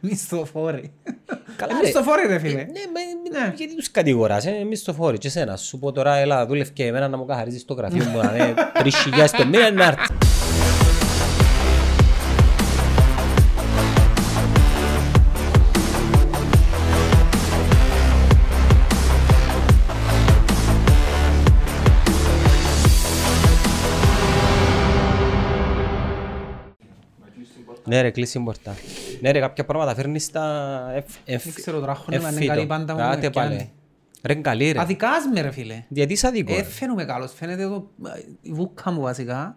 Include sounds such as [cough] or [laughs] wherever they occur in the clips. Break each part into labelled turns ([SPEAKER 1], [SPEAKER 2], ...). [SPEAKER 1] Μισθοφόροι.
[SPEAKER 2] Καλά,
[SPEAKER 1] Ε,
[SPEAKER 2] ρε.
[SPEAKER 1] Μισθοφόροι ρε
[SPEAKER 2] Ε,
[SPEAKER 1] φίλε.
[SPEAKER 2] Ναι, με-
[SPEAKER 1] Ναι.
[SPEAKER 2] γιατί τους κατηγοράς, ε, εμείς το φόρει και εσένα. Σου πω τώρα, έλα, δούλευε και εμένα να μου καθαρίζεις το γραφείο μου, να είναι τρεις χιλιάδες το μήνα να έρθει. Ναι ρε, κλείσει την πόρτα. Ναι ρε, κάποια πράγματα φέρνεις τα εφ- εφ-
[SPEAKER 1] Δεν ξέρω τώρα, χωνεύανε
[SPEAKER 2] εφήτο.
[SPEAKER 1] καλή πάντα μου,
[SPEAKER 2] Άντε
[SPEAKER 1] με
[SPEAKER 2] πάλι.
[SPEAKER 1] πιάνει.
[SPEAKER 2] Ρε, καλή ρε.
[SPEAKER 1] Αδικάς με ρε φίλε.
[SPEAKER 2] Γιατί είσαι αδίκος.
[SPEAKER 1] Ε,
[SPEAKER 2] ρε.
[SPEAKER 1] φαίνομαι καλός. Φαίνεται εδώ ε, η βούκα μου βασικά.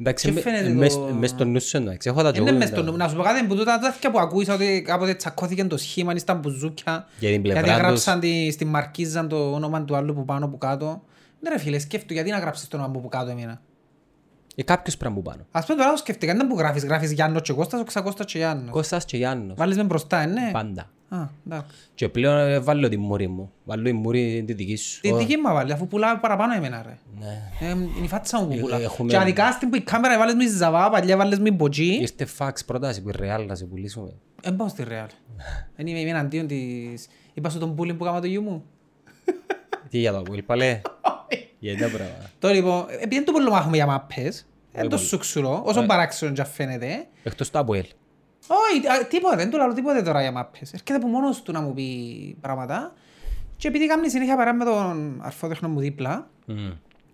[SPEAKER 2] Εντάξει,
[SPEAKER 1] και
[SPEAKER 2] με- ε,
[SPEAKER 1] φαίνεται
[SPEAKER 2] μες-
[SPEAKER 1] το-
[SPEAKER 2] μες στο νου σου εντάξει. Έχω τα
[SPEAKER 1] Είναι
[SPEAKER 2] τζογούμενα.
[SPEAKER 1] μες στο νου. Να σου πω κάτι που τούτα τέτοια που ακούεις ότι κάποτε τσακώθηκε το σχήμα ή στα μπουζούκια.
[SPEAKER 2] Για την πλευρά
[SPEAKER 1] Γιατί
[SPEAKER 2] τους.
[SPEAKER 1] γράψαν τη- στη μαρκίζα το όνομα του άλλου που πάνω που κάτω. Ναι ρε φίλε, σκέφτομαι γιατί να γράψεις το όνομα που που κάτω εμένα.
[SPEAKER 2] Ε, κάποιος πρέπει να μου πάνω.
[SPEAKER 1] Ας πούμε τώρα το σκέφτηκα, δεν που γράφεις, γράφεις Γιάννο και Κώστας, ο Ξακώστας και Γιάννος.
[SPEAKER 2] Κώστας και Γιάννος.
[SPEAKER 1] Βάλεις με μπροστά, ε, ναι.
[SPEAKER 2] Πάντα.
[SPEAKER 1] Α, εντάξει.
[SPEAKER 2] Και πλέον ε, βάλω τη μούρη μου. Βάλω η μούρη τη δική σου.
[SPEAKER 1] Τη
[SPEAKER 2] Ω,
[SPEAKER 1] δική μου βάλει, αφού πουλάω παραπάνω εμένα ρε.
[SPEAKER 2] ναι.
[SPEAKER 1] Ε, Είναι η φάτσα μου που
[SPEAKER 2] Ε,
[SPEAKER 1] πουλά.
[SPEAKER 2] έχουμε- Ε,
[SPEAKER 1] Και αδικάστην που η κάμερα βάλες μου στη Ζαβά, παλιά βάλες μου μποτζή.
[SPEAKER 2] Ήρθε φάξ πρόταση που η Real να σε πουλήσουμε.
[SPEAKER 1] Εν πάω στη Ρεάλ.
[SPEAKER 2] Ναι.
[SPEAKER 1] Εν είμαι είμαι εναντίον της... Είπα σου τον bullying που κάμα το γιου μου.
[SPEAKER 2] Τι για το Αποέλ, παλέ. Γιατί τα πράγματα.
[SPEAKER 1] Το λοιπόν, επειδή δεν το πολύ μάχομαι για μάπες, δεν το
[SPEAKER 2] Ε, πολύ. Ε.
[SPEAKER 1] σουξουρώ, όσο παράξενο και αν φαίνεται.
[SPEAKER 2] Εκτός του Αποέλ.
[SPEAKER 1] Όχι, α, τίποτε, δεν του λέω τίποτε τώρα για μάπες. Έρχεται από μόνος του να μου πει πράγματα. Και επειδή κάνει συνέχεια παρά με τον αρφόδεχνο μου δίπλα,
[SPEAKER 2] Μμμ.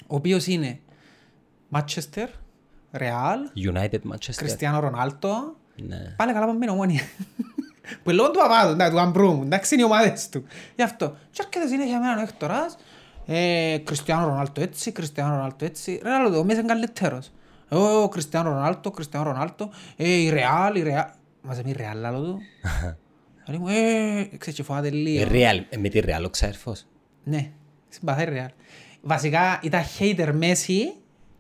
[SPEAKER 1] ο οποίος είναι Manchester, Real,
[SPEAKER 2] United Manchester.
[SPEAKER 1] Κριστιανό Ρονάλτο,
[SPEAKER 2] Ναι.
[SPEAKER 1] Πάλε καλά πάμε με την ομόνια. [laughs] Που λόγω του παπά του, εντάξει, του αμπρού μου, εντάξει είναι οι ομάδες του. Γι' αυτό. Και έρχεται συνέχεια με έναν ο Έκτορας, ε, Κριστιανό Ρονάλτο έτσι, Κριστιανό Ρονάλτο έτσι. Ρε άλλο το, μέσα είναι καλύτερος. Ε, Ο Κριστιανό Ρονάλτο, Κριστιανό Ρονάλτο, ε, η Ρεάλ, η Ρεάλ. Μας εμείς Ρεάλ λάλο του. Λέει μου, ε, ξέρεις και φοβάται
[SPEAKER 2] Η
[SPEAKER 1] λίγο.
[SPEAKER 2] Real. ε, Με τη Real ο Ξέρφος.
[SPEAKER 1] Ναι, συμπαθάει Ρεάλ. Βασικά ήταν hater Μέση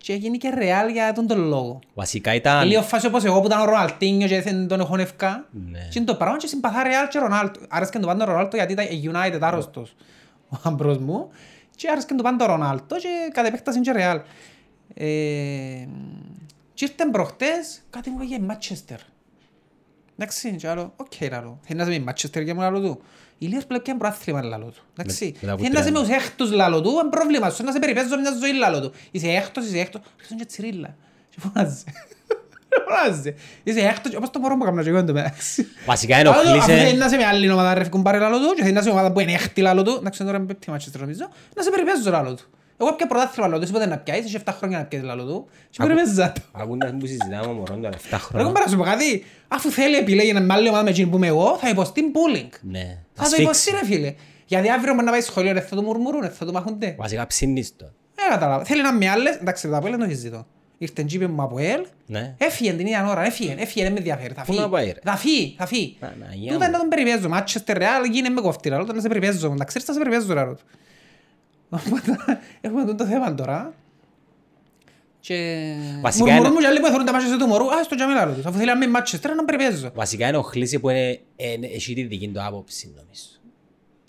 [SPEAKER 1] και έγινε και Ρεάλ για τον τον λόγο.
[SPEAKER 2] Βασικά ήταν...
[SPEAKER 1] Λίγο φάση όπως εγώ που ήταν ο Ροναλτίνιο και δεν τον έχω νευκά.
[SPEAKER 2] Ναι.
[SPEAKER 1] Και είναι το πράγμα και συμπαθά Ρεάλ και Ρονάλτο. Άρεσκε να το πάντα Ρονάλτο γιατί ήταν η United άρρωστος ο άμπρος μου. Και άρεσκε να το πάντα Ρονάλτο και κατ' επέκταση είναι και Ρεάλ. Ε, Και ήρθαν προχτές κάτι μου έγινε Μάτσεστερ. Εντάξει, και άλλο, οκ λαλό. Θέλει να είσαι με η Μάτσεστερ και μου λαλό του. Η Λίος πλέον πιάνε προάθλημα λαλό του. Εντάξει,
[SPEAKER 2] μετά από
[SPEAKER 1] θέλει να είσαι με
[SPEAKER 2] 30.
[SPEAKER 1] τους έχτους λαλό του, είναι πρόβλημα σου, να σε περιπέζω μια ζωή λαλό του. Είσαι έχτος, είσαι έχτος, άρχισαν και τσιρίλα. Και φωνάζει. Φωνάζει. Είσαι έκτος, όπως το μωρό που έκανα και εγώ εν τω μεταξύ.
[SPEAKER 2] Βασικά
[SPEAKER 1] Άλλο, αφού θέλει
[SPEAKER 2] ενοχλήσε...
[SPEAKER 1] να είσαι με άλλη ομάδα ρε φκουν πάρε λάλο του και θέλει να είσαι με ομάδα που είναι έκτη λάλο του, εντάξει τώρα με πέπτει η Manchester, νομίζω, να σε περιπέζω λάλο του. Εγώ πια πρωτάθλημα λάλο του, είσαι ποτέ να πιάσεις, είσαι 7 χρόνια να πιάσεις λάλο του και περιπέζα το.
[SPEAKER 2] Ακούγοντας που συζητάμε με μωρόν τώρα 7
[SPEAKER 1] Ρε
[SPEAKER 2] χρόνια.
[SPEAKER 1] κομπέρα σου πω κάτι, αφού θέλει επιλέγει να με άλλη ομάδα με εκείνη που είμαι εγώ, θα υποστεί bullying.
[SPEAKER 2] Ναι.
[SPEAKER 1] Θα το υποστεί ρε φίλε. Γιατί αύριο μπορεί να πάει σχολείο, ρε, θα το μουρμουρούν, ρε, θα το μαχούνται.
[SPEAKER 2] Βασικά ψήνεις το.
[SPEAKER 1] Ε, κατάλαβα. Θέλει να με άλλες, εντάξει, το Αποέλ δεν το συζητώ. Ήρθε τζίπε μου από ελ,
[SPEAKER 2] Ναι.
[SPEAKER 1] Έφυγε την ίδια ώρα, έφυγε, έφυγε, δεν με ενδιαφέρει. Θα
[SPEAKER 2] Πού
[SPEAKER 1] φύγει.
[SPEAKER 2] να πάει, ρε.
[SPEAKER 1] Θα φύγει, θα φύγει.
[SPEAKER 2] Παναγιά
[SPEAKER 1] Τούτα
[SPEAKER 2] μου.
[SPEAKER 1] να τον περιπέζω. Μάτσεστερ Ρεάλ γίνε με κοφτή. Λαλό, να σε περιπέζω. Να ξέρεις να σε περιπέζω. Λαλό. Οπότε [laughs] έχουμε τούτο θέμα τώρα. Και...
[SPEAKER 2] Βασικά
[SPEAKER 1] Μουρμουρούν
[SPEAKER 2] είναι-
[SPEAKER 1] μου και άλλοι που θεωρούν τα Manchester του μωρού. Α, στο τζαμί λαλό τους. Αφού θέλει να μην Manchester, να περιπέζω.
[SPEAKER 2] Βασικά ενοχλήσε που είναι, είναι, έχει τη δική του άποψη νομίζω.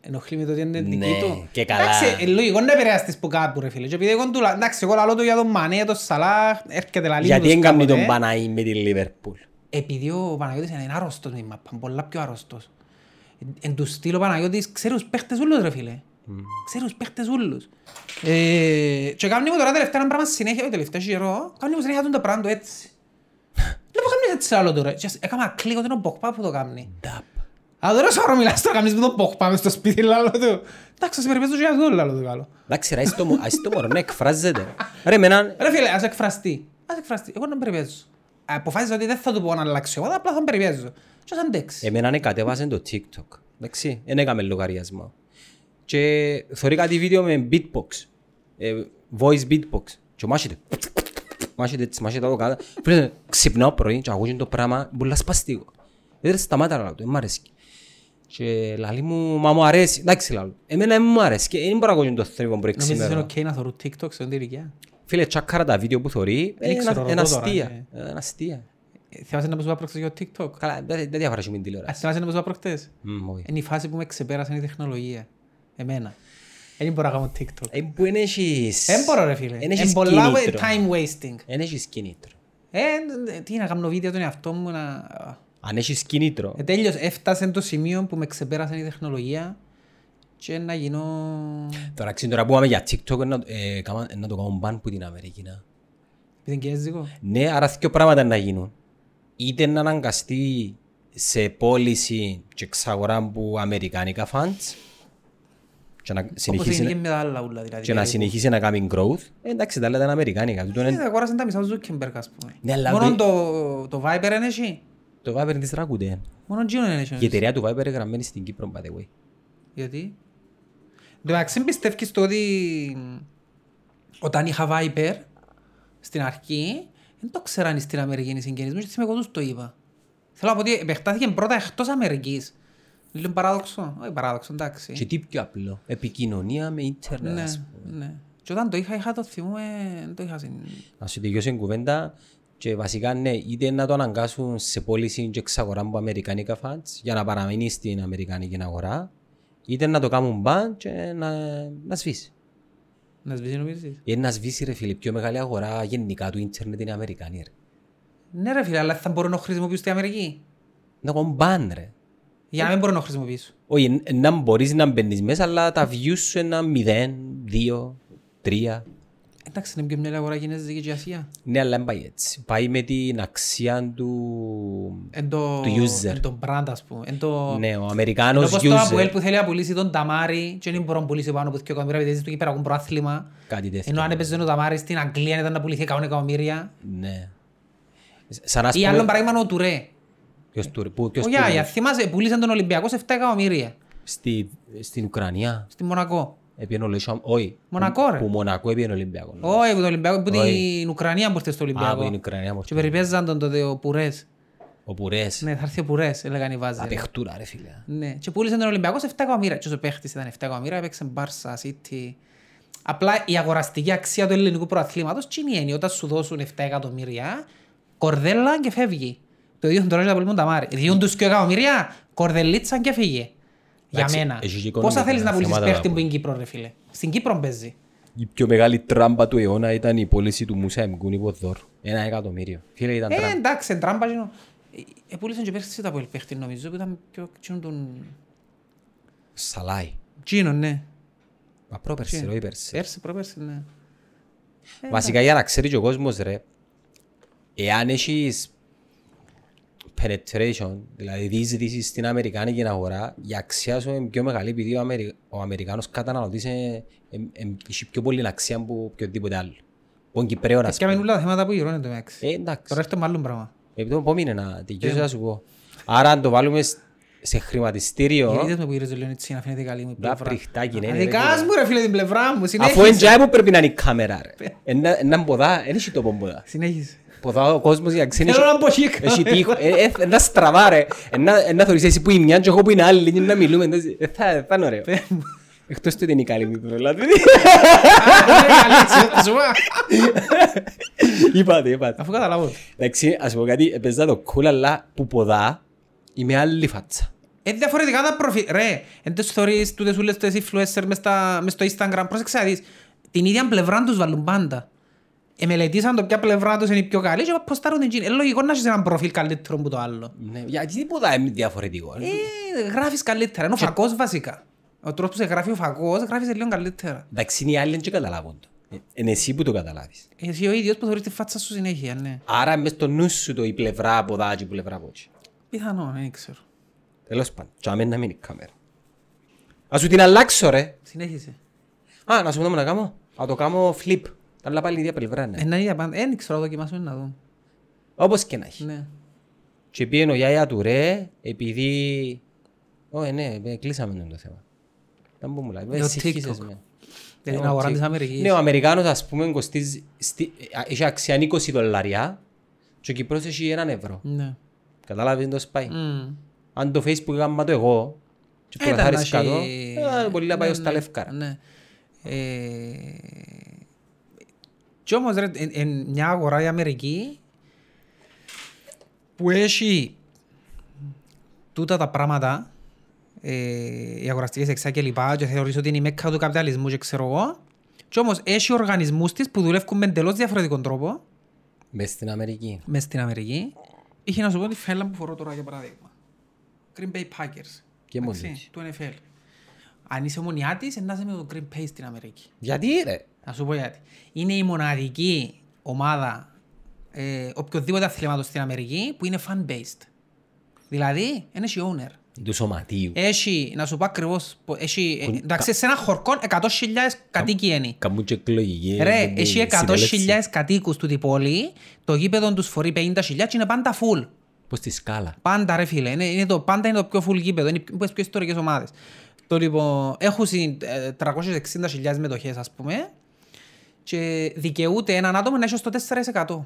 [SPEAKER 1] Ενοχλεί με το ότι είναι δική
[SPEAKER 2] Ναι,
[SPEAKER 1] του.
[SPEAKER 2] και καλά.
[SPEAKER 1] Εντάξει, ε, λογικό να επηρεαστείς που κάπου ρε φίλε. Και επειδή εγώ του λα- εντάξει, εγώ λαλώ του για τον Μανέ, τον Σαλάχ, έρχεται λαλή
[SPEAKER 2] Γιατί
[SPEAKER 1] τους
[SPEAKER 2] έγκαμνει τον
[SPEAKER 1] κάποτε.
[SPEAKER 2] Παναή με τη Λίβερπουλ.
[SPEAKER 1] επειδή ο Παναγιώτης είναι άρρωστος με τη μάπα, πολλά πιο άρρωστος. Εν- Εν του στυλ ο Παναγιώτης ξέρεις τους παίχτες ούλους ρε φίλε. Ξέρει τους παίχτες ούλους. Ε, και κάνει μου τώρα τελευταία ένα πράγμα συνέχεια, όχι τελευταίο καιρό, κάνει μου συνέχεια τον το πράγμα του έτσι. Δεν μου κάνεις έτσι άλλο τώρα. Και ας- Έκανα κλικ ότι είναι ο Ποκπά που το κάνει.
[SPEAKER 2] Νταπ.
[SPEAKER 1] Αλλά τώρα σωρό μιλάς τώρα κάνεις με τον Ποκπά μες στο σπίτι λάλο του. Εντάξει, σε περιπέζω και για αυτό λάλο του καλό.
[SPEAKER 2] Εντάξει ρε, ας το, μω- ας το μωρό να εκφράζεται. Ρε με έναν...
[SPEAKER 1] Ρε φίλε, ας εκφραστεί. Ας εκφραστεί. Εγώ να περιπέζω. Ε, Αποφάσισα ότι δεν θα του πω να αλλάξει εγώ, απλά θα τον περιπέζω. Και ας αντέξει.
[SPEAKER 2] Εμένα ανεκατέβασε το TikTok. Εντάξει, δεν έκαμε λογαριασμό. Και θωρεί κάτι βίντεο με beatbox. Ε, voice beatbox. Και μάχεται. Μάχεται έτσι, μάχεται από κάτω. Φίλε, ξυπνάω πρωί και ακούγει το πράγμα πολλά σπαστικό. Δεν Ε, σταμάτα να το, μ' αρέσει. Και λαλή μου, μα μου αρέσει. Εντάξει λαλού. Εμένα δεν μου αρέσει. Και δεν μπορώ να ακούγει το θρύβο πρωί
[SPEAKER 1] Νομίζεις είναι
[SPEAKER 2] ξημερώνω.
[SPEAKER 1] ok να θωρούν TikTok σε αυτή την ηλικία.
[SPEAKER 2] Φίλε, τσάκαρα τα βίντεο που θωρεί,
[SPEAKER 1] Δεν
[SPEAKER 2] είναι
[SPEAKER 1] ξέρω,
[SPEAKER 2] ένα-
[SPEAKER 1] ρωτώ
[SPEAKER 2] ένα
[SPEAKER 1] τώρα,
[SPEAKER 2] αστεία.
[SPEAKER 1] ναι.
[SPEAKER 2] Ένα αστεία.
[SPEAKER 1] Ε, Θυμάσαι να πεις που προχτές για το TikTok.
[SPEAKER 2] Καλά, δεν δεν διαφορά με την
[SPEAKER 1] Α,
[SPEAKER 2] τηλεόραση.
[SPEAKER 1] Θυμάσαι να πεις που προχτές.
[SPEAKER 2] Μμ, όχι.
[SPEAKER 1] Είναι η φάση που με ξεπέρασε η τεχνολογία. Εμένα. Δεν μπορώ να κάνω TikTok.
[SPEAKER 2] Ε, που εν έχεις-
[SPEAKER 1] Δεν μπορώ ρε φίλε.
[SPEAKER 2] εν
[SPEAKER 1] Είναι
[SPEAKER 2] έχεις
[SPEAKER 1] πολλά
[SPEAKER 2] κίνητρο.
[SPEAKER 1] time wasting.
[SPEAKER 2] Εν έχεις κίνητρο.
[SPEAKER 1] Ε, ε, Τι να κάνω βίντεο τον εαυτό μου να...
[SPEAKER 2] Αν έχεις κίνητρο.
[SPEAKER 1] Ε, τέλειως, έφτασε το σημείο που με ξεπέρασε η τεχνολογία και να γίνω...
[SPEAKER 2] Τώρα ξέρω τώρα που πάμε για TikTok να, ε, κάμα- να το κάνουν μπαν που την Αμερική. Να.
[SPEAKER 1] Επειδή είναι κινέζικο.
[SPEAKER 2] Ναι, άρα δύο πράγματα να γίνουν. Είτε να αναγκαστεί σε πώληση και εξαγορά που αμερικάνικα funds και να
[SPEAKER 1] Όπως
[SPEAKER 2] συνεχίσει,
[SPEAKER 1] είναι
[SPEAKER 2] να-
[SPEAKER 1] και με τα άλλα ούλα δηλαδή.
[SPEAKER 2] και να συνεχίσει να κάνει growth. Ε, εντάξει, τα άλλα ήταν αμερικάνικα. Τούτο
[SPEAKER 1] Ε,
[SPEAKER 2] είναι-
[SPEAKER 1] τα αγόρασαν τα μισά ο Zuckerberg, ας πούμε.
[SPEAKER 2] Ναι, αλλά
[SPEAKER 1] Μόνο
[SPEAKER 2] βρει-
[SPEAKER 1] το, το Viber είναι εσύ.
[SPEAKER 2] Το Viber της
[SPEAKER 1] Ναι,
[SPEAKER 2] τραγούδε.
[SPEAKER 1] Μόνο Gino είναι
[SPEAKER 2] Η
[SPEAKER 1] εσύ.
[SPEAKER 2] εταιρεία του Viber είναι γραμμένη στην Κύπρο, by the way.
[SPEAKER 1] Γιατί. Το μεταξύ πιστεύεις το ότι όταν είχα Viber στην αρχή, δεν το ξέραν στην Αμερική οι συγγενείς μου και είμαι εγώ τους το είπα. Θέλω να πω ότι επεκτάθηκε πρώτα εκτός Αμερικής. Λίγο παράδοξο. Όχι παράδοξο, εντάξει.
[SPEAKER 2] Και τι πιο απλό. Επικοινωνία με ίντερνετ.
[SPEAKER 1] Ε. ναι,
[SPEAKER 2] ας πούμε.
[SPEAKER 1] ναι. Και όταν το είχα, είχα το θυμούμε, δεν το είχα συν...
[SPEAKER 2] Να σου τελειώσει η κουβέντα και βασικά ναι, είτε να το αναγκάσουν σε πώληση και εξαγορά από αμερικανικά φαντς για να παραμείνει στην αμερικανική αγορά είτε να το κάνουν μπαν και να, να σβήσει.
[SPEAKER 1] Να σβήσει νομίζεις.
[SPEAKER 2] Είναι να σβήσει ρε φίλε, πιο μεγάλη αγορά γενικά του ίντερνετ είναι αμερικανή ρε.
[SPEAKER 1] Ναι ρε φίλε, αλλά θα μπορώ να χρησιμοποιήσω στην Αμερική.
[SPEAKER 2] Να κάνουν μπαν ρε.
[SPEAKER 1] Για να μην μπορώ να χρησιμοποιήσω.
[SPEAKER 2] Όχι, ε, να μπορείς να μπαίνεις μέσα αλλά τα views σου είναι μηδέν, δύο, τρία.
[SPEAKER 1] Εντάξει, είναι πιο μια αγορά κινέζικη και Ασία.
[SPEAKER 2] Ναι, αλλά δεν πάει έτσι. Πάει με την αξία του...
[SPEAKER 1] Εν το,
[SPEAKER 2] Του user.
[SPEAKER 1] εν το brand, ας πούμε. Εν το...
[SPEAKER 2] Ναι, ο
[SPEAKER 1] Ενώ
[SPEAKER 2] Αμερικάνος
[SPEAKER 1] όπως το Αποέλ
[SPEAKER 2] user.
[SPEAKER 1] που θέλει να πουλήσει τον Ταμάρη και δεν μπορεί να πουλήσει πάνω από 2 εκατομμύρια επειδή του Κύπρα έχουν προάθλημα.
[SPEAKER 2] Κάτι τέτοιο.
[SPEAKER 1] Ενώ αν έπαιζε ο Ταμάρη στην Αγγλία ήταν να πουληθεί 100 εκατομμύρια.
[SPEAKER 2] Ναι. Σαν να
[SPEAKER 1] Ή άλλο
[SPEAKER 2] πούμε...
[SPEAKER 1] παράδειγμα είναι ο Τουρέ.
[SPEAKER 2] Ποιος του, πού, ποιος
[SPEAKER 1] Ο
[SPEAKER 2] του
[SPEAKER 1] Γιάγια, θυμάσαι, πουλήσαν τον Ολυμπιακό σε 7 εκατομμύρια
[SPEAKER 2] στη, στην Ουκρανία
[SPEAKER 1] στη Μονακό.
[SPEAKER 2] έπιεν ο Λεσσαμ- όχι.
[SPEAKER 1] Μονακό, ρε.
[SPEAKER 2] Που Μονακό έπιεν ο Ολυμπιακό.
[SPEAKER 1] Όχι, από τον Ολυμπιακό, που
[SPEAKER 2] Όχι.
[SPEAKER 1] την Ουκρανία που ήρθε στο
[SPEAKER 2] ε. Α, που είναι η
[SPEAKER 1] Ολυμπιακό.
[SPEAKER 2] Ουκρανία μου.
[SPEAKER 1] Και περιπέζαν τον τότε ο Πουρές.
[SPEAKER 2] Ο Πουρές.
[SPEAKER 1] Ναι, θα έρθει ο Πουρές, έλεγαν οι Βάζερ.
[SPEAKER 2] Απεχτούρα ρε φίλε.
[SPEAKER 1] Ναι, και πούλησαν τον Ολυμπιακό σε 7 εκατομμύρια. Και ο παίχτης ήταν 7 εκατομμύρια, έπαιξε Μπάρσα, City. Απλά η αγοραστική αξία του ελληνικού προαθλήματος τι είναι η έννοια, όταν σου δώσουν 7 εκατομμύρια, κορδέλα και φεύγει. Το ίδιο τώρα και τα πουλούν τα μάρη.
[SPEAKER 2] Ναι.
[SPEAKER 1] Διούν τους και εκατομμύρια, κορδελίτσα και φύγε. Για
[SPEAKER 2] Εντάξει,
[SPEAKER 1] μένα.
[SPEAKER 2] έχει και οικονομικά
[SPEAKER 1] Πόσα θέλεις να πουλήσεις
[SPEAKER 2] θέματα
[SPEAKER 1] παίχτη
[SPEAKER 2] να
[SPEAKER 1] που είναι Κύπρο, ρε φίλε. Στην Κύπρο παίζει.
[SPEAKER 2] Η πιο μεγάλη τράμπα του αιώνα ήταν η πώληση του Μούσα Εμγκούνι Ποδόρ. Ένα εκατομμύριο. Φίλε ήταν
[SPEAKER 1] Ε,
[SPEAKER 2] τράμπα.
[SPEAKER 1] εντάξει, τράμπα. γίνω. Ε, πούλησαν και παίχτης τα παίχτη, νομίζω, που ήταν πιο τσινούν τον...
[SPEAKER 2] Σαλάι.
[SPEAKER 1] Τσινούν, ναι.
[SPEAKER 2] Μα πρόπερσε,
[SPEAKER 1] Τι.
[SPEAKER 2] ρε, όχι πέρσι.
[SPEAKER 1] Πέρσι, προπέρσι, ναι. Ε,
[SPEAKER 2] Βασικά για να ξέρει και ο κόσμος ρε, εάν έχεις penetration, δηλαδή διεισδύσεις στην Αμερικάνικη αγορά, η αξία σου είναι πιο μεγάλη επειδή ο, Αμερι... ο Αμερικάνος καταναλωτής ε, ε, ε, έχει πιο πολύ αξία από οποιοδήποτε άλλο. Ο Κυπρέων ας
[SPEAKER 1] Ε, Και
[SPEAKER 2] πούμε.
[SPEAKER 1] με όλα τα θέματα που γυρώνει το μεταξύ.
[SPEAKER 2] Ε, εντάξει.
[SPEAKER 1] Τώρα έρχεται με άλλο πράγμα.
[SPEAKER 2] Επειδή το πόμινε να τελειώσει να σου πω. Άρα αν το βάλουμε σ- σε
[SPEAKER 1] Γιατί
[SPEAKER 2] χρηματιστήριο,
[SPEAKER 1] είδες με που γυρίζει ο Λεωνίτης για να φαίνεται καλή μου η
[SPEAKER 2] τα
[SPEAKER 1] πλευρά.
[SPEAKER 2] πριχτάκι είναι. ρε,
[SPEAKER 1] Αδικάς μου ρε φίλε την πλευρά μου.
[SPEAKER 2] φίλε. Αφού
[SPEAKER 1] Συνέχισε.
[SPEAKER 2] είναι τζάι που πρέπει να είναι η κάμερα ρε. Ένα- Έναν ποδά, δεν έχει τόπο ποδά.
[SPEAKER 1] Συνέχισε.
[SPEAKER 2] Ποδά ο κόσμος για να ξέρει-
[SPEAKER 1] Θέλω να πω χίκα.
[SPEAKER 2] Έχει
[SPEAKER 1] [laughs]
[SPEAKER 2] τείχο. Ε, ε, Να στραβά ρε. Ε, να- ε, Να θεωρείς εσύ που είναι μια και εγώ που είναι άλλη. είναι Να μιλούμε. εντάξει. Ε, Θα θα είναι ωραίο. Εκτός του δεν είναι καλή μου δουλειά, δηλαδή. Είπατε, είπατε.
[SPEAKER 1] Αφού καταλάβω.
[SPEAKER 2] Εντάξει, ας πω κάτι. Επέζα το cool, αλλά που ποδά είμαι άλλη φάτσα.
[SPEAKER 1] Ε, διαφορετικά τα προφίλ. Ρε, εν τες stories του τεσούλες τες influencer μες στα- μες στο Instagram. Πρόσεξε να δεις. Την ίδια πλευρά τους βάλουν πάντα. Εμελετήσαν το ποια πλευρά τους είναι η πιο καλή και ποστάρουν την εκείνη. Ε, λογικό να έχεις έναν προφίλ καλύτερο που το άλλο.
[SPEAKER 2] Ναι, Γιατί τι ποδά είναι διαφορετικό. ρε.
[SPEAKER 1] Ε, γράφεις καλύτερα. Είναι ο φακός βασικά. Ο τρόπος που σε γράφει ο φακός, γράφεις λίγο καλύτερα.
[SPEAKER 2] Εντάξει, είναι οι άλλοι δεν και καταλάβουν το. Ε, Είναι εσύ που το καταλάβεις.
[SPEAKER 1] Εσύ ο ίδιος που θεωρείς τη φάτσα σου συνέχεια, ναι.
[SPEAKER 2] Άρα μες στο νου σου το η πλευρά ποδά και η πλευρά πόδι.
[SPEAKER 1] Πιθανόν, δεν ξέρω.
[SPEAKER 2] Τέλος πάντων. Τζάμε να μείνει η κάμερα. Ας σου την αλλάξω ρε.
[SPEAKER 1] Συνέχισε.
[SPEAKER 2] Α, να σου πω να κάνω. Να το κάνω flip. Τα άλλα πάλι η ίδια πλευρά ναι.
[SPEAKER 1] Ένα ίδια πάντα. Δεν ξέρω, δοκιμάσουμε να δούμε.
[SPEAKER 2] Όπως και να έχει.
[SPEAKER 1] Ναι.
[SPEAKER 2] Και πήγαινε ο Γιάγια του ρε, επειδή... Ω, ναι, ε, κλείσαμε τον το θέμα. Να μου μου λέει,
[SPEAKER 1] Για το
[SPEAKER 2] συγχύσες
[SPEAKER 1] TikTok.
[SPEAKER 2] Ε, με.
[SPEAKER 1] Για την
[SPEAKER 2] Ε, ο
[SPEAKER 1] αγορά
[SPEAKER 2] TikTok.
[SPEAKER 1] της Αμερικής.
[SPEAKER 2] Ναι, ο Αμερικάνος ας πούμε κοστίζει, στη- ε, έχει αξία 20 δολάρια και ο Κυπρός έχει έναν ευρώ.
[SPEAKER 1] Ναι.
[SPEAKER 2] Κατάλαβες το σπάει.
[SPEAKER 1] Μμμ.
[SPEAKER 2] Αν το facebook γάμμα το εγώ και
[SPEAKER 1] Ε, ήταν
[SPEAKER 2] προλαθάρεις
[SPEAKER 1] να
[SPEAKER 2] κάτω,
[SPEAKER 1] έχει-
[SPEAKER 2] ε, μπορεί να
[SPEAKER 1] Ναι,
[SPEAKER 2] πάει
[SPEAKER 1] ναι,
[SPEAKER 2] ως τα λευκάρα.
[SPEAKER 1] Ναι. Ε, Κι όμως ρε, εν- εν μια αγορά η Αμερική που έχει τούτα τα πράγματα, ε, οι αγοραστικές εξά και λοιπά και θεωρείς ότι είναι η μέκα του καπιταλισμού και ξέρω εγώ, κι όμως έχει οργανισμούς της που δουλεύουν με εντελώς διαφορετικό τρόπο
[SPEAKER 2] Μες στην Αμερική.
[SPEAKER 1] μες στην Αμερική. είχε να σου πω τη φέλα που φορώ τώρα για παράδειγμα. Green Bay Packers.
[SPEAKER 2] Και μόνο
[SPEAKER 1] Εντάξει,
[SPEAKER 2] έτσι.
[SPEAKER 1] Του NFL. Αν είσαι μονιάτης, να είσαι με το Green Bay στην Αμερική.
[SPEAKER 2] Γιατί ρε.
[SPEAKER 1] Να σου πω γιατί. Είναι η μοναδική ομάδα ε, οποιοδήποτε αθλημάτων στην Αμερική που είναι fan-based. Δηλαδή, είναι και owner.
[SPEAKER 2] Του σωματίου.
[SPEAKER 1] Έχει, να σου πω ακριβώς, πο- έχει, ε,
[SPEAKER 2] Κουν-
[SPEAKER 1] εντάξει, σε ένα χορκό 100.000 κατοίκοι είναι.
[SPEAKER 2] Καμούν και εκλογική. ε,
[SPEAKER 1] Ρε, έχει 100.000 κατοίκους του την πόλη, το γήπεδο τους φορεί 50.000 και είναι πάντα full.
[SPEAKER 2] Πώς τη σκάλα.
[SPEAKER 1] Πάντα ρε φίλε, είναι, είναι το, πάντα είναι το πιο full γήπεδο, είναι οι πιο ιστορικές ομάδες. Το λοιπόν, έχουν συν- ε, 360.000 μετοχές ας πούμε και δικαιούται έναν άτομο να έχει στο 4%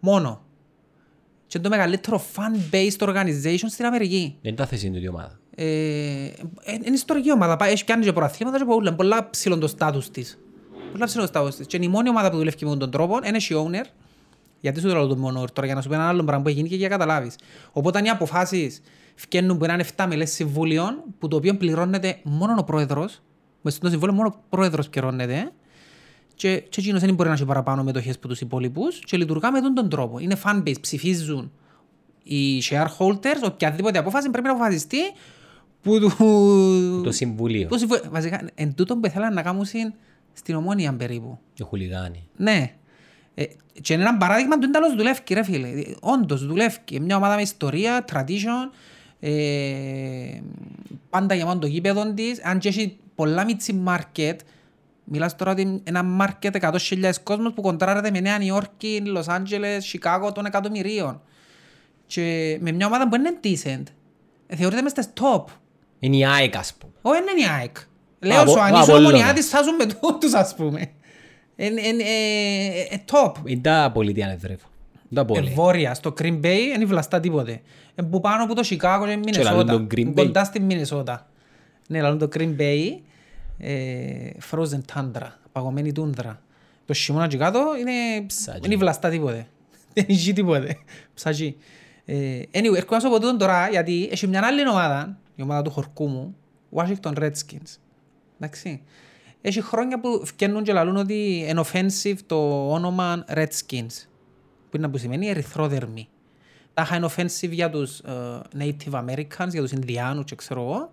[SPEAKER 1] μόνο. Και είναι το μεγαλύτερο fan-based organization στην Αμερική.
[SPEAKER 2] Δεν τα θέση είναι η ομάδα.
[SPEAKER 1] Ε, ε, είναι ιστορική ομάδα, Πάει- έχει κάνει και προαθλήματα και πολλά, πολλά ψηλό το στάτους της. Πολλά ψηλό το στάτους της. Και είναι η μόνη ομάδα που δουλεύει με τον τρόπο, είναι η owner, γιατί σου το λέω το μόνο τώρα για να σου πω ένα άλλο πράγμα που έχει γίνει και για να καταλάβεις. Οπότε αν οι αποφάσεις φκαίνουν που είναι 7 μελές συμβουλίων, που το οποίο πληρώνεται μόνο ο πρόεδρος, μες στο συμβόλαιο μόνο ο πρόεδρος πληρώνεται, ε, και, και εκείνος δεν μπορεί να έχει παραπάνω μετοχές από τους υπόλοιπους και λειτουργά με τον, τον τρόπο. Είναι fan-based, ψηφίζουν οι shareholders, οποιαδήποτε απόφαση πρέπει να αποφασιστεί που του...
[SPEAKER 2] Το συμβουλίο.
[SPEAKER 1] το συμβου- Βασικά, εν τούτο που ήθελαν να κάνουν συν- στην ομόνια περίπου.
[SPEAKER 2] Το χουλιγάνι.
[SPEAKER 1] Ναι. Ε, και είναι ένα παράδειγμα του εντάλλως δουλεύει, ρε φίλε. Ε, Όντως δουλεύει. Μια ομάδα με ιστορία, tradition, ε, πάντα γεμάτο το γήπεδο της. Αν και έχει πολλά μίτσι market, μιλάς τώρα ότι ένα market 100.000 κόσμος που κοντράρεται με Νέα Νιόρκη, Λος Άντζελες, Σικάγο των εκατομμυρίων. Και με μια ομάδα που είναι decent. Ε, θεωρείται μες στις top.
[SPEAKER 2] Είναι η ΑΕΚ ας πούμε.
[SPEAKER 1] Όχι, δεν είναι η ΑΕΚ. Λέω
[SPEAKER 2] Απο-
[SPEAKER 1] σου, αν είσαι
[SPEAKER 2] Απόλλωνα.
[SPEAKER 1] ομονιάτης, θα ζουν με τούτους, ας πούμε. Είναι είναι, ε, ε, top.
[SPEAKER 2] Είναι τα πολιτεία να ευρεύω. Είναι τα
[SPEAKER 1] Ε,
[SPEAKER 2] πόλη.
[SPEAKER 1] Βόρεια, στο Green Bay, δεν είναι βλαστά τίποτε. Ε, Που πάνω από το Σικάγο και
[SPEAKER 2] λαλούν
[SPEAKER 1] Μινεσότα.
[SPEAKER 2] τον Green Bay.
[SPEAKER 1] Κοντά στη Μινεσότα. Ναι, λαλούν το Green Bay, ε, frozen tundra, παγωμένη τούντρα. Το χειμώνα και κάτω είναι,
[SPEAKER 2] Ψαγί.
[SPEAKER 1] είναι βλαστά τίποτε. [laughs] Δεν ζει τίποτε. Ψαγί. Ε, anyway, έρχομαι να σου πω τούτον τώρα, γιατί έχει μια άλλη ομάδα, η ομάδα του χορκού μου, Washington Redskins. Εντάξει. Έχει χρόνια που φτιάχνουν και λαλούν ότι είναι offensive το όνομα Redskins. Που είναι που σημαίνει ερυθρόδερμοι. Τάχα είναι offensive για τους ε, Native Americans, για τους Ινδιάνους και ξέρω εγώ.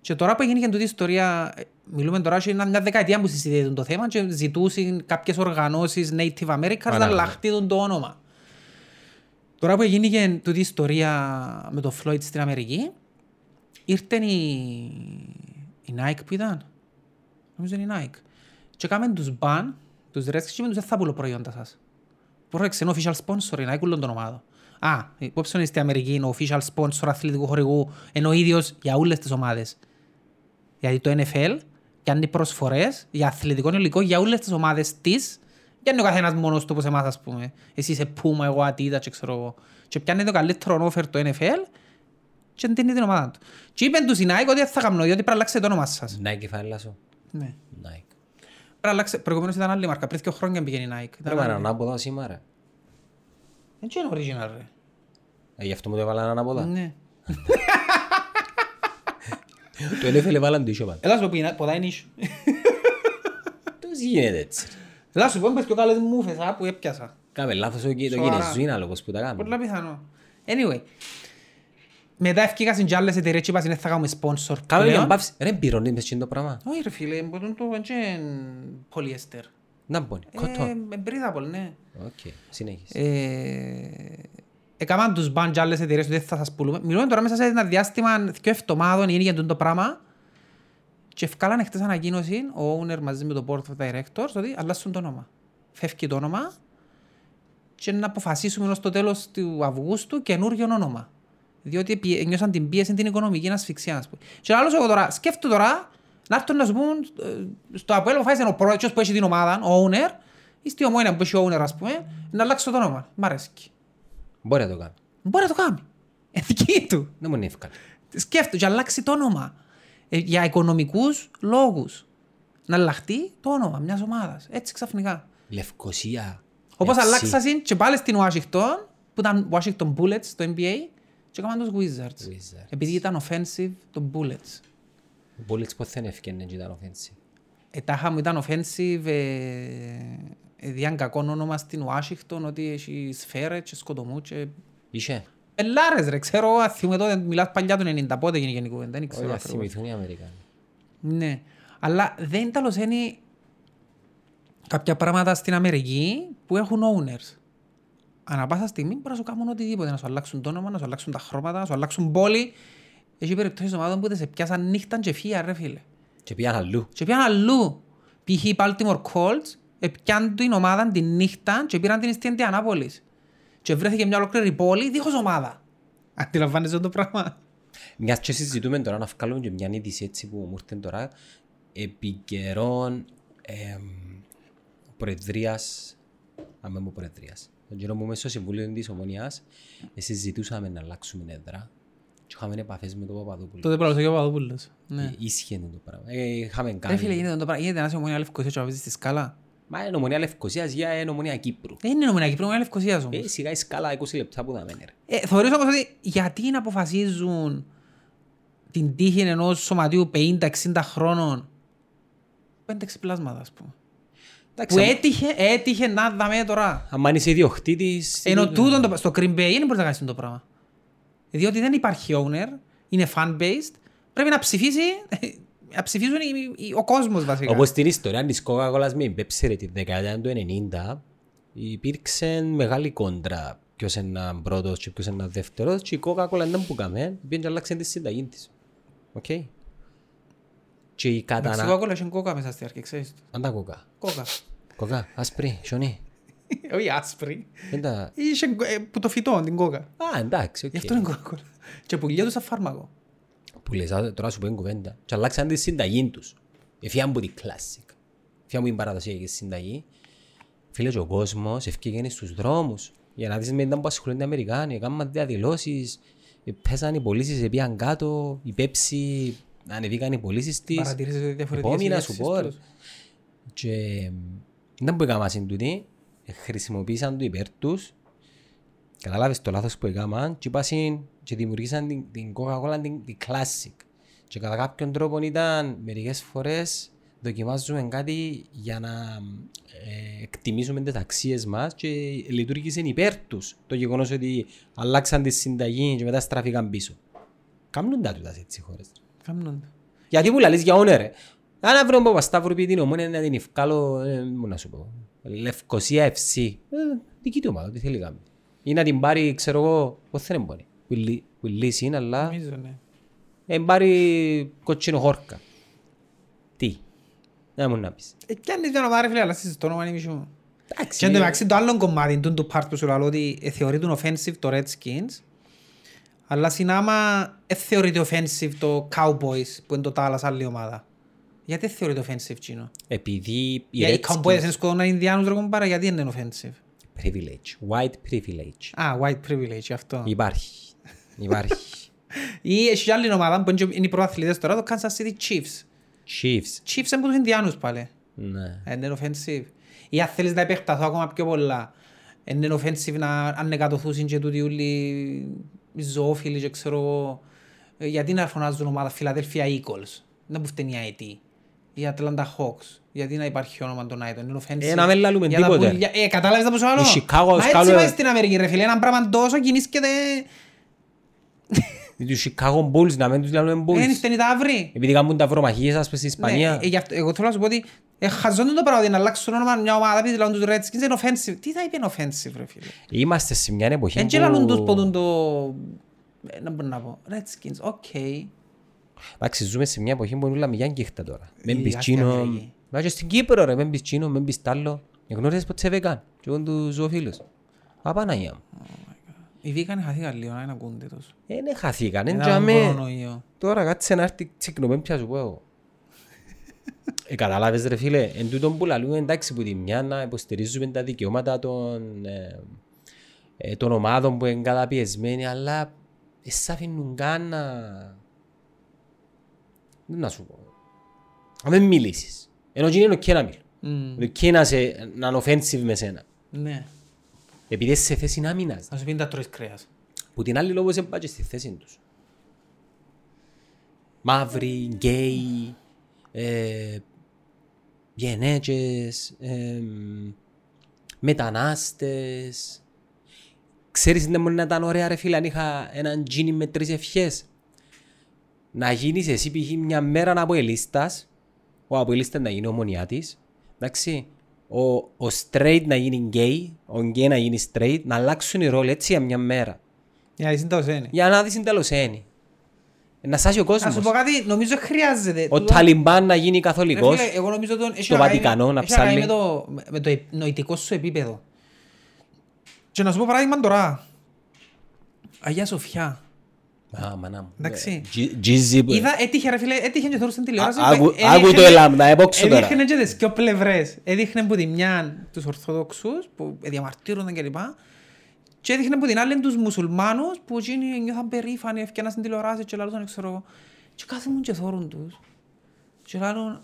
[SPEAKER 1] Και τώρα που έγινε και τούτη η ιστορία, ε, μιλούμε τώρα σε μια δεκαετία που συζητείται το θέμα και ζητούσαν κάποιες οργανώσεις Native Americans να
[SPEAKER 2] Ανάλογα.
[SPEAKER 1] αλλάχτουν το όνομα. Τώρα που έγινε και τούτη η ιστορία με τον Floyd στην Αμερική, ήρθε η... η Nike που ήταν. Νομίζω είναι η Nike. Και κάμεν τους μπαν, τους ρέσκες και είπαν τους δεν θα πουλώ προϊόντα σας. Πρόσεξε, είναι official sponsor, η Nike ούλον τον ομάδο. Α, υπόψη είναι στην Αμερική, είναι official sponsor αθλητικού χορηγού, ενώ ο ίδιος για όλες τις ομάδες. Γιατί το NFL κάνει προσφορές για αθλητικό υλικό για όλες τις ομάδες της και είναι ο καθένας μόνος του όπως εμάς ας πούμε. Εσύ είσαι Puma, εγώ Adidas και ξέρω εγώ. Και πιάνει το καλύτερο offer το NFL και δίνει την ομάδα του. Και είπαν τους η Nike ότι δεν θα κάνω, διότι πρέπει να αλλάξετε το όνομα σας.
[SPEAKER 2] Να η κεφαλά σου.
[SPEAKER 1] Ναι.
[SPEAKER 2] Να η.
[SPEAKER 1] Πρέπει να αλλάξετε, προηγουμένως ήταν άλλη μάρκα, πριν δύο χρόνια πήγαινε η Nike. Ήταν
[SPEAKER 2] Πρέπει να
[SPEAKER 1] άλλη.
[SPEAKER 2] ανάποδα σήμερα.
[SPEAKER 1] Δεν είναι original ρε.
[SPEAKER 2] Ε, Γι' αυτό μου το έβαλαν ανάποδα.
[SPEAKER 1] Ναι.
[SPEAKER 2] Το NFL έβαλαν το ίσιο πάντα.
[SPEAKER 1] Έλα σου πω που είναι- ποτά είναι ίσιο.
[SPEAKER 2] Πώς γίνεται έτσι. ρε.
[SPEAKER 1] Έλα σου πω μπες πιο καλές μούφες α, που έπιασα.
[SPEAKER 2] Κάμε λάθος ο κοι- το
[SPEAKER 1] Σοβαρά.
[SPEAKER 2] κινέζου είναι άλλο που τα κάνουμε.
[SPEAKER 1] Πολλά πιθανό. Anyway. Μετά ευκήκα στην κι άλλες εταιρείες και είπα «Ναι, θα κάνουμε sponsor.
[SPEAKER 2] Κάμε
[SPEAKER 1] πλέον».
[SPEAKER 2] μια παύση. Ρε μπειρονείς μες στην το πράγμα.
[SPEAKER 1] Όχι ρε φίλε, μπορούν το είναι πολυέστερ.
[SPEAKER 2] Να μπώνει. Κοτό.
[SPEAKER 1] Ε, breathable, ναι.
[SPEAKER 2] Οκ. Συνέχισε.
[SPEAKER 1] Ε, Έκαναν τους μπαν κι άλλες εταιρείες ότι δεν θα σας πουλούμε. Μιλούμε τώρα μέσα σε ένα διάστημα δύο εβδομάδων γίνει για το πράγμα και ευκάλανε χτες ανακοίνωση ο owner μαζί με το board of directors ότι αλλάσουν το όνομα. Φεύγει το όνομα και να αποφασίσουμε ως το τέλος του Αυγούστου καινούριο όνομα. Διότι πιε- νιώσαν την πίεση την οικονομική ασφυξία. Ας πούμε. Και άλλος εγώ τώρα, σκέφτομαι τώρα να έρθουν να σου πούν ε, στο Αποέλ αποφάσισε ο πρόεδρος που έχει την ομάδα, ο owner, ή στη ομόνια που έχει ο owner ας πούμε, να αλλάξει το όνομα. Μ' αρέσει.
[SPEAKER 2] Μπορεί να το κάνω.
[SPEAKER 1] Μπορεί να το κάνει. Ε, δική του.
[SPEAKER 2] Δεν μου είναι εύκολο.
[SPEAKER 1] Σκέφτομαι και αλλάξει το όνομα. Ε, για οικονομικούς λόγους. Να αλλάχτεί το όνομα μιας ομάδας. Έτσι ξαφνικά.
[SPEAKER 2] Λευκοσία.
[SPEAKER 1] Όπως
[SPEAKER 2] FC.
[SPEAKER 1] αλλάξασαν και πάλι στην Ουάσιγκτον, που ήταν Washington Bullets στο NBA, και έκαναν τους Wizards.
[SPEAKER 2] Wizards.
[SPEAKER 1] Επειδή ήταν offensive των Bullets.
[SPEAKER 2] Ο Bullets ποτέ δεν έφυγαινε και ήταν offensive.
[SPEAKER 1] Ε, τάχα μου ήταν offensive, ε, ε, διάν κακό όνομα στην Ουάσιγκτον, ότι έχει σφαίρες και σκοτωμού και
[SPEAKER 2] Είχε.
[SPEAKER 1] Πελάρες ρε, ξέρω, αν θυμούμε τότε, μιλάς παλιά του 90, πότε έγινε γενικό, δεν
[SPEAKER 2] Όχι,
[SPEAKER 1] ξέρω.
[SPEAKER 2] να
[SPEAKER 1] ακριβώς.
[SPEAKER 2] θυμηθούν οι Αμερικανοί.
[SPEAKER 1] Ναι. Αλλά δεν τα λοσένει κάποια πράγματα στην Αμερική που έχουν owners. Ανά πάσα στιγμή μπορεί να σου κάνουν οτιδήποτε, να σου αλλάξουν το όνομα, να σου αλλάξουν τα χρώματα, να σου αλλάξουν πόλη. Έχει περιπτώσεις ομάδων που δεν σε πιάσαν νύχτα και φύγα ρε φίλε.
[SPEAKER 2] Και πήγαν αλλού.
[SPEAKER 1] Και πήγαν αλλού. Π.χ. οι Baltimore Colts επιάνουν την ομάδα τη νύχτα και πήραν την στην Ιντιανάπολης. Και βρέθηκε μια ολόκληρη πόλη δίχως ομάδα. Αντιλαμβάνεσαι το πράγμα.
[SPEAKER 2] Μιας και συζητούμε τώρα να βγάλουμε και μια είδηση έτσι που μου ήρθε τώρα επί καιρών εμ, προεδρίας αν μην πω προεδρίας τον καιρό που είμαι στο Συμβούλιο της Ομονίας ε, συζητούσαμε να αλλάξουμε έδρα και είχαμε επαφές με τον Παπαδόπουλο
[SPEAKER 1] Τότε πράγμα και ο Παπαδόπουλος. Ναι.
[SPEAKER 2] Ε, ίσχυε το πράγμα ε, είχαμε
[SPEAKER 1] Ρε φίλε,
[SPEAKER 2] κάνει
[SPEAKER 1] γίνεται το πράγμα. Γίνεται ένας ομονίας Λευκοσίας και να παίζει στη σκάλα.
[SPEAKER 2] μα είναι ομονία Λευκοσίας για είναι ομονία Κύπρου
[SPEAKER 1] Δεν είναι ομονία Κύπρου, είναι Λευκοσίας όμως.
[SPEAKER 2] ε, σιγά η σκάλα 20 λεπτά που θα μένει ρε.
[SPEAKER 1] Ε, θεωρείς όμως ότι γιατί να αποφασίζουν την τύχη ενός σωματείου 50-60 χρόνων 5-6 πλάσματα, ας πούμε. Που
[SPEAKER 2] εντάξει
[SPEAKER 1] έτυχε, έτυχε να δαμε τώρα.
[SPEAKER 2] άμα είσαι ιδιοκτήτης ε,
[SPEAKER 1] Ενώ τούτον το- στο Green Bay δεν μπορείς να κάνεις το πράγμα. Διότι δεν υπάρχει owner, είναι fan-based, πρέπει να ψηφίσει, [laughs] να ψηφίζουν οι- οι- ο κόσμος βασικά.
[SPEAKER 2] Όπως στην ιστορία της Coca-Cola με την Pepsi ρε, τη δεκαετία του 90 υπήρξε μεγάλη κόντρα ποιος είναι έναν πρώτος και ποιος είναι έναν δεύτερος και η Coca-Cola δεν που κάμε πήγαινε και αλλάξε τη συνταγή της. Οκ. Και η
[SPEAKER 1] Εντάξει,
[SPEAKER 2] κατανα...
[SPEAKER 1] εγώ κόλλα κόκα μέσα στη αρχή, ξέρεις. το.
[SPEAKER 2] Αν τα κόκα.
[SPEAKER 1] Κόκα.
[SPEAKER 2] Κόκα, άσπρη, σιωνή.
[SPEAKER 1] Όχι άσπρη.
[SPEAKER 2] Δεν τα...
[SPEAKER 1] Είχε ε, που το φυτό, την κόκα.
[SPEAKER 2] Α, εντάξει, οκ.
[SPEAKER 1] Γι' αυτό είναι κόκολα. Και πουλιά του σαν φάρμακο.
[SPEAKER 2] Που λες, α, τώρα σου πω είναι κουβέντα. Και αλλάξαν τη συνταγή τους. Εφιάν που την κλάσικ. Εφιάν που την παραδοσιακή συνταγή. Φίλε και ο κόσμος ευκήγαινε στους δρόμους. Για να δεις με ήταν που ασχολούνται οι Αμερικάνοι. Έκαναν διαδηλώσεις. ε, Πέσαν οι πωλήσεις, επίαν κάτω. Η Pepsi ανεβήκαν οι πωλήσεις της.
[SPEAKER 1] Παρατηρήσεις ότι διαφορετικές
[SPEAKER 2] Επόμενα σου
[SPEAKER 1] συνδέσεις
[SPEAKER 2] πω.
[SPEAKER 1] τους.
[SPEAKER 2] Και ε, δεν που έκαναν συντούτοι. ε, Χρησιμοποίησαν το υπέρ τους. Καταλάβες το λάθος που έκαναν και, πάσιν, και δημιουργήσαν την, την Coca-Cola την, την Classic. Και κατά κάποιον τρόπο ήταν μερικές φορές δοκιμάζουμε κάτι για να ε, εκτιμήσουμε τις αξίες μας και λειτουργήσε υπέρ τους το γεγονός ότι αλλάξαν τη συνταγή και μετά στράφηκαν πίσω. Κάμνουν τα τούτας έτσι οι χώρες.
[SPEAKER 1] Κάμνονται.
[SPEAKER 2] Γιατί μου λαλείς για όνερε. Αν βρω από Σταύρο πει την ομόνια να την ευκάλω, ε, μου να σου πω. Λευκοσία FC. Ε, δική του ομάδα, τι θέλει να κάνει. Ή να την πάρει, ξέρω εγώ, πώς δεν μπορεί. Που λύ- που λύση είναι, αλλά
[SPEAKER 1] Νομίζω, ναι.
[SPEAKER 2] ε, πάρει κοτσίνο χόρκα. Τι. Να μου να πεις.
[SPEAKER 1] Ε, Πιάνεις μια ομάδα ρε φίλε, αλλά στις το όνομα είναι μισό μου. Και
[SPEAKER 2] Εντάξει. ε,
[SPEAKER 1] εν τω μεταξύ το άλλο κομμάτι του του part που σου λέω ότι ε, θεωρείται offensive το Redskins αλλά συνάμα ε, θεωρείται offensive το Cowboys που είναι το τάλα σαν άλλη ομάδα. Γιατί ε, θεωρείται offensive τσίνο.
[SPEAKER 2] Επειδή οι
[SPEAKER 1] Για οι Cowboys
[SPEAKER 2] Redskins...
[SPEAKER 1] δεν σκοτώνουν Ινδιάνους ρε κομπάρα γιατί είναι offensive.
[SPEAKER 2] Privilege. White privilege.
[SPEAKER 1] Α, white privilege αυτό.
[SPEAKER 2] Υπάρχει.
[SPEAKER 1] [laughs]
[SPEAKER 2] Υπάρχει.
[SPEAKER 1] Ή έχει άλλη ομάδα που είναι και- είναι οι προαθλητές τώρα, το Kansas City Chiefs.
[SPEAKER 2] Chiefs.
[SPEAKER 1] Chiefs είναι από τους Ινδιάνους πάλι.
[SPEAKER 2] Ναι.
[SPEAKER 1] Ε, Είναι offensive. Ή αν θέλεις να επεκταθώ ακόμα πιο πολλά. ε, Είναι offensive να ανεκατοθούσουν και τούτοι όλοι οι ζωόφιλοι και ξέρω εγώ. Ε, Γιατί να φωνάζουν ομάδα Philadelphia Eagles. Να που φταίνει η IT. Η Atlanta Hawks. Γιατί να υπάρχει όνομα των Άιτων. Είναι offensive.
[SPEAKER 2] Ε, να μην λαλούμε
[SPEAKER 1] Για τα
[SPEAKER 2] τίποτε.
[SPEAKER 1] πουλιά- Ε, κατάλαβες τα πόσο άλλο.
[SPEAKER 2] Οι Chicago
[SPEAKER 1] Μα έτσι
[SPEAKER 2] σκάλουν-
[SPEAKER 1] πάει στην Αμερική ρε φίλε. Ένα πράγμα τόσο κινήσκεται.
[SPEAKER 2] Τους Chicago Bulls, να μην τους λέμε
[SPEAKER 1] Ε,
[SPEAKER 2] Bulls.
[SPEAKER 1] φταίνει τα αύρη.
[SPEAKER 2] Επειδή κάνουν τα βρομαχίες, ας πούμε, στην Ισπανία.
[SPEAKER 1] Ναι, ε, γι' αυτό- εγώ θέλω να σου πω ότι ε, χαζόντουν το πράγμα ότι να αλλάξουν όνομα μια ομάδα επειδή λαλούν τους Redskins είναι offensive. Τι θα είπε είναι offensive ρε φίλε.
[SPEAKER 2] Είμαστε σε μια εποχή
[SPEAKER 1] Εν και λαλούν τους ποντούν το... ε, Να μπορώ να πω. Redskins, οκ.
[SPEAKER 2] Εντάξει, ζούμε σε μια εποχή που μιλάμε για αγγίχτα τώρα. Μεν
[SPEAKER 1] Ε, Η
[SPEAKER 2] πεις
[SPEAKER 1] Άστια
[SPEAKER 2] τσίνο...
[SPEAKER 1] Αμερική.
[SPEAKER 2] Μα και στην Κύπρο ρε, μεν πεις τσίνο, μεν πεις τ' άλλο. Εγνώριζες ποτέ βεγάν. Και εγώ τους ζωοφίλους. Απαναγιά μου.
[SPEAKER 1] Οι βίκανε χαθήκαν λίγο να μην ακούνται τόσο.
[SPEAKER 2] Ε, ναι, χαθήκαν, εν
[SPEAKER 1] Μετά
[SPEAKER 2] τζαμέ.
[SPEAKER 1] τον κορονοϊό.
[SPEAKER 2] Τώρα κάτσε να έρθει τσικνοπέμπτη να σου πω εγώ. Ε, καταλάβες ρε φίλε, εν τούτον που λαλούμε εντάξει που τη μια να υποστηρίζουμε τα δικαιώματα των, ε, ε, των ομάδων που είναι καταπιεσμένοι, αλλά δεν σ' αφήνουν καν να... Δεν να σου πω. Αν δεν μιλήσεις. Ενώ και είναι και να μιλώ.
[SPEAKER 1] Μμμ,
[SPEAKER 2] Και να, σε, ε, να είναι offensive με σένα.
[SPEAKER 1] Ναι.
[SPEAKER 2] Επειδή είσαι σε θέση να μείνας.
[SPEAKER 1] Να σου πει τα τρώεις κρέας.
[SPEAKER 2] Που την άλλη λόγω δεν πάει και στη θέση τους. Μαύροι, γκέι, ε, γενέτζες, ε, μετανάστες. Ξέρεις δεν μπορεί να ήταν ωραία ρε φίλε αν είχα έναν τζίνι με τρεις ευχές. Να γίνεις εσύ π.χ. μια μέρα από ελίστας, ο από ελίστα να γίνει ομονιάτης, εντάξει, ο, ο straight να γίνει gay, ο gay να γίνει straight, να αλλάξουν οι ρόλοι έτσι για μια μέρα.
[SPEAKER 1] Για να είσαι τόσο έννοια.
[SPEAKER 2] Για να δεις είναι τέλος ένι. Να σάσει ο
[SPEAKER 1] Να
[SPEAKER 2] κόσμος.
[SPEAKER 1] σου πω κάτι, νομίζω χρειάζεται.
[SPEAKER 2] Ο
[SPEAKER 1] Τούτο-
[SPEAKER 2] Ταλιμπάν να γίνει
[SPEAKER 1] Ρε
[SPEAKER 2] καθολικός.
[SPEAKER 1] φίλε, Εγώ νομίζω τον- έχει
[SPEAKER 2] στο
[SPEAKER 1] να κάνει-
[SPEAKER 2] Βατικανό να
[SPEAKER 1] έχει κάνει
[SPEAKER 2] ψάλλει.
[SPEAKER 1] Με το, με το ε- νοητικό σου επίπεδο. Και να σου πω παράδειγμα τώρα. Αγία Σοφιά.
[SPEAKER 2] Α, μανά μου. ε,
[SPEAKER 1] Εντάξει.
[SPEAKER 2] Τζίζι.
[SPEAKER 1] Είδα, έτυχε ρε φίλε, έτυχε και θεωρούσαν τηλεόραση.
[SPEAKER 2] Α- άκου-
[SPEAKER 1] Έδειχνε-
[SPEAKER 2] άκου το Ελάμ, να έπωξω τώρα.
[SPEAKER 1] Έδειχνε και τις δυο πλευρές. Έδειχνε που τη μια τους Ορθοδόξους που διαμαρτύρονταν κλπ. Και έδειχνε που την άλλη τους μουσουλμάνους που εκείνοι νιώθαν περήφανοι, ευκαιναν στην τηλεοράση και λάλλον ξέρω εγώ. Και κάθομαι και θόρουν τους. Και λάλλον,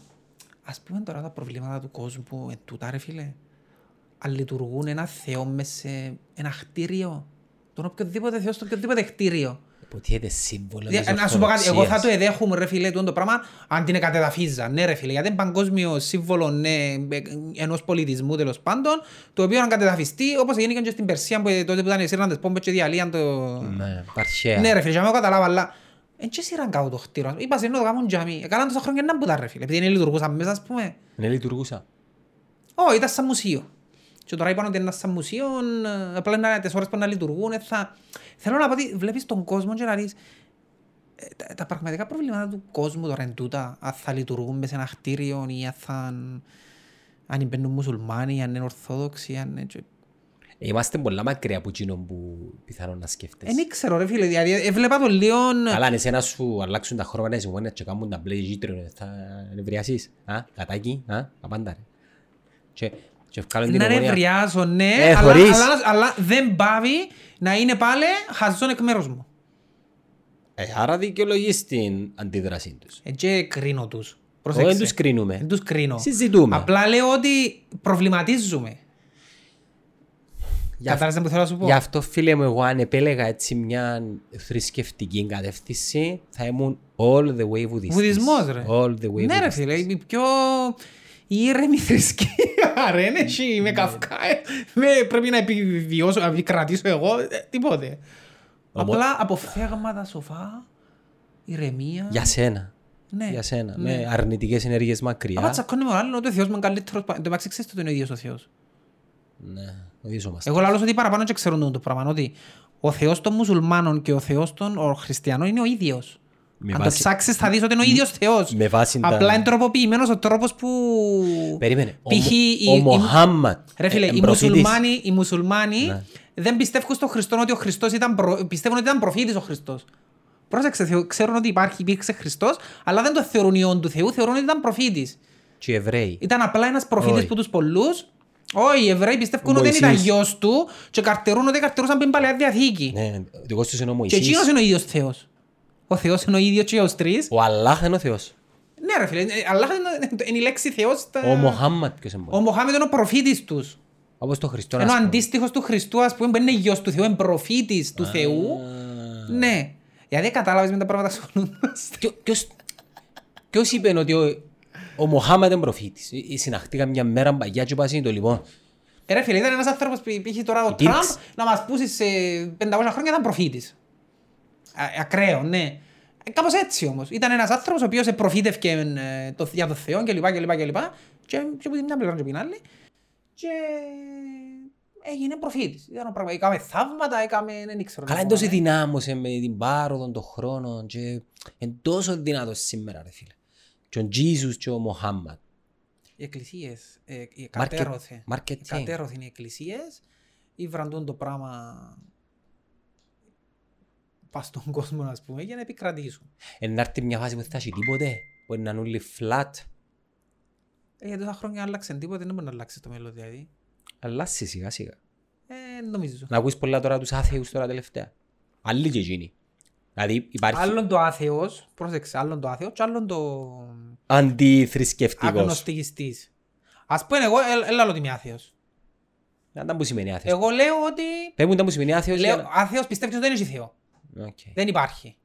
[SPEAKER 1] ας πούμε τώρα τα προβλήματα του κόσμου εν τούτα ρε φίλε. Αλλά λειτουργούν ένα θεό μέσα σε ένα χτίριο. Τον οποιοδήποτε θεό στο οποιοδήποτε χτίριο.
[SPEAKER 2] Υποτίθεται σύμβολο
[SPEAKER 1] Δια-
[SPEAKER 2] της
[SPEAKER 1] Ε, Να σου πω κάτι, εγώ θα
[SPEAKER 2] Ορθοδοξίας.
[SPEAKER 1] το εδέχομαι ρε φίλε τούτο το πράγμα αν την κατεδαφίζα, ναι ρε φίλε, γιατί είναι παγκόσμιο σύμβολο ναι, ε, ενός πολιτισμού τέλος πάντων, το οποίο αν κατεδαφιστεί όπως έγινε και στην Περσία που ε, τότε που ήταν οι Σύρναντες πόμπες και διαλύαν το...
[SPEAKER 2] Ναι, τα αρχαία.
[SPEAKER 1] Ναι ρε φίλε, για μένα το καταλάβα, αλλά εν και σύραν κάτω το χτύρο, είπα σε το κάνουν τζάμι, έκαναν Ε, τόσα χρόνια να μπουτά ρε φίλε, επειδή είναι λειτουργούσαν μέσα ας πούμε.
[SPEAKER 2] Ναι, λειτουργούσα.
[SPEAKER 1] Ω, ήταν σαν μουσείο. Και τώρα είπαν ότι είναι σαν μουσείο, ε, απλά είναι τις ώρες που να λειτουργούν. ε, Θα... Θέλω να πω ότι βλέπεις τον κόσμο και να δεις ε, τα, τα πραγματικά προβλήματα του κόσμου τώρα εν τούτα, αν θα λειτουργούν μέσα σε ένα χτίριο ή αν θα... αν μπαίνουν μουσουλμάνοι, αν είναι ορθόδοξοι, αν... είναι και-
[SPEAKER 2] Ε, Είμαστε πολλά μακριά από εκείνον που πιθανόν να σκέφτεσαι.
[SPEAKER 1] Εν ξέρω ρε φίλε, δηλαδή έβλεπα το λίγο...
[SPEAKER 2] Αλλά αν εσένα σου αλλάξουν τα χρώματα της ομόνιας και κάνουν τα μπλε γήτρινο, θα νευριάσεις. Α, κατάκι, α, απάντα ρε. Και, και βγάλουν την
[SPEAKER 1] Να
[SPEAKER 2] ομόνια.
[SPEAKER 1] νευριάζω, ναι,
[SPEAKER 2] Ε,
[SPEAKER 1] αλλά,
[SPEAKER 2] χωρίς.
[SPEAKER 1] αλλά, αλλά δεν πάβει να είναι πάλι χαζόν εκ μέρους μου.
[SPEAKER 2] Ε, άρα δικαιολογείς την αντίδρασή τους.
[SPEAKER 1] Ε, και κρίνω τους.
[SPEAKER 2] Εγώ
[SPEAKER 1] Προσέξε.
[SPEAKER 2] δεν τους
[SPEAKER 1] Ε, Δεν
[SPEAKER 2] κρίνουμε.
[SPEAKER 1] τους κρίνω.
[SPEAKER 2] Συζητούμε.
[SPEAKER 1] Απλά λέω ότι προβληματίζουμε.
[SPEAKER 2] Γι' αυτό-
[SPEAKER 1] Κατάλαβες τι που θέλω να σου πω.
[SPEAKER 2] Γι' αυτό φίλε μου εγώ αν επέλεγα έτσι μια θρησκευτική κατεύθυνση θα ήμουν all the way βουδιστής.
[SPEAKER 1] Βουδισμός, ρε.
[SPEAKER 2] All the way
[SPEAKER 1] Ναι ρε
[SPEAKER 2] βουδιστής.
[SPEAKER 1] φίλε, η πιο ήρεμη θρησκεία [laughs] ρε, είναι εσύ
[SPEAKER 2] Ναι.
[SPEAKER 1] με καυκά, ε, με- πρέπει να επιβιώσω, να επικρατήσω εγώ, ε, τίποτε.
[SPEAKER 2] Ομο-
[SPEAKER 1] Απλά αποφθέγματα σοφά, ηρεμία.
[SPEAKER 2] Για σένα.
[SPEAKER 1] Ναι.
[SPEAKER 2] Για σένα.
[SPEAKER 1] Ναι.
[SPEAKER 2] Με αρνητικές ενέργειες μακριά.
[SPEAKER 1] Άμα τσακώνουμε ο άλλον ότι ο Θεός μου είναι καλύτερος, πα- εν τω μεταξύ ξέρεις ότι είναι ο ίδιος ο Θεός.
[SPEAKER 2] Ναι. Οδίζομαστε.
[SPEAKER 1] Εγώ λαλώς ότι παραπάνω και ξέρουν το πράγμα, ότι ο Θεός των μουσουλμάνων και ο Θεός των ο χριστιανών είναι ο ίδιος.
[SPEAKER 2] Με
[SPEAKER 1] Ε, Αν το
[SPEAKER 2] βάση-
[SPEAKER 1] ψάξεις θα δεις ότι είναι ο ίδιος Θεός.
[SPEAKER 2] Με βάση τα-
[SPEAKER 1] Απλά είναι τροποποιημένος ο τρόπος που...
[SPEAKER 2] Περίμενε. Ο,
[SPEAKER 1] Π.χ. η-
[SPEAKER 2] ο
[SPEAKER 1] η-
[SPEAKER 2] Μοχάμματ.
[SPEAKER 1] Ρε φίλε,
[SPEAKER 2] ε,
[SPEAKER 1] οι
[SPEAKER 2] εμπροφήτης.
[SPEAKER 1] μουσουλμάνοι, οι μουσουλμάνοι
[SPEAKER 2] Ναι.
[SPEAKER 1] δεν πιστεύουν στον Χριστό ότι ο Χριστός ήταν προ... πιστεύουν ότι ήταν προφήτης ο Χριστός. Πρόσεξε, θεω- ξέρουν ότι υπάρχει, υπήρξε Χριστός, αλλά δεν το θεωρούν ιόν του Θεού, θεωρούν ότι ήταν προφήτης.
[SPEAKER 2] Και οι Εβραίοι.
[SPEAKER 1] Ήταν απλά ένας προφήτης
[SPEAKER 2] Όχι.
[SPEAKER 1] που τους πολλούς. Όχι, οι Εβραίοι πιστεύουν ότι δεν ήταν
[SPEAKER 2] ε. Μωυσής.
[SPEAKER 1] γιος του και καρτερούν ότι καρτερούσαν πριν Παλαιά Διαθήκη.
[SPEAKER 2] Ναι, ναι. ο δικός τους είναι ο
[SPEAKER 1] Και
[SPEAKER 2] Μωυσής.
[SPEAKER 1] εκείνος είναι ο ίδιος Θεός. Ο Θεός είναι ο ίδιος και ο τρεις.
[SPEAKER 2] Ο Αλλάχ είναι ο Θεός.
[SPEAKER 1] Ναι ρε φίλε, ε, αλλά είναι- είναι η λέξη Θεός στα...
[SPEAKER 2] Ο Μοχάμματ ποιος είναι.
[SPEAKER 1] Ο Μοχάμεντ είναι ο προφήτης τους.
[SPEAKER 2] Όπως το Χριστό.
[SPEAKER 1] Ενώ
[SPEAKER 2] ας
[SPEAKER 1] ο
[SPEAKER 2] πούμε.
[SPEAKER 1] αντίστοιχος του Χριστού ας πούμε που είναι γιος του Θεού, είναι προφήτης του Θεού. Ναι. Γιατί κατάλαβες με τα πράγματα σου
[SPEAKER 2] Ποιο- ποιος- Ποιος είπε ότι ο, ο Μοχάμαντ είναι προφήτης. Ε, ε, Συναχτήκα μια μέρα παγιά και πας είναι το λοιπόν.
[SPEAKER 1] Ε, Ρε φίλε, ήταν ένας άνθρωπος που υπήρχε τώρα ο
[SPEAKER 2] Υπήρξε.
[SPEAKER 1] Τραμπ να μας πούσει σε 500 χρόνια ήταν προφήτης. Α- Ακραίο, ναι. Ε, Κάπως έτσι όμως. Ήταν ένας άνθρωπος ο οποίος ε, προφήτευκε ε, το- για τον Θεό και λοιπά και λοιπά και λοιπά και, και από τη μια πλευρά και από την άλλη και έγινε προφήτης. Ήταν ο πράγμα. Έκαμε θαύματα, έκαμε... Δεν ξέρω.
[SPEAKER 2] Καλά,
[SPEAKER 1] τι
[SPEAKER 2] είναι τόσο
[SPEAKER 1] έκαμε.
[SPEAKER 2] δυνάμωσε με την πάροδο των χρόνων και είναι τόσο δυνατός σήμερα, ρε φίλε. Και ο Τζίζους και ο Μοχάμματ.
[SPEAKER 1] Οι εκκλησίες ε, οι
[SPEAKER 2] Market-
[SPEAKER 1] κατέρωθε.
[SPEAKER 2] marketing.
[SPEAKER 1] Οι Κατέρωθεν οι εκκλησίες ή βραντούν το πράγμα πας στον κόσμο ας πούμε για να επικρατήσουν.
[SPEAKER 2] Ε, Να έρθει μια φάση που δεν θα έχει τίποτε, που είναι να είναι όλοι flat.
[SPEAKER 1] Ε, για τόσα χρόνια άλλαξε τίποτε, δεν μπορεί να αλλάξει το μέλλον δηλαδή.
[SPEAKER 2] Αλλάζει σιγά σιγά.
[SPEAKER 1] Ε, νομίζω.
[SPEAKER 2] Να ακούεις πολλά τώρα τους άθεους τώρα τελευταία. Άλλοι και εκείνοι. Δηλαδή υπάρχει
[SPEAKER 1] Άλλον το άθεος, πρόσεξε, άλλον το άθεος και άλλον το
[SPEAKER 2] αντιθρησκευτικός.
[SPEAKER 1] αγνωστικιστής. Ας πούμε εγώ, έλα ε, λαλώ ότι είμαι άθεος.
[SPEAKER 2] Να τα που σημαίνει άθεος.
[SPEAKER 1] Εγώ λέω ότι...
[SPEAKER 2] Πες μου τα που σημαίνει άθεος. για
[SPEAKER 1] Λέω, άθεος πιστεύεις ότι δεν έχει Θεό.
[SPEAKER 2] να- Οκ.
[SPEAKER 1] Δεν υπάρχει.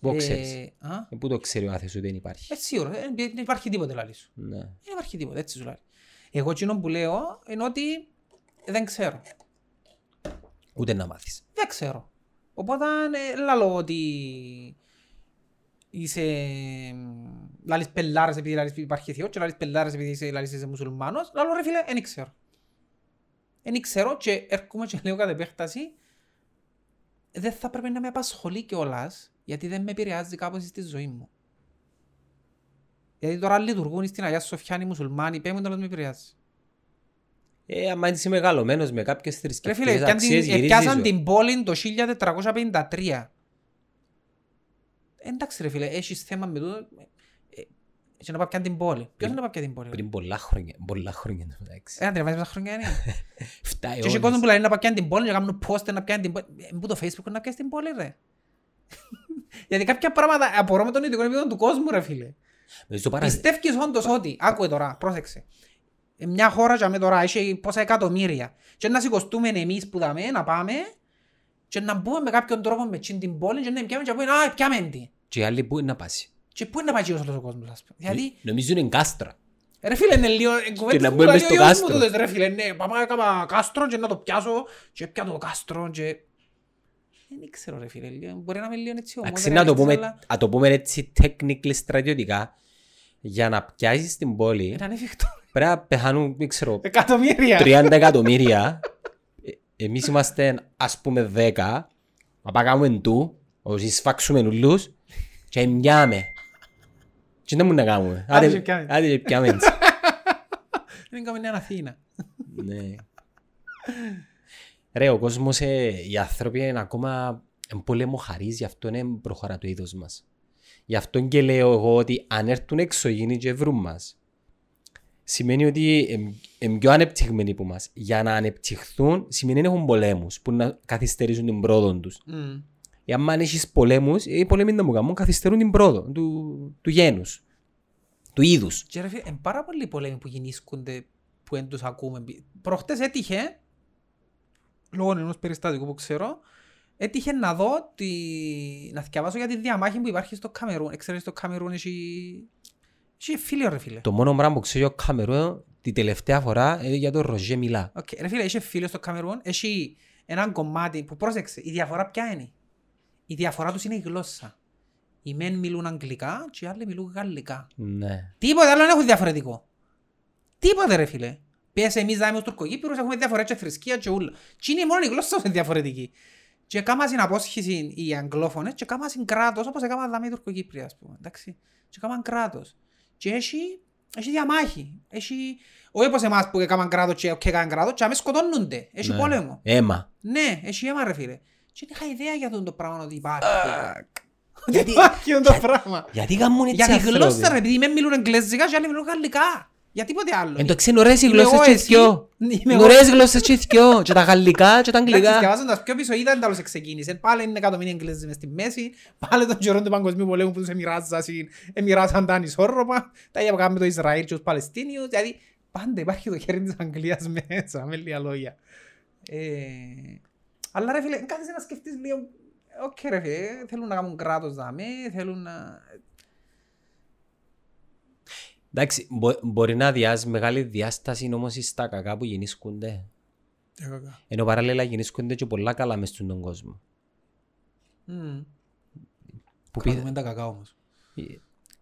[SPEAKER 2] Πού ξέρεις.
[SPEAKER 1] Ε, α?
[SPEAKER 2] Ε, Πού το ξέρει ο άθεος ότι δεν υπάρχει.
[SPEAKER 1] Ε, σίγουρα, ε, δεν υπάρχει τίποτε λαλί σου.
[SPEAKER 2] Ναι.
[SPEAKER 1] Δεν υπάρχει τίποτα, έτσι σου λέει. Εγώ εκείνο που λέω είναι ότι δεν ξέρω.
[SPEAKER 2] Ούτε να μάθεις.
[SPEAKER 1] Δεν ξέρω. Οπότε ε, λαλώ ότι είσαι λαλείς πελάρες επειδή λαλείς υπάρχει Θεός και λαλείς πελάρες επειδή είσαι, λαλείς είσαι μουσουλμάνος. Λαλώ ρε φίλε, δεν ξέρω. Δεν ξέρω και έρχομαι και λέω κατ' επέκταση δεν θα πρέπει να με απασχολεί κιόλας γιατί δεν με επηρεάζει κάπως στη ζωή μου. Γιατί τώρα λειτουργούν στην Αγία Σοφιά οι μουσουλμάνοι, πέμπουν τώρα δεν με επηρεάζει.
[SPEAKER 2] Ε, άμα είσαι μεγαλωμένος με κάποιες
[SPEAKER 1] Ρε φίλε,
[SPEAKER 2] θρησκευτικές
[SPEAKER 1] πιάν την- ε,
[SPEAKER 2] αξίες γυρίζεις.
[SPEAKER 1] πιάσαν
[SPEAKER 2] ρε.
[SPEAKER 1] την πόλη το 1453. Εντάξει ρε φίλε, έχεις θέμα με τούτο. Ε, ε, Και να πάει πιάν την πόλη. Ποιος
[SPEAKER 2] Πριν-
[SPEAKER 1] να πάει πιάν την πόλη. ρε. Ε,
[SPEAKER 2] Πριν Ε, πολλά χρόνια, πολλά χρόνια το μεταξύ.
[SPEAKER 1] Ένα τρεβάζει μέσα χρόνια
[SPEAKER 2] [laughs]
[SPEAKER 1] είναι.
[SPEAKER 2] Φτάει
[SPEAKER 1] Ε, Και έχει κόσμο που λέει να πάει πιάν την πόλη και κάνουν post να πιάνει την πόλη. Ε, Πού το facebook να πιάσει την πόλη ρε. [laughs] Γιατί κάποια πράγματα απορώ με τον ειδικό επίπεδο του κόσμου ρε φίλε.
[SPEAKER 2] Δηλαδή, Στο παρα-
[SPEAKER 1] Πιστεύεις όντως ότι, άκουε τώρα, πρόσεξε. Ε, Μια χώρα για με τώρα έχει πόσα εκατομμύρια. Και να σηκωστούμε εμείς που δαμε, να πάμε και να μπούμε με κάποιον τρόπο με τσιν την πόλη και να πιάμε και να πούμε «Α, πιάμε την».
[SPEAKER 2] Και οι άλλοι πού είναι να πάσει.
[SPEAKER 1] Και πού είναι να πάει και όλος ο κόσμος, ας πούμε. Δηλαδή,
[SPEAKER 2] Νομίζω είναι κάστρα.
[SPEAKER 1] ρε φίλε, είναι λίγο ε, κουβέντες
[SPEAKER 2] να
[SPEAKER 1] που
[SPEAKER 2] μπούμε
[SPEAKER 1] λέει ο
[SPEAKER 2] στο
[SPEAKER 1] γιος μου
[SPEAKER 2] κάστρο.
[SPEAKER 1] τούτες, ρε φίλε, ναι, πάμε να κάνουμε κάστρο και να το πιάσω και πιάνω το κάστρο και... Δεν ξέρω ρε φίλε, λίγο, μπορεί να είμαι λίγο έτσι
[SPEAKER 2] Εντάξει,
[SPEAKER 1] ομόδερα,
[SPEAKER 2] να
[SPEAKER 1] έτσι,
[SPEAKER 2] το πούμε,
[SPEAKER 1] αλλά
[SPEAKER 2] να το πούμε έτσι technically στρατιωτικά. Για να πιάσεις την πόλη
[SPEAKER 1] είναι ανέφικτο.
[SPEAKER 2] πρέπει να πεθάνουν, δεν ξέρω,
[SPEAKER 1] Εκατομμύρια.
[SPEAKER 2] 30 εκατομμύρια. Ε, Εμείς είμαστε ας πούμε 10. Να πάγαμε του, όσοι σφάξουμε ούλους και μοιάμε. Τι να μου να κάνουμε.
[SPEAKER 1] Άντε και πιάμε.
[SPEAKER 2] άντε και πιάμε έτσι.
[SPEAKER 1] Δεν κάνουμε νέα Αθήνα.
[SPEAKER 2] Ναι. Ρε, ο κόσμος, ε, οι άνθρωποι είναι ακόμα εν πολύ αιμοχαρείς, γι' αυτό είναι προχωρά το είδος μας. Γι' αυτό και λέω εγώ ότι αν έρθουν εξωγήινοι και βρουν μας, σημαίνει ότι είναι πιο ανεπτυγμένοι που μας. Για να ανεπτυχθούν, σημαίνει να έχουν πολέμους που να καθυστερήσουν την πρόοδο τους.
[SPEAKER 1] Μμ.
[SPEAKER 2] Ε, άμα αν έχεις πολέμους, ε, οι πολέμοι να μου κάνουν, καθυστερούν την πρόοδο του, του γένους, του είδους.
[SPEAKER 1] Και ρε φίλε, είναι πάρα πολλοί πολέμοι που γινίσκονται που δεν τους ακούμε. Προχτές έτυχε, λόγω ενός περιστατικού που ξέρω, έτυχε να δω, τη... να διαβάσω για τη διαμάχη που υπάρχει στο Καμερούν. Ε, Ξέρεις, στο Καμερούν έχει... Έχει φίλιο ρε φίλε.
[SPEAKER 2] Το μόνο πράγμα που ξέρει ο Καμερούν την τελευταία φορά είναι για τον Ροζέ Μιλά.
[SPEAKER 1] Οκ, Ρε φίλε, έχει φίλιο στο Καμερούν, έχει έναν κομμάτι που πρόσεξε, η διαφορά ποια είναι. Η διαφορά τους είναι η γλώσσα. Οι μεν μιλούν αγγλικά και οι άλλοι μιλούν γαλλικά.
[SPEAKER 2] Ναι.
[SPEAKER 1] Τίποτε άλλο δεν έχουν διαφορετικό. Τίποτε ρε φίλε. Πες εμείς δάμε τους Τουρκοκύπρους, έχουμε διαφορά και θρησκεία και ούλα. Και είναι μόνο η γλώσσα που είναι διαφορετική. Και κάμας στην απόσχεση οι αγγλόφωνες και κάμας στην κράτος, όπως έκαμα δάμε οι Τουρκοκύπροι ας πούμε. Εντάξει. Και κάμαν κράτος. Και έχει, έχει διαμάχη. Έχει... Όχι όπως εμάς που έκαναν κράτος και και έκαναν κράτος και αμέσως σκοτώνονται. Έχει
[SPEAKER 2] Ναι.
[SPEAKER 1] πόλεμο.
[SPEAKER 2] Έμα.
[SPEAKER 1] Ναι, έχει αίμα ρε φίλε. Και δεν είχα ιδέα για αυτό το πράγμα ότι υπάρχει. Ότι
[SPEAKER 2] Γιατί-
[SPEAKER 1] υπάρχει αυτό το πράγμα.
[SPEAKER 2] Γιατί γαμούν
[SPEAKER 1] Για
[SPEAKER 2] έτσι
[SPEAKER 1] τη γλώσσα ρε,
[SPEAKER 2] άνθρωποι.
[SPEAKER 1] επειδή με μιλούν εγγλέζικα και άλλοι μιλούν γαλλικά. Για τίποτε άλλο.
[SPEAKER 2] Εν το ξένο ωραίες οι
[SPEAKER 1] Είμαι
[SPEAKER 2] γλώσσες
[SPEAKER 1] εγώ,
[SPEAKER 2] και
[SPEAKER 1] εσύ.
[SPEAKER 2] θκυο.
[SPEAKER 1] Ναι, είμαι
[SPEAKER 2] Είναι
[SPEAKER 1] εγώ.
[SPEAKER 2] ωραίες οι γλώσσες και θκυο. Και τα γαλλικά και τα
[SPEAKER 1] Εντάξει,
[SPEAKER 2] αγγλικά.
[SPEAKER 1] διαβάζοντας πιο πίσω είδα τέλος ξεκίνησε. Πάλι είναι εκατομμύρια εγγλέζοι μες στη μέση. Πάλι τον καιρό του παγκοσμίου πολέμου που τους εμοιράζασαν, εμοιράζαν τα ανισόρροπα. Τα ίδια που κάνουμε το Ισραήλ και τους Παλαιστίνιους. Δηλαδή πάντα υπάρχει το χέρι της Αγγλίας μέσα, με λίγα λόγια. Ε, Αλλά ρε φίλε, κάθεσαι να σκεφτείς λίγο. Οκ ρε φίλε, θέλουν να κάνουν κράτος δάμε, θέλουν να...
[SPEAKER 2] Εντάξει, μπο- μπορεί να διάσει μεγάλη διάσταση όμως στα κακά που γεννήσκονται. Ενώ παράλληλα γεννήσκονται και πολλά καλά μες στον κόσμο.
[SPEAKER 1] Μμμ.
[SPEAKER 2] Που πει-
[SPEAKER 1] Κρατούμε τα κακά όμως.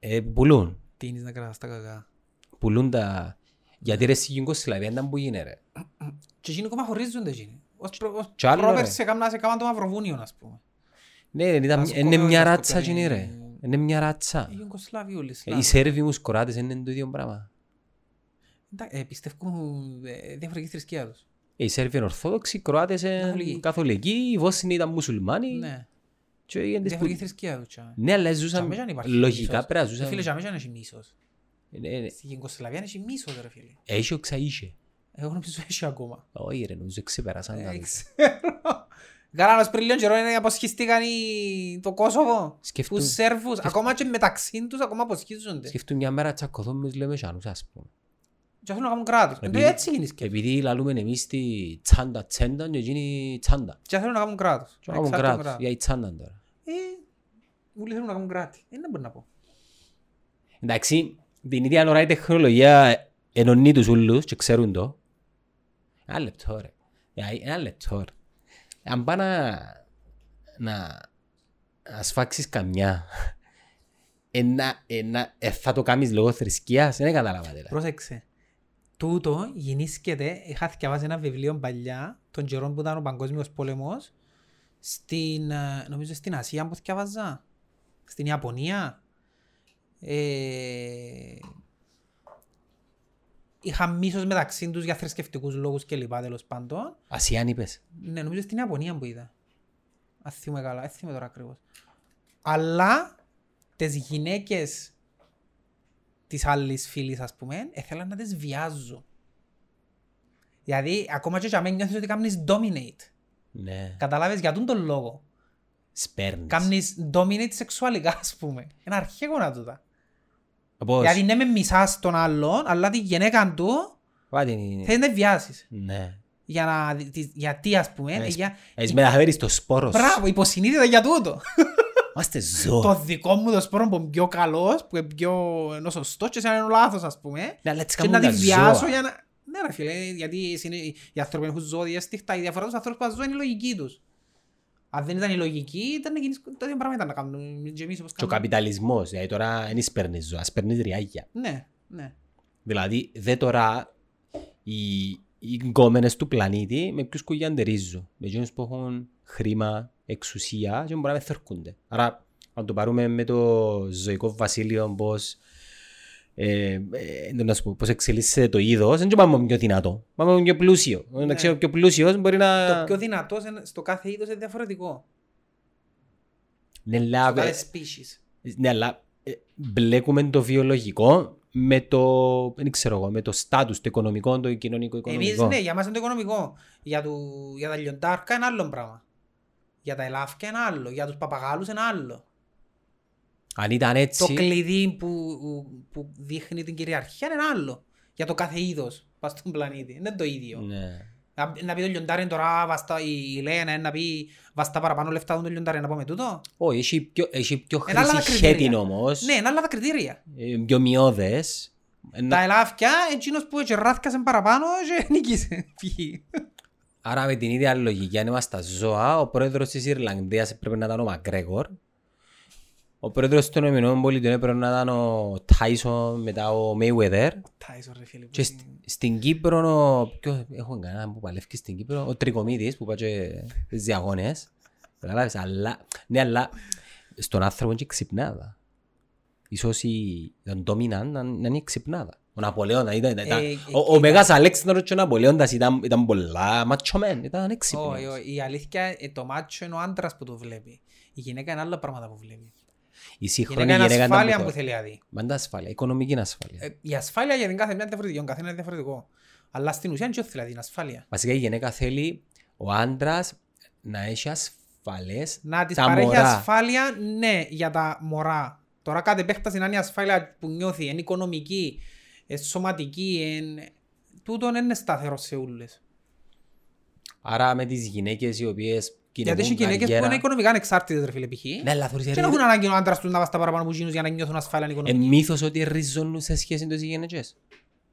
[SPEAKER 2] ε, πουλούν.
[SPEAKER 1] Τι είναι να κρατάς τα κακά.
[SPEAKER 2] Πουλούν τα... Γιατί ρε στην Ιουγκοσλαβία ήταν που γίνε ρε.
[SPEAKER 1] Και εκείνοι ακόμα χωρίζονται εκείνοι. Ως προ- ως
[SPEAKER 2] Κι άλλο,
[SPEAKER 1] Πρόπερση έκαναν- έκαναν το Μαυροβούνιο, ας πούμε.
[SPEAKER 2] Ναι, ρε, ήταν-
[SPEAKER 1] Σκο-
[SPEAKER 2] είναι μια
[SPEAKER 1] τα
[SPEAKER 2] ράτσα
[SPEAKER 1] σκοτεινή.
[SPEAKER 2] εκείνη ρε. Είναι μια ράτσα.
[SPEAKER 1] Οι Ιουγκοσλάβοι όλοι.
[SPEAKER 2] Ε, Οι
[SPEAKER 1] Σλάβοι.
[SPEAKER 2] Σέρβοι μου σκοράτες είναι το ίδιο πράγμα.
[SPEAKER 1] Εντά- ε, Πιστεύουν ε, διαφορετική θρησκεία τους.
[SPEAKER 2] Ε, Οι Σέρβοι είναι Ορθόδοξοι, οι Κροάτες είναι
[SPEAKER 1] Καθολικοί.
[SPEAKER 2] Καθολικοί, οι Βόσνοι ήταν Μουσουλμάνοι.
[SPEAKER 1] Ναι.
[SPEAKER 2] Και έγινε τις
[SPEAKER 1] Διαφορετική
[SPEAKER 2] που...
[SPEAKER 1] θρησκεία τους. τσάμε.
[SPEAKER 2] Ναι, αλλά
[SPEAKER 1] Τσάμε
[SPEAKER 2] ζούσαν
[SPEAKER 1] δεν υπάρχει
[SPEAKER 2] λογικά
[SPEAKER 1] μίσος.
[SPEAKER 2] πέρα,
[SPEAKER 1] Ρε Φίλε,
[SPEAKER 2] ζούσαν...
[SPEAKER 1] τσάμε δεν έχει μίσος.
[SPEAKER 2] Ναι, ναι.
[SPEAKER 1] Στη Ιουγκοσλαβία έχει μίσος, ρε φίλε.
[SPEAKER 2] Έχει ο ξαΐχε.
[SPEAKER 1] Εγώ νομίζω [laughs] έχει ακόμα.
[SPEAKER 2] Όχι ρε, νομίζω ξεπεράσαν τα
[SPEAKER 1] Ε,
[SPEAKER 2] δύο.
[SPEAKER 1] Ξέρω. Καλά, ως πριν λίγο καιρό είναι αποσχιστήκαν οι- το Κόσοβο.
[SPEAKER 2] Σκεφτούν-
[SPEAKER 1] Τους Σέρβους. Ακόμα και μεταξύ τους ακόμα αποσχίζονται.
[SPEAKER 2] Σκεφτούν μια μέρα τσακωθώ με τους Λεμεσάνους, ας πούμε.
[SPEAKER 1] Και θέλουν να κάνουν κράτος. Ε,
[SPEAKER 2] Επειδή-
[SPEAKER 1] Έτσι γίνει η σκέψη.
[SPEAKER 2] Επειδή λαλούμε εμείς τη τσάντα τσέντα και εκείνη τσάντα.
[SPEAKER 1] Και θέλουν να κάνουν κράτος.
[SPEAKER 2] Και να κάνουν
[SPEAKER 1] Εξάρτητο
[SPEAKER 2] κράτος για η τσάντα τώρα.
[SPEAKER 1] Ε, όλοι θέλουν να κάνουν κράτη. Ε, δεν μπορεί να πω.
[SPEAKER 2] Εντάξει, την ίδια ώρα η τεχνολογία ενωνεί τους ούλους και ξέρουν το. Ένα λεπτό ρε. Ε, Ένα λεπτό ρε. Αν πάει να, να, να σφάξεις καμιά, ένα, ένα, ε, θα το κάνεις λόγω θρησκείας, δεν κατάλαβα δηλαδή.
[SPEAKER 1] Ε. Πρόσεξε. Τούτο γεννήσκεται, είχα διαβάσει ένα βιβλίο παλιά, των καιρών που ήταν ο Παγκόσμιος Πόλεμος, στην, ε, νομίζω στην Ασία που διαβάζα, στην Ιαπωνία. Ε, είχαν μίσος μεταξύ τους για θρησκευτικούς λόγους και λοιπά τέλος πάντων.
[SPEAKER 2] Ασιαν είπες.
[SPEAKER 1] Ναι, νομίζω στην Ιαπωνία που είδα. Αν θυμούμαι καλά, δεν θυμούμαι τώρα ακριβώς. Αλλά τις γυναίκες της άλλης φίλης, ας πούμε, ήθελαν να τις βιάζουν. Δηλαδή, ακόμα και για μένα νιώθεις ότι κάνεις dominate.
[SPEAKER 2] Ναι.
[SPEAKER 1] Καταλάβες για τον τον λόγο.
[SPEAKER 2] Σπέρνεις.
[SPEAKER 1] Κάνεις dominate σεξουαλικά, ας πούμε. Είναι αρχαίγωνα τούτα.
[SPEAKER 2] Πώς.
[SPEAKER 1] Δηλαδή, ναι, με μισάς τον άλλον, αλλά τη γυναίκα του
[SPEAKER 2] Πάτε είναι.
[SPEAKER 1] θέλεις να τη βιάσεις.
[SPEAKER 2] Ναι.
[SPEAKER 1] Για να, δι- τη- γιατί, ας πούμε,
[SPEAKER 2] Έχεις-
[SPEAKER 1] για,
[SPEAKER 2] Έχεις μεταφέρεις το σπόρος σου.
[SPEAKER 1] Μπράβο, υποσυνείδητα για τούτο.
[SPEAKER 2] Είμαστε ζώα.
[SPEAKER 1] το δικό μου το σπόρο που είμαι πιο καλός, που είναι πιο ενώ σωστός, και σε έναν λάθος, ας πούμε.
[SPEAKER 2] Ναι, αλλά τις
[SPEAKER 1] Και
[SPEAKER 2] κάνουμε
[SPEAKER 1] να τη
[SPEAKER 2] τα
[SPEAKER 1] βιάσω
[SPEAKER 2] ζώα.
[SPEAKER 1] για να. Ναι, ρε φίλε, γιατί συνε- οι άνθρωποι έχουν ζώδια στιχτά. Η διαφορά τους ανθρώπους που έχουν ζώα είναι η λογική τους. Αν δεν ήταν η λογική, ήταν να γίνεις... τότε πράγμα ήταν να κάνουν. Και εμείς όπως
[SPEAKER 2] Και ο
[SPEAKER 1] κάνουμε.
[SPEAKER 2] καπιταλισμός, δηλαδή τώρα δεν σπέρνεις ζώα, σπέρνεις ριάγια.
[SPEAKER 1] Ναι, ναι.
[SPEAKER 2] Δηλαδή, δε τώρα οι, οι γκόμενες του πλανήτη με ποιους κουγιαντερίζουν. Με εκείνους που έχουν χρήμα, εξουσία και μπορεί να με θερκούνται. Άρα, αν το πάρουμε με το ζωικό βασίλειο πώς, ε, ε, δεν να σου πω, πώς εξελίσσεται το είδος, δεν το πάμε πιο δυνατό. Πάμε πιο πλούσιο.
[SPEAKER 1] Ναι.
[SPEAKER 2] Εντάξει, ο πιο πλούσιος μπορεί να...
[SPEAKER 1] Το πιο δυνατός σε- στο κάθε είδος είναι διαφορετικό.
[SPEAKER 2] Ναι,
[SPEAKER 1] Στο
[SPEAKER 2] αλλά-
[SPEAKER 1] κάθε species.
[SPEAKER 2] ναι, αλλά ε, μπλέκουμε το βιολογικό με το, δεν ξέρω εγώ, με το στάτους, το οικονομικό, το κοινωνικό
[SPEAKER 1] Εμείς
[SPEAKER 2] οικονομικό.
[SPEAKER 1] ναι, για μας είναι το οικονομικό. Για, του, για τα λιοντάρκα είναι άλλο πράγμα. Για τα ελάφια είναι άλλο. Για τους παπαγάλους είναι άλλο.
[SPEAKER 2] Αν ήταν
[SPEAKER 1] Το
[SPEAKER 2] έτσι...
[SPEAKER 1] κλειδί που, που δείχνει την κυριαρχία είναι άλλο. Για το κάθε είδος πας στον πλανήτη. Δεν είναι το ίδιο.
[SPEAKER 2] Ναι.
[SPEAKER 1] Να, να πει το λιοντάρι τώρα βαστά, η, η Λένα να πει βαστά παραπάνω λεφτά από το λιοντάρι να πούμε τούτο.
[SPEAKER 2] Όχι, έχει πιο, έχει πιο
[SPEAKER 1] Εν άλλα
[SPEAKER 2] χρήση
[SPEAKER 1] κριτήρια.
[SPEAKER 2] χέτιν όμως,
[SPEAKER 1] Ναι, είναι άλλα τα κριτήρια.
[SPEAKER 2] ε, πιο μειώδες. Ε,
[SPEAKER 1] Τα ελάφια, εκείνος που τσερράθηκασε παραπάνω και [laughs] νίκησε. Φύγει.
[SPEAKER 2] Άρα με την ίδια λογική, αν είμαστε τα ζώα, ο πρόεδρος της Ιρλανδίας έπρεπε να ήταν ο Μακρέγορ. Ο πρόεδρος των Ηνωμένων Πολιτών έπρεπε να ήταν ο Τάισον, μετά ο Μέιουεδερ.
[SPEAKER 1] Τάισον ρε φίλε. που
[SPEAKER 2] Και
[SPEAKER 1] είναι-
[SPEAKER 2] σ- στην Κύπρο, ο... ποιο... έχω κανένα που παλεύει στην Κύπρο, ο Τρικομίδης που πάει και στις διαγώνες. Καταλάβεις, αλλά... Ναι, αλλά στον άνθρωπο είναι και ξυπνάδα. Ίσως η... τον Ντόμιναν να, να είναι ξυπνάδα. Ο Ναπολέοντας ήταν... ήταν-
[SPEAKER 1] Ε,
[SPEAKER 2] ο, ο Μέγας Αλέξανδρος και ο Ναπολέοντας ήταν, ήταν πολλά ματσομέν, ήταν έξυπνος.
[SPEAKER 1] ε, Όχι, όχι. η αλήθεια, ε, το μάτσο είναι ο άντρας που το βλέπει. Η γυναίκα είναι άλλα πράγματα που βλέπει.
[SPEAKER 2] Η
[SPEAKER 1] Η
[SPEAKER 2] σύγχρονη
[SPEAKER 1] γυναίκα είναι
[SPEAKER 2] γυναίκα ήταν
[SPEAKER 1] ασφάλεια
[SPEAKER 2] που
[SPEAKER 1] που
[SPEAKER 2] θέλει.
[SPEAKER 1] θέλει να δει.
[SPEAKER 2] Μαντά ασφάλεια, οικονομική ασφάλεια.
[SPEAKER 1] Ε, Η ασφάλεια για την κάθε μια είναι διαφορετική, ο καθένας είναι διαφορετικό. Αλλά στην ουσία είναι και θέλει την ασφάλεια.
[SPEAKER 2] Βασικά η γυναίκα θέλει ο άντρας να έχει ασφαλές
[SPEAKER 1] Να της
[SPEAKER 2] τα
[SPEAKER 1] παρέχει
[SPEAKER 2] μωρά.
[SPEAKER 1] ασφάλεια, ναι, για τα μωρά. Τώρα κάθε επέκταση να είναι η ασφάλεια που νιώθει, είναι οικονομική, ε, σωματική, εν... τούτον είναι σταθερό σε όλες.
[SPEAKER 2] Άρα με τις γυναίκες οι οποίες
[SPEAKER 1] Γιατί έχει γυναίκες που είναι οικονομικά ανεξάρτητες, ρε φίλε, π.χ.
[SPEAKER 2] Ναι, αλλά θεωρείς
[SPEAKER 1] Και
[SPEAKER 2] ότι
[SPEAKER 1] δεν έχουν ανάγκη ο άντρας τους να βάζει τα παραπάνω που γίνουν για να νιώθουν ασφάλεια
[SPEAKER 2] είναι
[SPEAKER 1] οικονομική.
[SPEAKER 2] ε, μύθος ότι ριζώνουν σε σχέση με τις γυναίκες.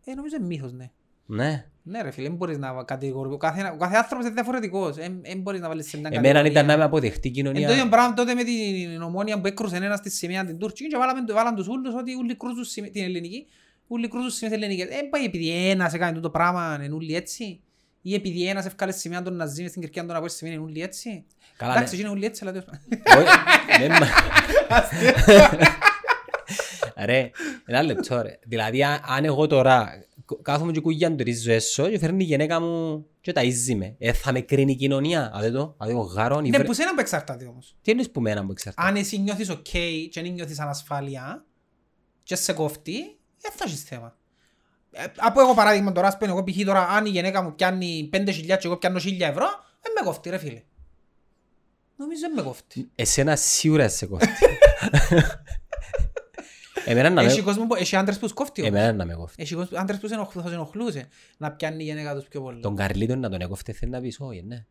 [SPEAKER 1] Ε, νομίζω είναι μύθος, ναι.
[SPEAKER 2] Ναι.
[SPEAKER 1] Ναι ρε φίλε, δεν μπορείς να κατηγορήσεις. Ο κάθε, ο κάθε άνθρωπος είναι διαφορετικός. Δεν ε, μπορείς να βάλεις σε μια
[SPEAKER 2] Εμένα ήταν να με αποδεχτεί η κοινωνία.
[SPEAKER 1] Εν το ίδιο πράγμα τότε με την ομόνια που έκρουσε ένα στη σημαία την Τούρκη και βάλαμε, βάλαν τους ούλους ότι ούλοι κρούζουν σημαία- την ελληνική. Ούλοι κρούζουν σημαία την ελληνική. Δεν πάει επειδή ένας έκανε τούτο πράγμα, είναι ούλοι έτσι. Ή επειδή ένας έφκαλε σημαία των Ναζί μες στην Κυρκία των Απόστης σημαίνει είναι ούλοι έτσι.
[SPEAKER 2] Καλά, ναι.
[SPEAKER 1] Εντάξει, είναι ούλοι έτσι, αλλά τέλος πάντων.
[SPEAKER 2] Όχι, ναι, μα- Ρε, ένα λεπτό ρε. Δηλαδή αν- αν εγώ τώρα κάθομαι και κουγιαντρίζω έσω και φέρνει η γυναίκα μου και ταΐζει με. Ε, θα με κρίνει η κοινωνία. Αδε το, αδε το γάρον. η
[SPEAKER 1] Ναι,
[SPEAKER 2] βρε-
[SPEAKER 1] που σένα που εξαρτάται όμως.
[SPEAKER 2] Τι εννοείς που μένα μου εξαρτάται.
[SPEAKER 1] Αν εσύ νιώθεις ok και δεν νιώθεις ανασφάλεια και σε κοφτεί, δεν θα έχεις θέμα. Ε, από εγώ παράδειγμα τώρα, ας πούμε, εγώ π.χ. τώρα, αν η γυναίκα μου πιάνει 5.000 και εγώ πιάνω 1.000 ευρώ, δεν με κοφτεί ρε φίλε. Νομίζω δεν με κοφτεί.
[SPEAKER 2] Εσένα σίγουρα σε
[SPEAKER 1] [laughs]
[SPEAKER 2] κόφτει. Εμένα να με...
[SPEAKER 1] Έχει, κόσμο που, έχει άντρες που σκόφτει όμως.
[SPEAKER 2] Εμένα να με κόφτει.
[SPEAKER 1] Έχει κόσμο- άντρες που σε ενοχ- θα σε ενοχλούσε να πιάνει η γυναίκα τους πιο πολύ.
[SPEAKER 2] Τον Καρλίτον να τον έκοφτε θέλει να πεις όχι, ναι.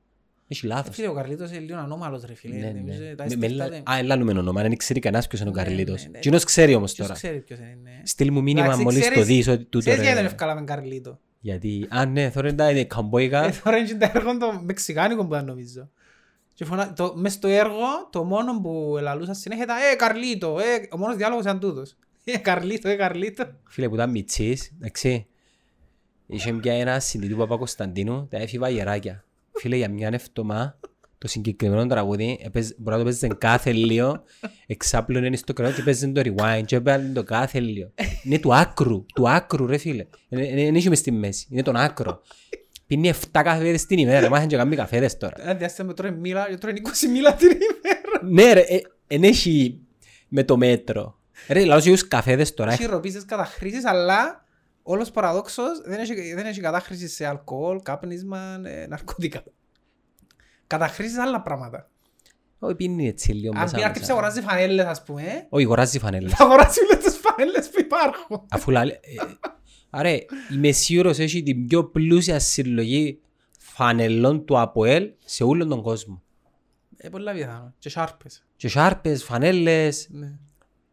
[SPEAKER 2] Έχει
[SPEAKER 1] Ε,
[SPEAKER 2] λάθος.
[SPEAKER 1] Φίλε, ο Καρλίτος είναι λίγο ανώμαλος ρε φίλε.
[SPEAKER 2] Ναι,
[SPEAKER 1] Νομίζω,
[SPEAKER 2] ναι.
[SPEAKER 1] τα
[SPEAKER 2] Με- με
[SPEAKER 1] αισθήματα
[SPEAKER 2] λα-
[SPEAKER 1] δεν-
[SPEAKER 2] Α, ελάλουμε όνομα, δεν ξέρει κανένας ποιος είναι ο
[SPEAKER 1] Ναι, ναι,
[SPEAKER 2] Καρλίτος.
[SPEAKER 1] ναι, ναι.
[SPEAKER 2] Κοινός ξέρει όμως
[SPEAKER 1] Ποιος
[SPEAKER 2] τώρα.
[SPEAKER 1] ξέρει ποιος είναι. ναι.
[SPEAKER 2] Στείλ μου μήνυμα
[SPEAKER 1] Εντάξει,
[SPEAKER 2] μόλις το
[SPEAKER 1] ξέρεις-
[SPEAKER 2] δεις ότι τούτο
[SPEAKER 1] Ξέρεις γιατί δεν
[SPEAKER 2] ρε.
[SPEAKER 1] ευκάλαμε Καρλίτο.
[SPEAKER 2] Γιατί, α ναι, τώρα είναι καμπόικα.
[SPEAKER 1] Ε, Τώρα είναι και τα έργα το μεξικάνικο που ήταν νομίζω. Και φωνα... το, μες στο έργο, το μόνο που ελαλούσα συνέχεια ήταν «Ε, Καρλίτο, ε», ο μόνος διάλογος ήταν τούτος. «Ε, Καρλίτο, ε, Καρλίτο».
[SPEAKER 2] Φίλε που ήταν μητσής, εντάξει, είχε μια ένα συντητή του Παπα-Κωνσταντίνου, τα έφηβα γεράκια. Φίλε, για μια εβδομάδα το συγκεκριμένο τραγούδι, έπαιζε- μπορεί να το παίζεις κάθε λίγο, εξάπλωνε στο κρανό και παίζεις το rewind και έπαιζε το κάθε λίγο. Είναι του άκρου, του άκρου ρε φίλε. Ε, Δεν είσαι μες στη μέση, είναι τον άκρο. Πίνει 7 καφέδες την ημέρα, μάθαν και κάνει καφέδες τώρα.
[SPEAKER 1] Ένα Ε, διάστημα τρώει μίλα, και τρώει 20 μίλα την ημέρα.
[SPEAKER 2] Ναι ρε, ε, εν έχει με το μέτρο. Ρε, λαός γιους καφέδες τώρα.
[SPEAKER 1] Έχει ροπίζες καταχρήσεις, αλλά όλος παραδόξος δεν έχει, δεν έχει κατάχρηση σε αλκοόλ, κάπνισμα, ε, ναρκωτικά. Καταχρήσεις άλλα πράγματα.
[SPEAKER 2] Όχι, πίνει έτσι λίγο
[SPEAKER 1] Αν πει
[SPEAKER 2] μέσα.
[SPEAKER 1] άρχισε να
[SPEAKER 2] μέσα.
[SPEAKER 1] αγοράζει φανέλες, ας πούμε, ε,
[SPEAKER 2] Όχι, αγοράζει φανέλα.
[SPEAKER 1] θα αγοράσει όλες τις φανέλες που υπάρχουν.
[SPEAKER 2] Αφού λάλε... ε, Άρα, είμαι σίγουρος έχει την πιο πλούσια συλλογή φανελών του ΑΠΟΕΛ σε όλον τον κόσμο.
[SPEAKER 1] Ε, πολλά πιθανό. Και σάρπες.
[SPEAKER 2] Και σάρπες, φανέλες. Ε,
[SPEAKER 1] Ναι.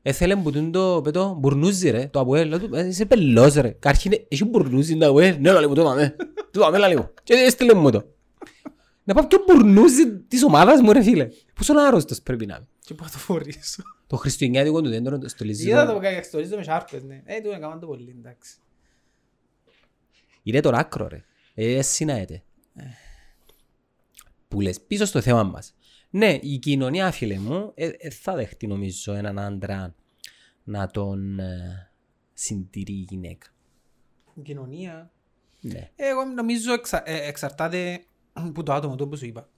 [SPEAKER 2] Έθελε που τούν το πέτο μπουρνούζι ρε, το ΑΠΟΕΛ. Λέω του, «Ε, Είσαι πελός ρε. Καρχήν ε, έχει μπουρνούζι το ΑΠΟΕΛ. Ναι, λαλί μου, το δαμε. Το δαμε, λαλί μου. Και έστειλε μου το. Να πάω πιο μπουρνούζι της ομάδας μου ρε φίλε. Πόσο άρρωστος πρέπει να είμαι.
[SPEAKER 1] Και πάω το φορήσω.
[SPEAKER 2] Το χριστουγεννιάτικο του δέντρο το στολίζεις.
[SPEAKER 1] Είδα
[SPEAKER 2] το-
[SPEAKER 1] το που καθιστορίζω με σάρπες, ναι. Ε, του έκαναν το πολύ, εντάξει.
[SPEAKER 2] Είναι τώρα άκρο ρε. Ε, συναέται. Που λες πίσω στο θέμα μας. Ναι, η κοινωνία φίλε μου ε, ε, θα δεχτεί νομίζω έναν άντρα να τον ε, συντηρεί η γυναίκα.
[SPEAKER 1] Η κοινωνία.
[SPEAKER 2] Ναι.
[SPEAKER 1] Ε, Εγώ νομίζω εξα, ε, εξαρτάται από το άτομο το που σου είπα.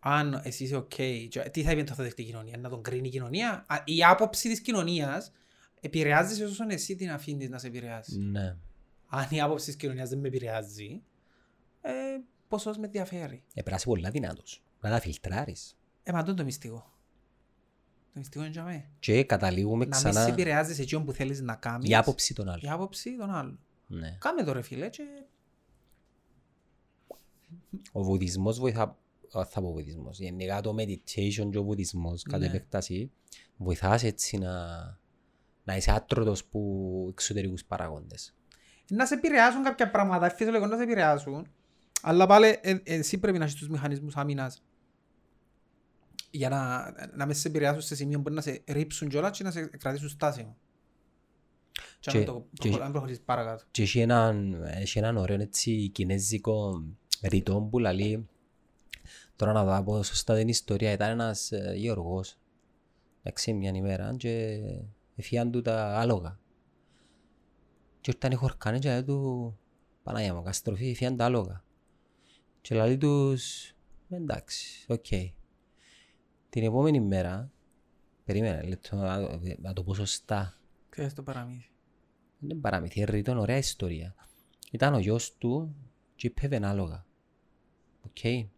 [SPEAKER 1] Αν εσύ είσαι οκ, και τι θα είπε το θα δεχτεί η κοινωνία, να τον κρίνει η κοινωνία. Α, Η άποψη της κοινωνίας επηρεάζει σε όσον εσύ την αφήνεις να σε επηρεάσει.
[SPEAKER 2] ναι.
[SPEAKER 1] Αν η άποψη της κοινωνίας δεν με επηρεάζει, ε, ποσός με ενδιαφέρει.
[SPEAKER 2] Ε, περάσει πολλά δυνατός. Να τα φιλτράρεις.
[SPEAKER 1] Ε, μα τούτο είναι το μυστικό. Το μυστικό είναι για μέ.
[SPEAKER 2] Και καταλήγουμε
[SPEAKER 1] Να μην σε
[SPEAKER 2] ξανά
[SPEAKER 1] επηρεάζει σε εκείνον που θέλεις να κάνεις.
[SPEAKER 2] η άποψη των
[SPEAKER 1] Η
[SPEAKER 2] άλλων.
[SPEAKER 1] άποψη των άλλων.
[SPEAKER 2] Ναι.
[SPEAKER 1] Κάμε το ρε φίλε και
[SPEAKER 2] Ο βουδισμός βοηθά, α, θα πω βουδισμός, γενικά το meditation και ο βουδισμός κατά
[SPEAKER 1] Ναι.
[SPEAKER 2] επέκταση βοηθάς έτσι να, να είσαι άτρωτος που εξωτερικούς παραγόντες.
[SPEAKER 1] να σε επηρεάσουν κάποια πράγματα, φυσιολογικό να σε επηρεάσουν, αλλά πάλι ε, εσύ πρέπει να έχεις τους μηχανισμούς άμυνας για να, να μες σε επηρεάσουν σε σημείο που να σε ρίψουν κιόλας και να σε κρατήσουν στάσιμο. Και,
[SPEAKER 2] Και-
[SPEAKER 1] αν το
[SPEAKER 2] και-
[SPEAKER 1] προχω- αν προχωρήσεις παρακάτω.
[SPEAKER 2] Και έχει έναν, έχει έναν ωραίο έτσι κινέζικο ρητό που λέει τώρα να δω από σωστά την ιστορία ήταν ένας ε, γεωργός εντάξει μια ημέρα και εφιάν του τα άλογα και ήρθαν οι χορκάνοι και λέει του Παναγία μου καστροφή εφιάν τα άλογα και λέει τους εντάξει οκ την επόμενη μέρα περίμενε λεπτό να, το- να το πω σωστά
[SPEAKER 1] Ξέρεις το παραμύθι.
[SPEAKER 2] δεν παραμυθί, ρητόν, ωραία ιστορία. Ήταν ο γιος του και είπε άλογα. Οκ.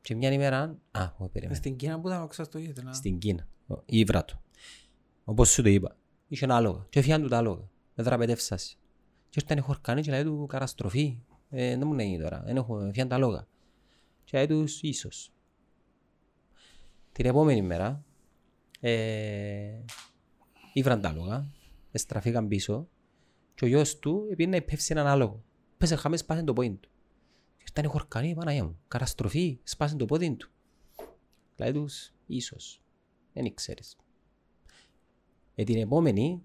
[SPEAKER 2] Και μια ημέρα... Α, εγώ περίμενα.
[SPEAKER 1] Στην Κίνα που ήταν ο ξάς το ίδιο. να-
[SPEAKER 2] Ε, Στην Κίνα. ο- Η ύβρα του. Όπως σου το είπα. Είχε ένα άλογα. Και έφυγαν του τα άλογα. Δεν δραπετεύσασαι. Και ήρθαν οι χορκανοί και λέει του «Καταστροφή, Ε, δεν μου λέει τώρα. Δεν έχω έφυγαν τα άλογα. Και λέει τους ίσως. Την επόμενη μέρα ε, ήβραν τα άλογα, εστραφήκαν πίσω και ο γιος του επειδή να υπεύσει έναν άλογο. Πέσε χαμές σπάσε το πόδι του. Και Ήρθαν οι χορκανοί, Παναγία μου, καταστροφή, σπάσε το πόδι του. Λέει τους, ίσως, δεν ξέρεις. Ε, την επόμενη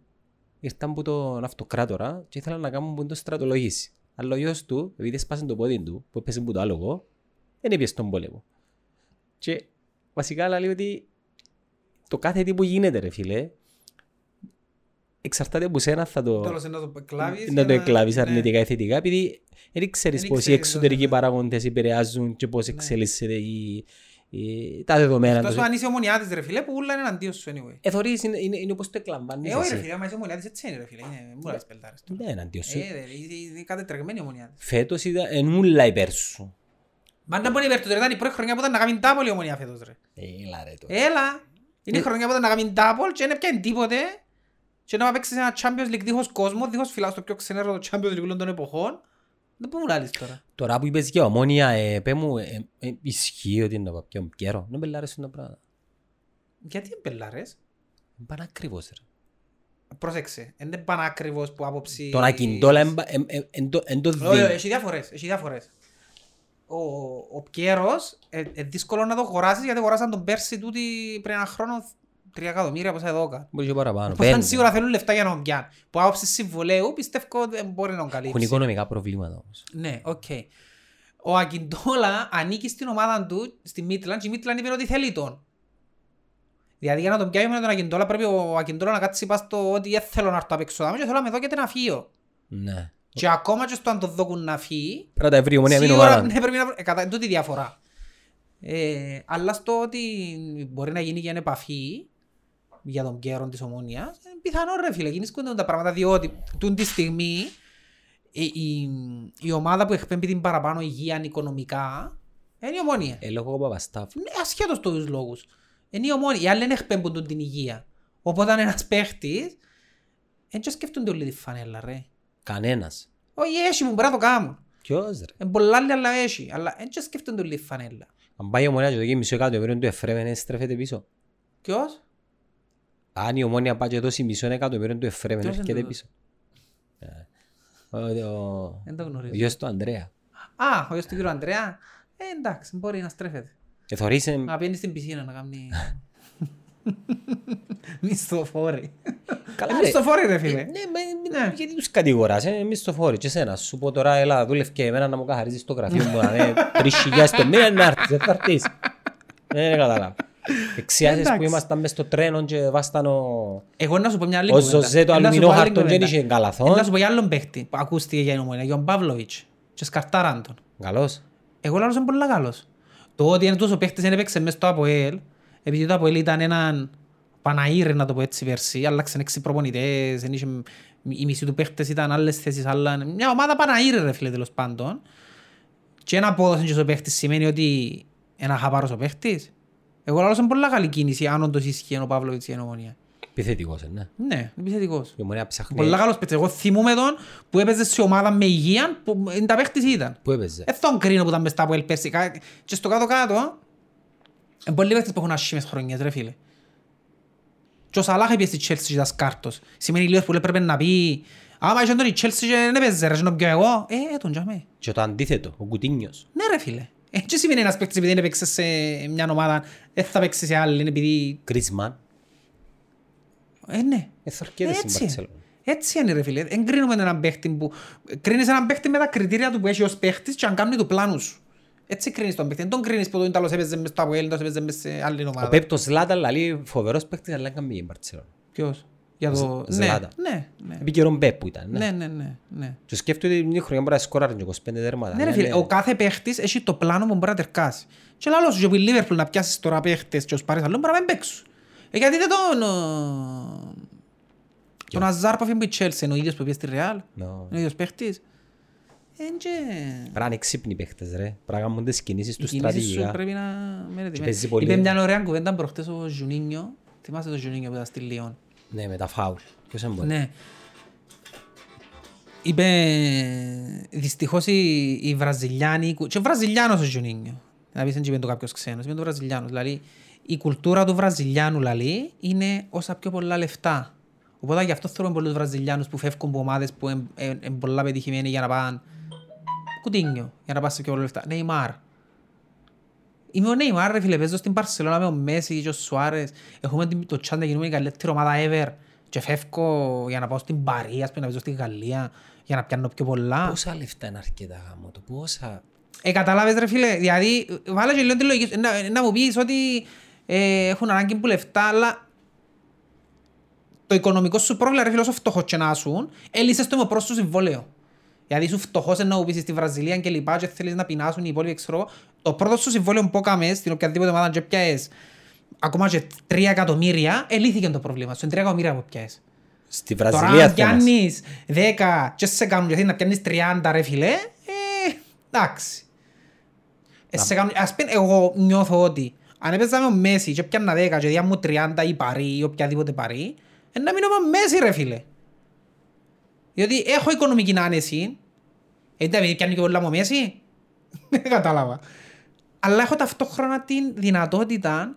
[SPEAKER 2] ήρθαν από τον αυτοκράτορα και ήθελαν να κάνουν που τον στρατολογήσει. Αλλά ο γιος του, επειδή σπάσε το πόδι του, που έπεσε από το άλογο, δεν έπιασε τον πόλεμο. Και βασικά λέει ότι το κάθε τι που γίνεται ρε φίλε, εξαρτάται από σένα θα το
[SPEAKER 1] Τέλος είναι να το εκλάβεις.
[SPEAKER 2] να
[SPEAKER 1] για
[SPEAKER 2] το εκλάβεις
[SPEAKER 1] ναι.
[SPEAKER 2] αρνητικά ή θετικά, επειδή δεν ξέρεις
[SPEAKER 1] Δεν
[SPEAKER 2] πώς οι
[SPEAKER 1] ξέρεις, ναι,
[SPEAKER 2] εξωτερικοί
[SPEAKER 1] ναι.
[SPEAKER 2] παράγοντες επηρεάζουν και πώς
[SPEAKER 1] Ναι.
[SPEAKER 2] εξελίσσεται η- η- τα δεδομένα
[SPEAKER 1] Τόσο
[SPEAKER 2] τους.
[SPEAKER 1] αν είσαι ομονιάτης ρε φίλε που ούλα είναι εναντίον σου anyway.
[SPEAKER 2] Εθωρείς, είναι- είναι είναι όπως το εκλαμβάνεις
[SPEAKER 1] Ε, όχι ρε
[SPEAKER 2] εσύ. Ε,
[SPEAKER 1] φίλε, άμα είσαι ομονιάτης έτσι είναι ρε φίλε. είναι- Μου λάβεις πελτάρες τώρα.
[SPEAKER 2] Δεν είναι αντίον σου.
[SPEAKER 1] Ε, ρε, είναι- είναι κατετρεγμένοι οι ομονιάτες.
[SPEAKER 2] Φέτος ήταν εν ούλα υπέρ σου.
[SPEAKER 1] Μα να μπορεί υπέρ του, ρε, ήταν η πρώτη χρονιά που ήταν να κάνει τάπολ η ομονία φέτος ρε.
[SPEAKER 2] Ε, Έλα ρε
[SPEAKER 1] Ε.
[SPEAKER 2] τώρα.
[SPEAKER 1] Έλα, είναι η
[SPEAKER 2] Ε.
[SPEAKER 1] χρονιά που ήταν να κάνει τάπολ και δεν έπιανε τίποτε και να παίξεις ένα Champions League δίχως κόσμο, δίχως φυλάς το πιο ξενέρο το Champions League όλων των εποχών. Δεν πού μου λάλλεις τώρα.
[SPEAKER 2] Τώρα που είπες για ομόνια, ε, πέ μου, ε, ε, ισχύει ότι είναι από ποιον καιρό. Δεν πελάρεσουν τα πράγματα.
[SPEAKER 1] Γιατί εμπελάρες.
[SPEAKER 2] Είναι πάνε ακριβώς ρε.
[SPEAKER 1] Πρόσεξε, δεν είναι πάνε ακριβώς που άποψη...
[SPEAKER 2] Τον ακιντόλα εν το
[SPEAKER 1] Όχι, όχι,
[SPEAKER 2] δίνει.
[SPEAKER 1] έχει διαφορές, έχει διαφορές. ο, ο Πιέρος, ε, ε, δύσκολο να το αγοράσεις γιατί αγοράσαν τον πέρσι τούτη πριν ένα χρόνο 3 εκατομμύρια πόσα εδώ
[SPEAKER 2] Μπορεί και παραπάνω.
[SPEAKER 1] Που ήταν
[SPEAKER 2] Πέντε.
[SPEAKER 1] σίγουρα θέλουν λεφτά για να τον πιάνουν. Που άποψη συμβολέου πιστεύω δεν μπορεί να τον
[SPEAKER 2] Έχουν
[SPEAKER 1] καλύψει.
[SPEAKER 2] οικονομικά προβλήματα όμως.
[SPEAKER 1] Ναι, οκ. Ο Ακιντόλα ανήκει στην ομάδα του, στη Μίτλαν, και η Μίτλαν είπε ότι θέλει τον. Δηλαδή για να τον πιάσουμε τον Ακιντόλα πρέπει ο Ακιντόλα να κάτσει πας στο ότι δεν θέλω να έρθω απ' έξω δάμε και θέλω να με δω και να φύγω.
[SPEAKER 2] Ναι.
[SPEAKER 1] Και ακόμα και στο αν το δώκουν να φύγει,
[SPEAKER 2] Πρέπει να τα ευρύουμε, ναι, μην
[SPEAKER 1] σίγουρα
[SPEAKER 2] ομάδα.
[SPEAKER 1] ναι, πρέπει να βρω- ε, κατά τούτη η διαφορά. Ε, αλλά στο ότι μπορεί να γίνει για επαφή για τον καιρό της ομόνιας, ε, πιθανό ρε φίλε, γίνονται τα πράγματα διότι τούν τη στιγμή η, η, η ομάδα που εκπέμπει την παραπάνω υγεία οικονομικά είναι η ομόνια.
[SPEAKER 2] Ε, λόγω Παπαστάφ.
[SPEAKER 1] Ναι, ασχέτως τους λόγους. Είναι οι ομόνοι. Οι άλλοι δεν εκπέμπουν τον την υγεία. Οπότε αν ένας παίχτης, δεν σκέφτονται όλοι τη φανέλα ρε.
[SPEAKER 2] Κανένας.
[SPEAKER 1] Όχι, έχει μου, μπορεί να το κάνουν.
[SPEAKER 2] Ποιος ρε.
[SPEAKER 1] Εν Ε, πολλά άλλη αλλά έχει, αλλά δεν και σκέφτονται όλοι τη φανέλα.
[SPEAKER 2] Αν πάει η ομονία και δοκεί μισό εκατομμύριο του Εφρέμεν, έστρεφεται πίσω.
[SPEAKER 1] Ποιος?
[SPEAKER 2] Αν η ομόνια πάει και δώσει μισό εκατομμύριο του Εφρέμεν,
[SPEAKER 1] Ποιος είναι
[SPEAKER 2] έρχεται
[SPEAKER 1] το-
[SPEAKER 2] πίσω. Ε, ο- ο-
[SPEAKER 1] Δεν το
[SPEAKER 2] Ο
[SPEAKER 1] γνωρίζω.
[SPEAKER 2] γιος του Ανδρέα.
[SPEAKER 1] Α, ο γιος του κύριου Ανδρέα. Ε, εντάξει, μπορεί να στρέφεται.
[SPEAKER 2] Και θωρείς, ε,
[SPEAKER 1] Να πηγαίνει στην πισίνα να
[SPEAKER 2] [laughs]
[SPEAKER 1] κάνει... Μισθοφόρη.
[SPEAKER 2] Καλά,
[SPEAKER 1] Ε,
[SPEAKER 2] ρε.
[SPEAKER 1] Μισθοφόρη ρε φίλε.
[SPEAKER 2] Ναι, με- με-
[SPEAKER 1] Ναι.
[SPEAKER 2] γιατί τους κατηγοράς, ε, εμείς το φόροι και εσένα. Σου πω τώρα, έλα, δούλευε και εμένα να μου καθαρίζεις το γραφείο μου,
[SPEAKER 1] [laughs]
[SPEAKER 2] να είναι τρεις χιλιάδες το μήνα να έρθεις, δεν θα έρθεις. Δεν καταλάβω. Εξιάζες που
[SPEAKER 1] Ε, Εντάξει.
[SPEAKER 2] ήμασταν μες στο τρένο και βάσταν ο...
[SPEAKER 1] Εγώ να σου πω μια άλλη
[SPEAKER 2] Ο
[SPEAKER 1] κουβέντα.
[SPEAKER 2] Ζωζέ το
[SPEAKER 1] Ε, να σου
[SPEAKER 2] αλουμινό
[SPEAKER 1] πω άλλη
[SPEAKER 2] χαρτόν
[SPEAKER 1] κουβέντα.
[SPEAKER 2] δεν είχε καλαθόν.
[SPEAKER 1] Ε, Να σου πω για άλλον παίχτη που ακούστηκε για νομονία, για τον Παύλοβιτς και σκαρτάραν τον.
[SPEAKER 2] Καλός.
[SPEAKER 1] Εγώ λάλλος είμαι πολύ καλός. Το ότι ένας τόσο παίχτης δεν έπαιξε μέσα στο ΑΠΟΕΛ, επειδή το ΑΠΟΕΛ ήταν έναν Παναήρη να το πω έτσι πέρσι, άλλαξαν έξι προπονητές, δεν είχε, οι μισοί του παίχτες ήταν άλλες θέσεις, αλλά μια ομάδα Παναήρη ρε φίλε τέλος πάντων. Και ένα απόδοση και στο παίχτης σημαίνει ότι ένα χαπάρος ο παίχτης. Εγώ λάλλος είμαι πολύ καλή κίνηση, αν όντως ισχύει ο Παύλοβιτς η ενομονία.
[SPEAKER 2] Επιθετικός, ε, ναι.
[SPEAKER 1] Ναι, επιθετικός.
[SPEAKER 2] Η ομονία ψάχνει.
[SPEAKER 1] Πολύ καλός παίχτης. Εγώ θυμούμαι τον που έπαιζε σε ομάδα με υγεία που ε, τα παίχτης ήταν.
[SPEAKER 2] Πού έπαιζε.
[SPEAKER 1] Δεν τον κρίνω που ήταν μες τα Αποέλ πέρσι. Κα- Και στο κάτω-κάτω, είναι πολλοί παίκτες που έχουν ασχήμες χρονιές, ρε φίλε. Και ο Σαλάχ έπιε στη Chelsea και ήταν σκάρτος. Σημαίνει λίγο που λέει πρέπει να πει «Άμα είχε τον η Chelsea και δεν έπαιζες ρε, και τον πιω εγώ». Ε, ε, τον τζάμε.
[SPEAKER 2] Και το αντίθετο, ο Κουτίνιος.
[SPEAKER 1] Ναι ρε φίλε. Ε, τι σημαίνει ένας παίκτης επειδή δεν έπαιξε σε μια ομάδα, δεν θα παίξει σε άλλη, είναι επειδή...
[SPEAKER 2] Κρίσμαν.
[SPEAKER 1] Ε, ναι.
[SPEAKER 2] Εθορκέται στην
[SPEAKER 1] Έτσι.
[SPEAKER 2] Παρσελόνα.
[SPEAKER 1] Έτσι είναι ρε φίλε. Δεν κρίνουμε έναν παίχτη που... Κρίνεις έναν παίχτη με τα κριτήρια του που έχει ως παίχτης και αν κάνει του πλάνους σου. Έτσι κρίνεις τον παίχτη. Δεν τον κρίνεις που τον Ιταλός έπαιζε μες στο Αποέλ, τον έπαιζε μες σε άλλη
[SPEAKER 2] Ο
[SPEAKER 1] ομάδα.
[SPEAKER 2] Πέπτος Λάτα λέει φοβερός παίκτης, αλλά έκαμε η Μπαρτσελόνα.
[SPEAKER 1] Ποιος. Για το...
[SPEAKER 2] Ζ-
[SPEAKER 1] Ναι,
[SPEAKER 2] Ζλάτα.
[SPEAKER 1] ναι, ναι.
[SPEAKER 2] Επί καιρόν Πέπ που ήταν. ναι.
[SPEAKER 1] Ναι, ναι, ναι, ναι.
[SPEAKER 2] Και σκέφτομαι ότι μια χρονιά μπορεί να σκόραρε και 25 τέρματα.
[SPEAKER 1] Ναι, ρε φίλε, ο κάθε παίχτης έχει το πλάνο που μπορεί να τερκάσει. Και λαλό σου, και που η Λίβερπουλ να πιάσεις τώρα παίχτες και ως πάρεις άλλον, μπορεί να μην παίξουν. Ε, γιατί δεν τον... ο, Τον Αζάρ που έφυγε από η Chelsea, είναι ο ίδιος που πήγε στη Real.
[SPEAKER 2] No.
[SPEAKER 1] Είναι ο ίδιος παίχτης. Ε, Εν και-
[SPEAKER 2] Πρέπει να είναι ξύπνοι παίχτες ρε. Πρέπει να κάνουν τις κινήσεις τους
[SPEAKER 1] Οι κινήσεις σου
[SPEAKER 2] στρατηγικά.
[SPEAKER 1] πρέπει να μένετε
[SPEAKER 2] Και
[SPEAKER 1] με.
[SPEAKER 2] παίζει πολύ. ε.
[SPEAKER 1] Είπε μια ωραία κουβέντα προχτές ο Ζουνίνιο. Θυμάσαι τον Ζουνίνιο που ήταν στη Λιόν.
[SPEAKER 2] Ναι, με τα φάουλ. Ποιος δεν μπορεί.
[SPEAKER 1] Ναι. Είπε δυστυχώς οι, οι Βραζιλιάνοι, και ο Βραζιλιάνος ο Ζουνίνιο. Να πεις δεν είπε το κάποιος ξένος, είπε το Βραζιλιάνος. Δηλαδή η κουλτούρα του Βραζιλιάνου δηλαδή, είναι όσα πιο πολλά λεφτά. Οπότε γι' αυτό θέλουμε πολλούς Βραζιλιάνους που φεύγουν από ομάδες που είναι πολλά πετυχημένοι για να πάνε κουτίνιο για να πας σε πιο πολλά λεφτά. Νεϊμάρ. Είμαι ο Νεϊμάρ ρε φίλε, παίζω στην Παρσελώνα με ο Μέση και ο Σουάρες. Έχουμε την- το chance να γίνουμε η καλύτερη ομάδα ever. Και φεύγω για να πάω στην Παρία, ας πούμε, να παίζω στη Γαλλία, για να πιάνω πιο πολλά.
[SPEAKER 2] Πόσα λεφτά είναι αρκετά γάμο το. Πόσα.
[SPEAKER 1] Ε, καταλάβες ρε φίλε, δηλαδή ε, βάλε και λίγο τη λογική σου. Ε, να, ε, να μου πεις ότι ε, έχουν ανάγκη που λεφτά, αλλά το οικονομικό σου πρόβλημα, ρε φίλε, όσο φτωχός και να σου, έλυσες το με σου συμβόλαιο. Δηλαδή σου φτωχός ενώ μου πεις στη Βραζιλία και λοιπά και θέλεις να πεινάσουν οι υπόλοιποι ξέρω. εγώ. Το πρώτο σου συμβόλαιο που έκαμε στην οποιαδήποτε ομάδα και πιάες, ακόμα και τρία εκατομμύρια, ελύθηκε το πρόβλημα σου, είναι τρία εκατομμύρια που πιάες.
[SPEAKER 2] Στη
[SPEAKER 1] Τώρα αν
[SPEAKER 2] Βραζιλία θέλεις.
[SPEAKER 1] πιάνεις 10 και σε κάνουν γιατί να πιάνεις 30 ρε φίλε, ε, εντάξει. Ε, σε κάνουν, ας πούμε εγώ νιώθω ότι αν έπαιζα με ο Μέση και πιάνα 10 και διά μου 30 ή παρή ή οποιαδήποτε παρή, ε, να μείνω με ο Μέση ρε φίλε. Διότι έχω οικονομική άνεση, ε, δεν επειδή πιάνει και πολλά μου ο Μέση, [laughs] δεν κατάλαβα. Αλλά έχω ταυτόχρονα την δυνατότητα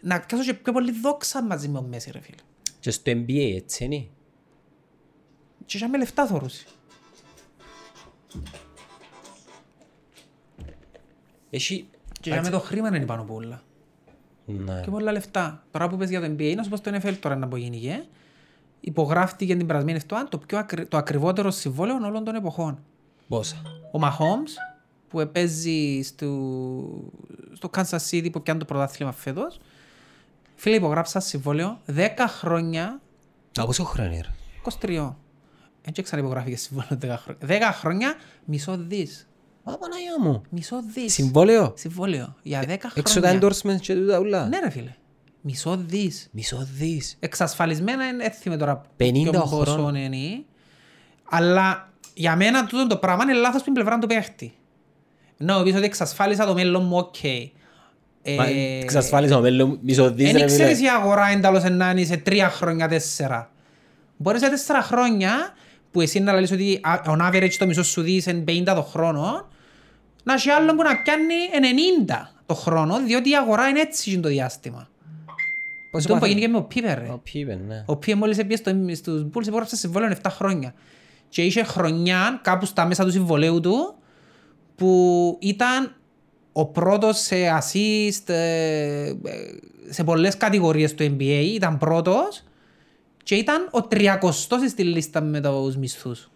[SPEAKER 1] να πιάσω και πιο πολύ δόξα μαζί με ο Μέση ρε φίλε.
[SPEAKER 2] Και στο NBA έτσι είναι.
[SPEAKER 1] Και είχαμε λεφτά θωρούσε.
[SPEAKER 2] Έχει...
[SPEAKER 1] Και για με το χρήμα είναι πάνω από όλα.
[SPEAKER 2] Ναι.
[SPEAKER 1] Και πολλά λεφτά. Τώρα που πες για το NBA, να σου πω στο NFL τώρα να απογίνηκε. Υπογράφτηκε την περασμένη εβδομάδα το, πιο ακρι... το ακριβότερο συμβόλαιο όλων των εποχών.
[SPEAKER 2] Πόσα.
[SPEAKER 1] Ο Mahomes που παίζει στο, στο Kansas City που πιάνει το πρωτάθλημα φέτος. Φίλε, υπογράψα συμβόλαιο 10 χρόνια
[SPEAKER 2] Τα πόσο χρόνο είναι.
[SPEAKER 1] 23. Έτσι ξαναυπογράφηκε συμβόλαιο 10 χρόνια. 10 χρόνια μισό δις.
[SPEAKER 2] Μα Παναγιά μου.
[SPEAKER 1] Μισό δις.
[SPEAKER 2] Συμβόλαιο. Ε,
[SPEAKER 1] Συμβόλαιο για 10 χρόνια.
[SPEAKER 2] Έξω τα endorsements και τούτα ούλα.
[SPEAKER 1] Ναι ρε φίλε. Μισό δις.
[SPEAKER 2] Μισό δις.
[SPEAKER 1] εξασφαλισμένα είναι έθιμε τώρα
[SPEAKER 2] 50
[SPEAKER 1] ποιον
[SPEAKER 2] χρονών.
[SPEAKER 1] ποσόν είναι. Αλλά για μένα τούτο το πράγμα είναι λάθος στην πλευρά του παίχτη. Να πεις ότι εξασφάλισα το μέλλον μου, οκ.
[SPEAKER 2] Μα,
[SPEAKER 1] Ε,
[SPEAKER 2] Εξασφάλισα το μέλλον μου, μισό δις.
[SPEAKER 1] Εν
[SPEAKER 2] ρε φίλε.
[SPEAKER 1] ξέρεις η αγορά είναι τέλος να είναι σε τρία χρόνια, τέσσερα. Μπορείς σε τέσσερα χρόνια που εσύ να λες ότι α, on average το μισό σου δεις είναι 50 το χρόνο, να έχει άλλον που να πιάνει 90 το χρόνο, διότι η αγορά είναι έτσι το διάστημα.
[SPEAKER 2] Πόσο
[SPEAKER 1] Τον που
[SPEAKER 2] πάθαμε.
[SPEAKER 1] έγινε και με ο Πίπερ. ρε.
[SPEAKER 2] Ο Πίπεν, ναι.
[SPEAKER 1] Ο οποίο μόλι έπιε στο, στους Bulls υπόγραψε συμβόλαιο 7 χρόνια. Και είχε χρονιά κάπου στα μέσα του συμβολέου του που ήταν ο πρώτος σε assist ε, ε, σε πολλές κατηγορίες του NBA. Ήταν πρώτος και ήταν ο 300 στη λίστα με τους μισθούς.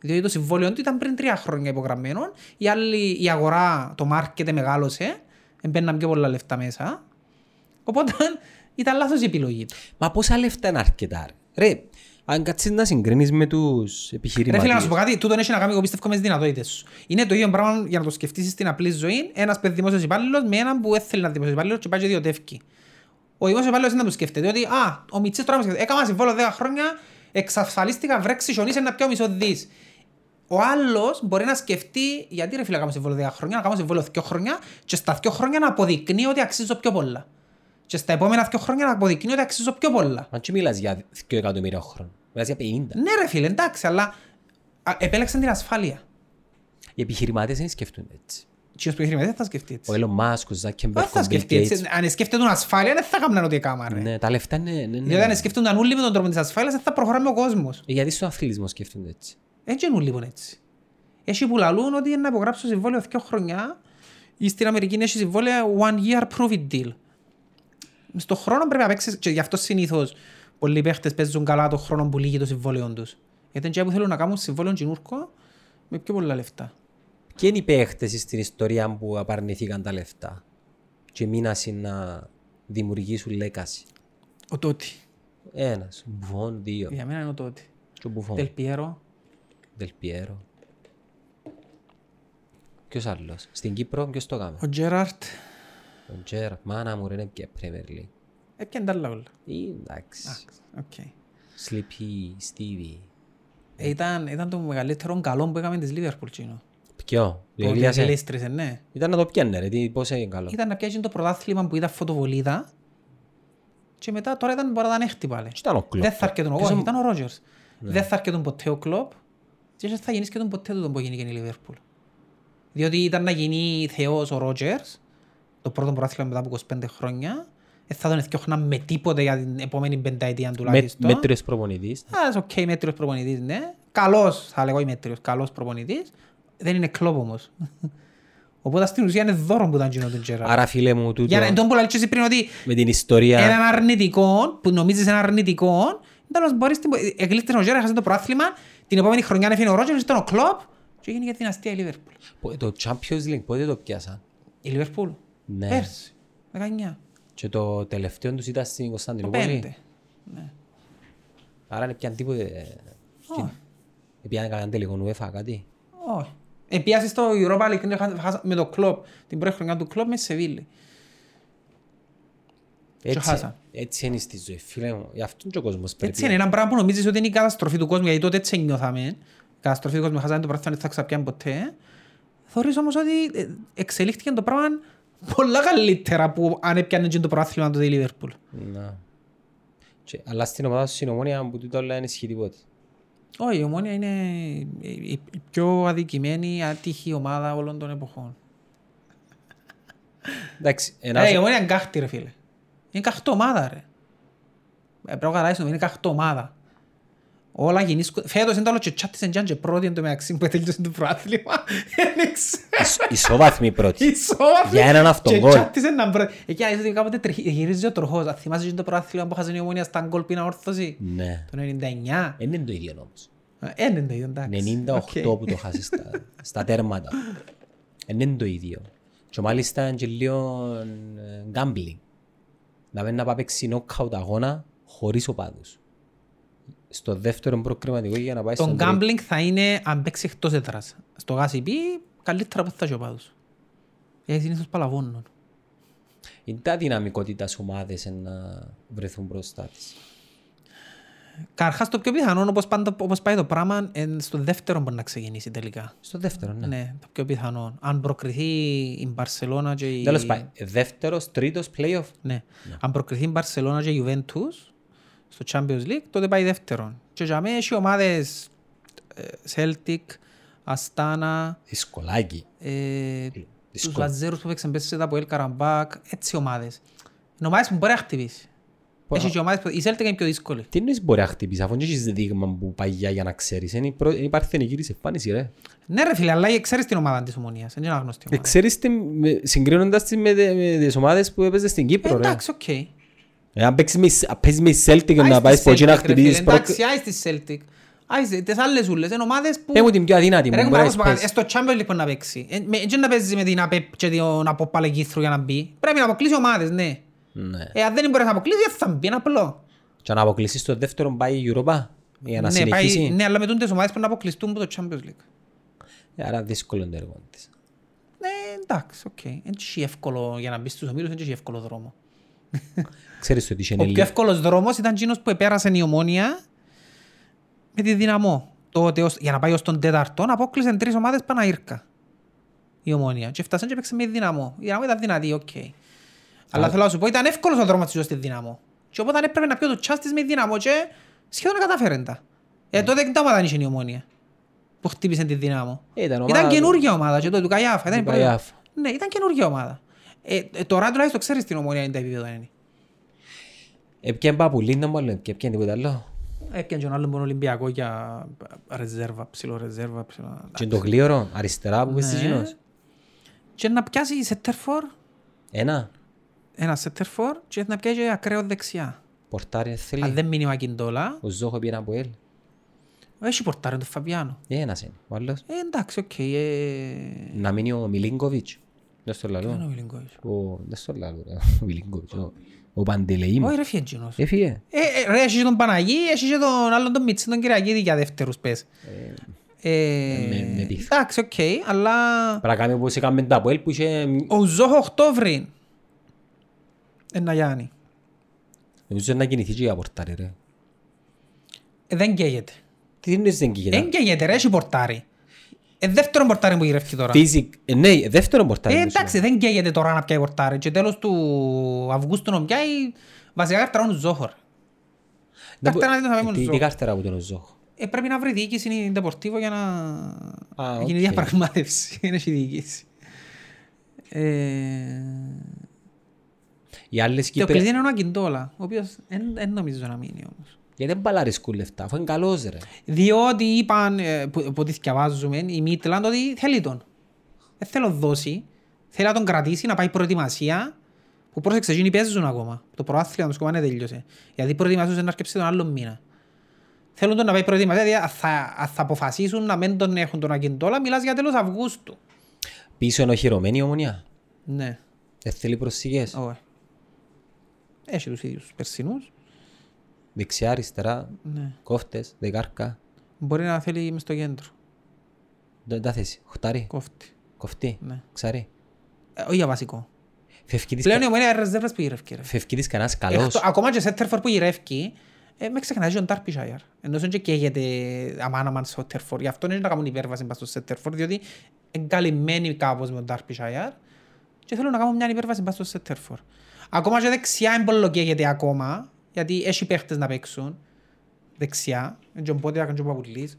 [SPEAKER 1] Διότι το συμβόλαιο του ήταν πριν τρία χρόνια υπογραμμένο. Η, άλλη, η αγορά, το market μεγάλωσε. Μπαίναν πιο πολλά λεφτά μέσα. Οπότε ήταν λάθος η επιλογή του.
[SPEAKER 2] Μα πόσα λεφτά είναι αρκετά. ρε. Ρε, αν κάτσεις να συγκρίνεις με τους
[SPEAKER 1] Ρε φίλε, να σου
[SPEAKER 2] επιχειρηματίες.
[SPEAKER 1] πω κάτι, τούτο έχει να κάνει, εγώ πιστεύω, με τις δυνατότητες σου. Είναι το ίδιο πράγμα για να το σκεφτείς στην απλή ζωή, ένας παιδί δημόσιος υπάλληλος με έναν που δεν θέλει να είναι δημόσιος υπάλληλος και πάει και διωτεύει. Ο δημόσιος υπάλληλος δεν να το σκέφτεται, ότι «Α, ο Μιτσής τώρα μου σκέφτεται, έκανα συμβόλο 10 χρόνια, εξασφαλίστηκα, βρέξει σιωνίσε να πιω μισό δις». Ο άλλος μπορεί να σκεφτεί «Γιατί ρε φίλε, να κάνω συμβόλο 10 χρόνια, να κάνω συμβόλο 2 χρόνια και στα 2 χρόνια να αποδεικνύει ότι αξίζω πιο πολλά». Και στα επόμενα 2 χρόνια να αποδεικνύει ότι αξίζω πιο πολλά.
[SPEAKER 2] Μα τι μιλάς για 2 εκατομμύρια χρόνος. Μιλάς για 50.
[SPEAKER 1] Ναι ρε φίλε, εντάξει, αλλά α, επέλεξαν την ασφάλεια.
[SPEAKER 2] Οι επιχειρηματίες δεν σκεφτούν έτσι.
[SPEAKER 1] Ποιος που έχει δεν θα σκεφτεί
[SPEAKER 2] Ο
[SPEAKER 1] έτσι.
[SPEAKER 2] Elon Musk, ο
[SPEAKER 1] Δεν
[SPEAKER 2] Zuckerberg, ο
[SPEAKER 1] θα
[SPEAKER 2] Bill
[SPEAKER 1] σκεφτεί
[SPEAKER 2] Gates.
[SPEAKER 1] έτσι. Αν σκέφτεται την ασφάλεια, δεν θα έκαναν ό,τι έκανα. ρε.
[SPEAKER 2] Ναι, τα λεφτά είναι... ναι, ναι.
[SPEAKER 1] Διότι αν σκέφτονταν όλοι με τον τρόπο της ασφάλειας, δεν θα προχωράμε ο κόσμος.
[SPEAKER 2] Ε, Γιατί στον αθλητισμό σκέφτονται έτσι.
[SPEAKER 1] Έτσι είναι λοιπόν έτσι. Έχει που λαλούν ότι είναι να υπογράψω συμβόλαιο δύο χρονιά ή στην Αμερική έχει συμβόλαια one year prove it deal. Στον χρόνο πρέπει να παίξεις και γι' αυτό συνήθως πολλοί παίχτες παίζουν καλά τον χρόνο που λύγει το συμβόλαιο τους. Γιατί είναι και που θέλουν να κάνουν συμβόλαιο κινούρκο με πιο πολλά λεφτά.
[SPEAKER 2] Ποιοι είναι οι παίχτες στην ιστορία που απαρνηθήκαν τα λεφτά και μείνασαν να δημιουργήσουν λέκαση.
[SPEAKER 1] Ο Τότι.
[SPEAKER 2] Ένας, Μπουφόν, δύο.
[SPEAKER 1] Για μένα είναι ο Τότι.
[SPEAKER 2] Και ο Μπουφόν,
[SPEAKER 1] Τελ Πιέρο.
[SPEAKER 2] Δελ Πιέρο. Ποιος άλλος. Στην Κύπρο ποιος το έκαμε.
[SPEAKER 1] Ο Τζέραρτ.
[SPEAKER 2] Ο Τζέρ, μάνα μου ρε, είναι και Premier League.
[SPEAKER 1] Έπιαν τα άλλα όλα.
[SPEAKER 2] Ε, Εντάξει.
[SPEAKER 1] Okay.
[SPEAKER 2] Sleepy, Stevie.
[SPEAKER 1] Ε, Ήταν, ήταν το μεγαλύτερο καλό που έκαμε της Λίβερπουλ τσίνο.
[SPEAKER 2] Ποιο,
[SPEAKER 1] Το
[SPEAKER 2] το Ηλίας, ε.
[SPEAKER 1] γλίστρισε, ναι.
[SPEAKER 2] Ήταν να το πιάνε ρε, τι- πώς έγινε καλό.
[SPEAKER 1] Ήταν να πιάσει το πρωτάθλημα που ήταν φωτοβολίδα και μετά τώρα ήταν μπορεί να ήταν έκτη πάλι.
[SPEAKER 2] Τι Ήταν ο Κλοπ.
[SPEAKER 1] Δεν θα αρκετούν,
[SPEAKER 2] Ποιος
[SPEAKER 1] όχι,
[SPEAKER 2] ο-
[SPEAKER 1] ήταν ο Ρόγερς.
[SPEAKER 2] Ναι.
[SPEAKER 1] Δεν θα αρκετούν ποτέ ο Κλόπ και δεν θα γεννήσει και τον ποτέ του τον που γεννήκε η Λίβερπουλ. Διότι ήταν να γίνει θεός ο Ρόγερς, το πρώτο πρωτάθλημα μετά από 25 χρόνια, δεν θα τον εθιώχναν με τίποτε για την επόμενη πενταετία
[SPEAKER 2] Με-
[SPEAKER 1] τουλάχιστον.
[SPEAKER 2] Μέτριος προπονητής.
[SPEAKER 1] Ας οκ, μέτριος προπονητής, ναι. Καλός, θα λέγω η μέτριος, καλός προπονητής. Δεν είναι κλόπ όμως. [laughs] Οπότε στην ουσία είναι δώρο που ήταν εκείνο τον Τζεράρ.
[SPEAKER 2] Άρα φίλε μου, τούτο
[SPEAKER 1] Για να τον που λαλείς και εσύ πριν ότι
[SPEAKER 2] με την ιστορία
[SPEAKER 1] έναν αρνητικό, που νομίζεις έναν αρνητικό, τέλος μπορείς, την- εγκλήστησε ο Τζεράρ, χάσες το προάθλημα, την επόμενη χρονιά έφυγε ο Ρότζερ, ήταν ο Κλόπ και έγινε και δυναστεία η Λίβερπουλ.
[SPEAKER 2] Πο- Το Champions League πότε το πιάσαν.
[SPEAKER 1] Η Λίβερπουλ,
[SPEAKER 2] Ναι.
[SPEAKER 1] πέρσι, 19,
[SPEAKER 2] Και το τελευταίο τους ήταν στην
[SPEAKER 1] το
[SPEAKER 2] Κωνσταντινούπολη.
[SPEAKER 1] 5. Ναι.
[SPEAKER 2] Άρα είναι πιαν τίποτε.
[SPEAKER 1] Όχι.
[SPEAKER 2] Επιάνε κανέναν τελικό νουέφα κάτι.
[SPEAKER 1] Όχι. Επίασε στο Europa League ναι, χα- χάσα- με το κλόπ, την πρώτη χρονιά του κλόπ με τη Σεβίλη.
[SPEAKER 2] Έτσι,
[SPEAKER 1] χάσαν.
[SPEAKER 2] έτσι είναι στη ζωή φίλε μου. Γι' αυτόν και ο κόσμος
[SPEAKER 1] Έτσι
[SPEAKER 2] πρέπει.
[SPEAKER 1] είναι ένα πράγμα που νομίζεις ότι είναι η καταστροφή του κόσμου, γιατί τότε έτσι νιώθαμε. Η καταστροφή του κόσμου, χάσαμε το πράγμα, δεν θα ξαπιάμε ποτέ. Θεωρείς όμως ότι ε, εξελίχθηκε το πράγμα πολλά καλύτερα που αν έπιανε και το προάθλημα τότε η Λίβερπουλ.
[SPEAKER 2] Να. Και- Αλλά στην ομάδα σου στην ομόνια που τούτα όλα είναι σχετικότητα.
[SPEAKER 1] Όχι, η Ομόνια είναι η η πιο αδικημένη, άτυχη ομάδα όλων των εποχών.
[SPEAKER 2] Εντάξει, ένα...
[SPEAKER 1] Ρε, η Ομόνια είναι κάχτη ρε φίλε. Ε, Είναι καχτή ομάδα ρε. Ε, Πρέπει να καταλάβεις ότι είναι καχτή ομάδα. Όλα γεννήσκονται. Φέτος είναι το άλλο και τσάτησε τζάν και πρώτη εν τω μεταξύ που [laughs] τελείωσε το προάθλημα. Δεν ξέρω.
[SPEAKER 2] Ισόβαθμη πρώτη.
[SPEAKER 1] Ισόβαθμη.
[SPEAKER 2] Για έναν αυτόν
[SPEAKER 1] Και
[SPEAKER 2] γκολ.
[SPEAKER 1] τσάτησε να μπρο... Εκεί αν είδες κάποτε τρεχ- γυρίζει ο τροχός. Αν θυμάσαι και το προάθλημα που χαζένει η ομόνια στα γκολ πίνα όρθωση.
[SPEAKER 2] Ναι.
[SPEAKER 1] Το 99.
[SPEAKER 2] Δεν είναι το ίδιο όμως.
[SPEAKER 1] Ε, είναι το ίδιο, εντάξει.
[SPEAKER 2] 98
[SPEAKER 1] Οκ.
[SPEAKER 2] που το χάσεις στα, στα τέρματα. Δεν είναι το ίδιο. Και μάλιστα είναι και λίγο ε, gambling. Να μην να πάει παίξει knockout αγώνα χωρίς οπαδούς. Στο δεύτερο προκριματικό για να πάει
[SPEAKER 1] Το
[SPEAKER 2] στον τρίτο.
[SPEAKER 1] gambling θα είναι αν παίξει εκτός έδρας. Στο γάσι πει, καλύτερα που θα έχει ο πάδος. Γιατί συνήθως παλαβώνουν.
[SPEAKER 2] Είναι τα δυναμικότητας στις ομάδες να βρεθούν μπροστά της.
[SPEAKER 1] Καρχάς το πιο πιθανό όπως, πάντα, όπως πάει το πράγμα εν, στο δεύτερο μπορεί να ξεκινήσει τελικά.
[SPEAKER 2] Στο δεύτερο, ναι.
[SPEAKER 1] Ναι, το πιο πιθανό. Αν προκριθεί η Μπαρσελώνα και η...
[SPEAKER 2] Τέλος πάει. Δεύτερος, τρίτος, play-off.
[SPEAKER 1] Ναι. Αν προκριθεί η Μπαρσελώνα και η Juventus στο Champions League, τότε πάει δεύτερον. Και για μένα έχει ομάδες ε, Celtic, Astana,
[SPEAKER 2] Δυσκολάκι.
[SPEAKER 1] ε, τους
[SPEAKER 2] δύσκολο.
[SPEAKER 1] Βαζέρους που παίξαν πέσει σε τα Αποέλ Καραμπάκ, έτσι ομάδες. Είναι ομάδες που μπορεί να χτυπήσει.
[SPEAKER 2] Μπορεί-
[SPEAKER 1] Έχει και ομάδες που... Η Celtic είναι πιο δύσκολη.
[SPEAKER 2] Τι εννοείς μπορεί να χτυπήσει, αφού δεν έχεις δείγμα που παγιά για να ξέρεις. Είναι η πρω- Υπάρχει θενεγύρης εμφάνιση, ρε.
[SPEAKER 1] Ναι ρε φίλε, αλλά ξέρεις την ομάδα της ομονίας. Είναι άγνωστη ομάδα.
[SPEAKER 2] Ε, Ξέρεις την, με- συγκρίνοντας την με, τε- με τις ομάδες που έπαιζε στην Κύπρο. ρε.
[SPEAKER 1] Εντάξει, οκ. Okay.
[SPEAKER 2] Ε, αν παίξεις με, η- αν παίζεις με η Celtic να
[SPEAKER 1] Άι
[SPEAKER 2] πάει
[SPEAKER 1] στη
[SPEAKER 2] από εκεί να
[SPEAKER 1] Celtic, ρε
[SPEAKER 2] χτυπήσεις.
[SPEAKER 1] φίλε.
[SPEAKER 2] προ-
[SPEAKER 1] Εντάξει, άι στη Celtic. Άι στη- τις άλλες ούλες. Είναι ομάδες που...
[SPEAKER 2] Πες Ε, μου την πιο αδύνατη μου.
[SPEAKER 1] Ρε,
[SPEAKER 2] μπορεί
[SPEAKER 1] Μαρκός,
[SPEAKER 2] να
[SPEAKER 1] Μαρκός,
[SPEAKER 2] έχεις
[SPEAKER 1] στο Champions League μπορεί να παίξει. Ε, με- έτσι να παίζεις με την ΑΠΕΠ και τον Αποπαλεγήθρου για να μπει. Πρέπει να αποκλείσει ομάδες, ναι.
[SPEAKER 2] πες. Ναι.
[SPEAKER 1] Ε, αν δεν μπορείς να αποκλείσει, δεν θα μπει, είναι απλό.
[SPEAKER 2] Και να αποκλείσεις το δεύτερο πάει η Europa για να
[SPEAKER 1] Ναι, πάει-
[SPEAKER 2] συνεχίσει.
[SPEAKER 1] ναι, αλλά με τούντες ομάδες πρέπει να αποκλειστούν από το Champions League.
[SPEAKER 2] Ε, Άρα δύσκολο είναι το έργο της.
[SPEAKER 1] Ναι, εντάξει, οκ. Δεν έχει εύκολο για να μπεις στους ομίλους, δεν έχει εύκολο δρόμο.
[SPEAKER 2] Ξέρεις ότι είσαι
[SPEAKER 1] Ο πιο
[SPEAKER 2] λίγο.
[SPEAKER 1] εύκολος δρόμος ήταν εκείνος που επέρασε η ομόνια με τη δυναμό. Τότε, ως- για να πάει ως τον τέταρτο, απόκλεισε τρεις ομάδες Παναήρκα. Η ομόνια. Και φτάσαν και παίξε με τη δυναμό. Η δυναμό ήταν δυνατή, οκ. Αλλά θέλω να σου πω, ήταν εύκολος ο δρόμος της ως τη δυναμό. Και οπότε έπρεπε να πιω το τσάς της με τη δυναμό και σχεδόν κατάφεραν τα.
[SPEAKER 2] Ναι.
[SPEAKER 1] Ε, τότε δεν τα ομάδα είχε η ομόνια που χτύπησε τη δυναμό.
[SPEAKER 2] Ε, Ήταν ομάδα
[SPEAKER 1] Ήταν
[SPEAKER 2] του-
[SPEAKER 1] καινούργια ομάδα και το του Καϊάφα. Ήταν
[SPEAKER 2] Του
[SPEAKER 1] η πρώτη-
[SPEAKER 2] Καϊάφα.
[SPEAKER 1] Ναι, ήταν καινούργια ομάδα. Ε, ε, τώρα τουλάχιστον ξέρεις την ομόνια είναι τα επίπεδα είναι.
[SPEAKER 2] Επιέν παπουλίνα μάλλον, επιέν τίποτα άλλο.
[SPEAKER 1] Έπιαν Ε, και τον άλλον τον Ολυμπιακό για ρεζέρβα, ψηλό ρεζέρβα, ψηλό.
[SPEAKER 2] Και το γλύωρο, αριστερά που πες
[SPEAKER 1] Ναι.
[SPEAKER 2] εκείνος.
[SPEAKER 1] Και να πιάσει σετερφόρ,
[SPEAKER 2] Ένα,
[SPEAKER 1] ένα σετερφόρ και να πιάσει ακραίο δεξιά.
[SPEAKER 2] πορτάρι
[SPEAKER 1] Αν
[SPEAKER 2] θέλει.
[SPEAKER 1] δεν μείνει ο Ακιντόλα,
[SPEAKER 2] Ο Ζόχο πήγε από ελ.
[SPEAKER 1] έχει πορτάρει τον Φαβιάνο.
[SPEAKER 2] Ε, ένας είναι, ο άλλος.
[SPEAKER 1] Ε, εντάξει, οκ. ε,
[SPEAKER 2] Να μείνει ο Μιλίνκοβιτς. Δεν στο λαλό.
[SPEAKER 1] δεν είναι ο Μιλίνκοβιτς.
[SPEAKER 2] ο... Δεν στο λάλλω, ρε, [laughs] ο Μιλίνκοβιτς, ο- ο Παντελεήμ.
[SPEAKER 1] Όχι ρε φύγε εκείνος.
[SPEAKER 2] Έφυγε.
[SPEAKER 1] Ε, ε, ρε, έχει και τον Παναγί, έχει και τον άλλον τον Μιτσί, τον Κυριακίδη για δεύτερους πες. Ε,
[SPEAKER 2] με- με δείχνει.
[SPEAKER 1] Εντάξει, οκ, αλλά...
[SPEAKER 2] Παρακάμε όπως έκαμε τα Αποέλ που είχε...
[SPEAKER 1] Ο Ζόχο Οκτώβρη. Ένα Γιάννη.
[SPEAKER 2] Νομίζω να κινηθεί και για πορτάρι ρε.
[SPEAKER 1] Ε, Δεν καίγεται.
[SPEAKER 2] Τι είναι δεν κινηθεί.
[SPEAKER 1] Εν καίγεται ρε, έχει πορτάρι. Ε, δεύτερο πορτάρι που γυρεύει τώρα.
[SPEAKER 2] Φίζικ. Ε, Ναι, δεύτερο πορτάρι.
[SPEAKER 1] Ε,
[SPEAKER 2] νομίζω.
[SPEAKER 1] εντάξει, δεν καίγεται τώρα να πιάει πορτάρι. Και τέλος του Αυγούστου να πιάει βασικά καρτερώνουν ζόχορ.
[SPEAKER 2] Να πω-
[SPEAKER 1] κάρτα να δείτε, θα
[SPEAKER 2] Ε,
[SPEAKER 1] πάμε
[SPEAKER 2] τι-
[SPEAKER 1] στο
[SPEAKER 2] Τι
[SPEAKER 1] Ζόχο.
[SPEAKER 2] κάρτερα από τον Ζόχο.
[SPEAKER 1] Ε, πρέπει να βρει διοίκηση είναι Deportivo για να
[SPEAKER 2] Α,
[SPEAKER 1] γίνει
[SPEAKER 2] οκ.
[SPEAKER 1] διαπραγμάτευση. [laughs] Δεν έχει διοίκηση. Ε,
[SPEAKER 2] Οι άλλες
[SPEAKER 1] το κλειδί
[SPEAKER 2] Κύπρες...
[SPEAKER 1] είναι ο Αγκιντόλα, ο οποίος δεν δεν νομίζω να μείνει όμως.
[SPEAKER 2] Γιατί δεν μπαλαρισκούν λεφτά, αφού είναι καλός ρε.
[SPEAKER 1] Διότι είπαν, ε, που, που τη διαβάζουμε, η Μίτλαντ ότι θέλει τον. Δεν θέλω δώσει. Θέλει να τον κρατήσει, να πάει προετοιμασία. Που πρόσεξε, εκείνοι παίζουν ακόμα. Το προάθλημα τους σκοπάνε τελείωσε. Γιατί προετοιμασούσε να αρκεψεί τον άλλο μήνα. Θέλουν τον να πάει προετοιμασία, δηλαδή αν θα, αν θα αποφασίσουν να μην τον έχουν τον Αγκεντόλα, μιλάς για τέλος Αυγούστου.
[SPEAKER 2] Πίσω είναι οχυρωμένη η ομονία.
[SPEAKER 1] Ναι,
[SPEAKER 2] Δεν θέλει προσφυγές.
[SPEAKER 1] όχι. Έχει τους ίδιους τους περσινούς.
[SPEAKER 2] Δεξιά, αριστερά,
[SPEAKER 1] Ναι.
[SPEAKER 2] κόφτες, δεκάρκα.
[SPEAKER 1] Μπορεί να θέλει μες στο κέντρο.
[SPEAKER 2] Δεν τα θέση. Χουτάρι,
[SPEAKER 1] Κόφτη.
[SPEAKER 2] κοφτή,
[SPEAKER 1] Ναι.
[SPEAKER 2] ξαρί.
[SPEAKER 1] Ε, όχι για βασικό.
[SPEAKER 2] Φεύγει της
[SPEAKER 1] Πλέον
[SPEAKER 2] κα-
[SPEAKER 1] η ομονία ρεζέρβες που γυρεύκε. ρε.
[SPEAKER 2] φεύγει της κανένας
[SPEAKER 1] Εκτό,
[SPEAKER 2] καλός.
[SPEAKER 1] Ε, ακόμα και σε Τέρφορ που γυρεύκει, ε, με ξεχνάζει ο Ντάρπισχαϊρ. Ενώ δεν και καίγεται αμάν αμάν στο Τέρφορ. Γι' αυτό είναι να κάνουν υπέρβαση πάνω στο Τέρφορ, διότι είναι καλυμμένοι κάπως με τον Ντάρπισχαϊρ και θέλουν να κάνουν μια υπέρβαση πάνω στο Τέρφορ. Ακόμα και δεξιά είναι πολύ καίγεται ακόμα, γιατί έχει παίχτες να παίξουν δεξιά, είναι και ο Μπότιρα και ο Παπουλής.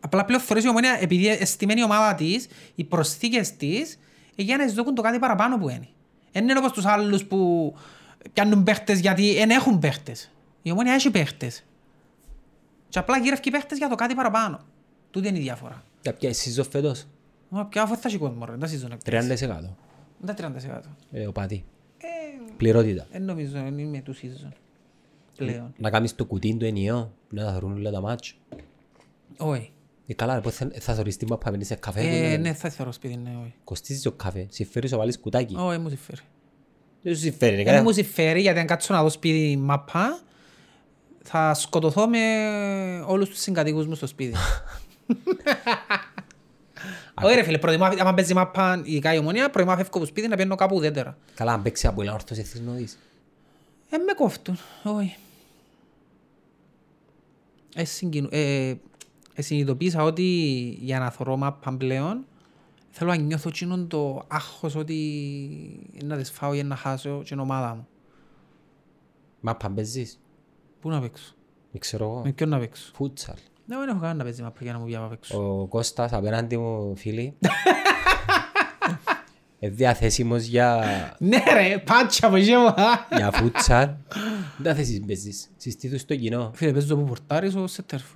[SPEAKER 1] Απλά πλέον θεωρείς η Ομόνια, επειδή εστημένη η ομάδα της, οι προσθήκες της, ε, για να εισδοκούν το κάτι παραπάνω που είναι. Εν είναι όπως τους άλλους που πιάνουν παίχτες γιατί δεν έχουν παίχτες. Η Ομόνια έχει παίχτες. Και απλά γύρευκε οι παίχτες για το κάτι παραπάνω. Τούτη είναι η διάφορα.
[SPEAKER 2] Τα πια εσείς ο φέτος.
[SPEAKER 1] Μα πια αφού θα έχει κόσμο ρε, δεν season εκτός.
[SPEAKER 2] 30%
[SPEAKER 1] Δεν τα 30%.
[SPEAKER 2] ε, ο πατή.
[SPEAKER 1] Ε,
[SPEAKER 2] Πληρότητα.
[SPEAKER 1] δεν νομίζω, δεν είμαι του season. Πλέον.
[SPEAKER 2] Να κάνεις το κουτί του ενιαίο, να θα θωρούν όλα τα μάτια.
[SPEAKER 1] Όχι.
[SPEAKER 2] Ε, καλά ρε, πώς θα, θα θωρείς την μάπα, πίνεις σε καφέ.
[SPEAKER 1] Ε,
[SPEAKER 2] κουλέ.
[SPEAKER 1] ναι, θα θεωρώ σπίτι, ναι, όχι.
[SPEAKER 2] Κοστίζεις το καφέ, συμφέρεις σου βάλεις κουτάκι.
[SPEAKER 1] Όχι, ε, μου συμφέρει.
[SPEAKER 2] Δεν σου συμφέρει,
[SPEAKER 1] Δεν
[SPEAKER 2] Ε, καλά.
[SPEAKER 1] μου συμφέρει γιατί αν κάτσω να δω σπίτι μαπά, θα σκοτωθώ με όλους τους συγκατοικούς μου στο σπίτι. Όχι ρε φίλε, προτιμώ, άμα παίζει μαπά ειδικά η ομονία, προτιμώ να φεύγω από σπίτι να παίρνω κάπου ουδέτερα.
[SPEAKER 2] Καλά, αν παίξει από έναν όρθος εθνής νοδείς.
[SPEAKER 1] Ε, με κόφτουν, όχι. Ε, συγκινου- ε, ε, συνειδητοποίησα ότι για να θωρώ μαπά πλέον, θέλω να νιώθω τσίνον το άγχος ότι να τις φάω ή να χάσω την ομάδα μου.
[SPEAKER 2] Μάπα παίζεις.
[SPEAKER 1] Πού να παίξω,
[SPEAKER 2] Δεν ξέρω εγώ.
[SPEAKER 1] με ποιον να παίξω.
[SPEAKER 2] Φούτσαλ.
[SPEAKER 1] Ναι, δεν έχω κανένα παίζει μαπά για να μου πει να παίξω.
[SPEAKER 2] Ο Κώστας απέναντι μου,
[SPEAKER 1] [laughs]
[SPEAKER 2] φίλοι. ε, διαθέσιμος για,
[SPEAKER 1] Ναι ρε, πάτσα από εκεί μου.
[SPEAKER 2] για φούτσαλ. διαθέσεις παίζεις. Συστήθους στο κοινό.
[SPEAKER 1] Φίλε, παίζω που πορτάρεις ο [laughs] Σέτερφο.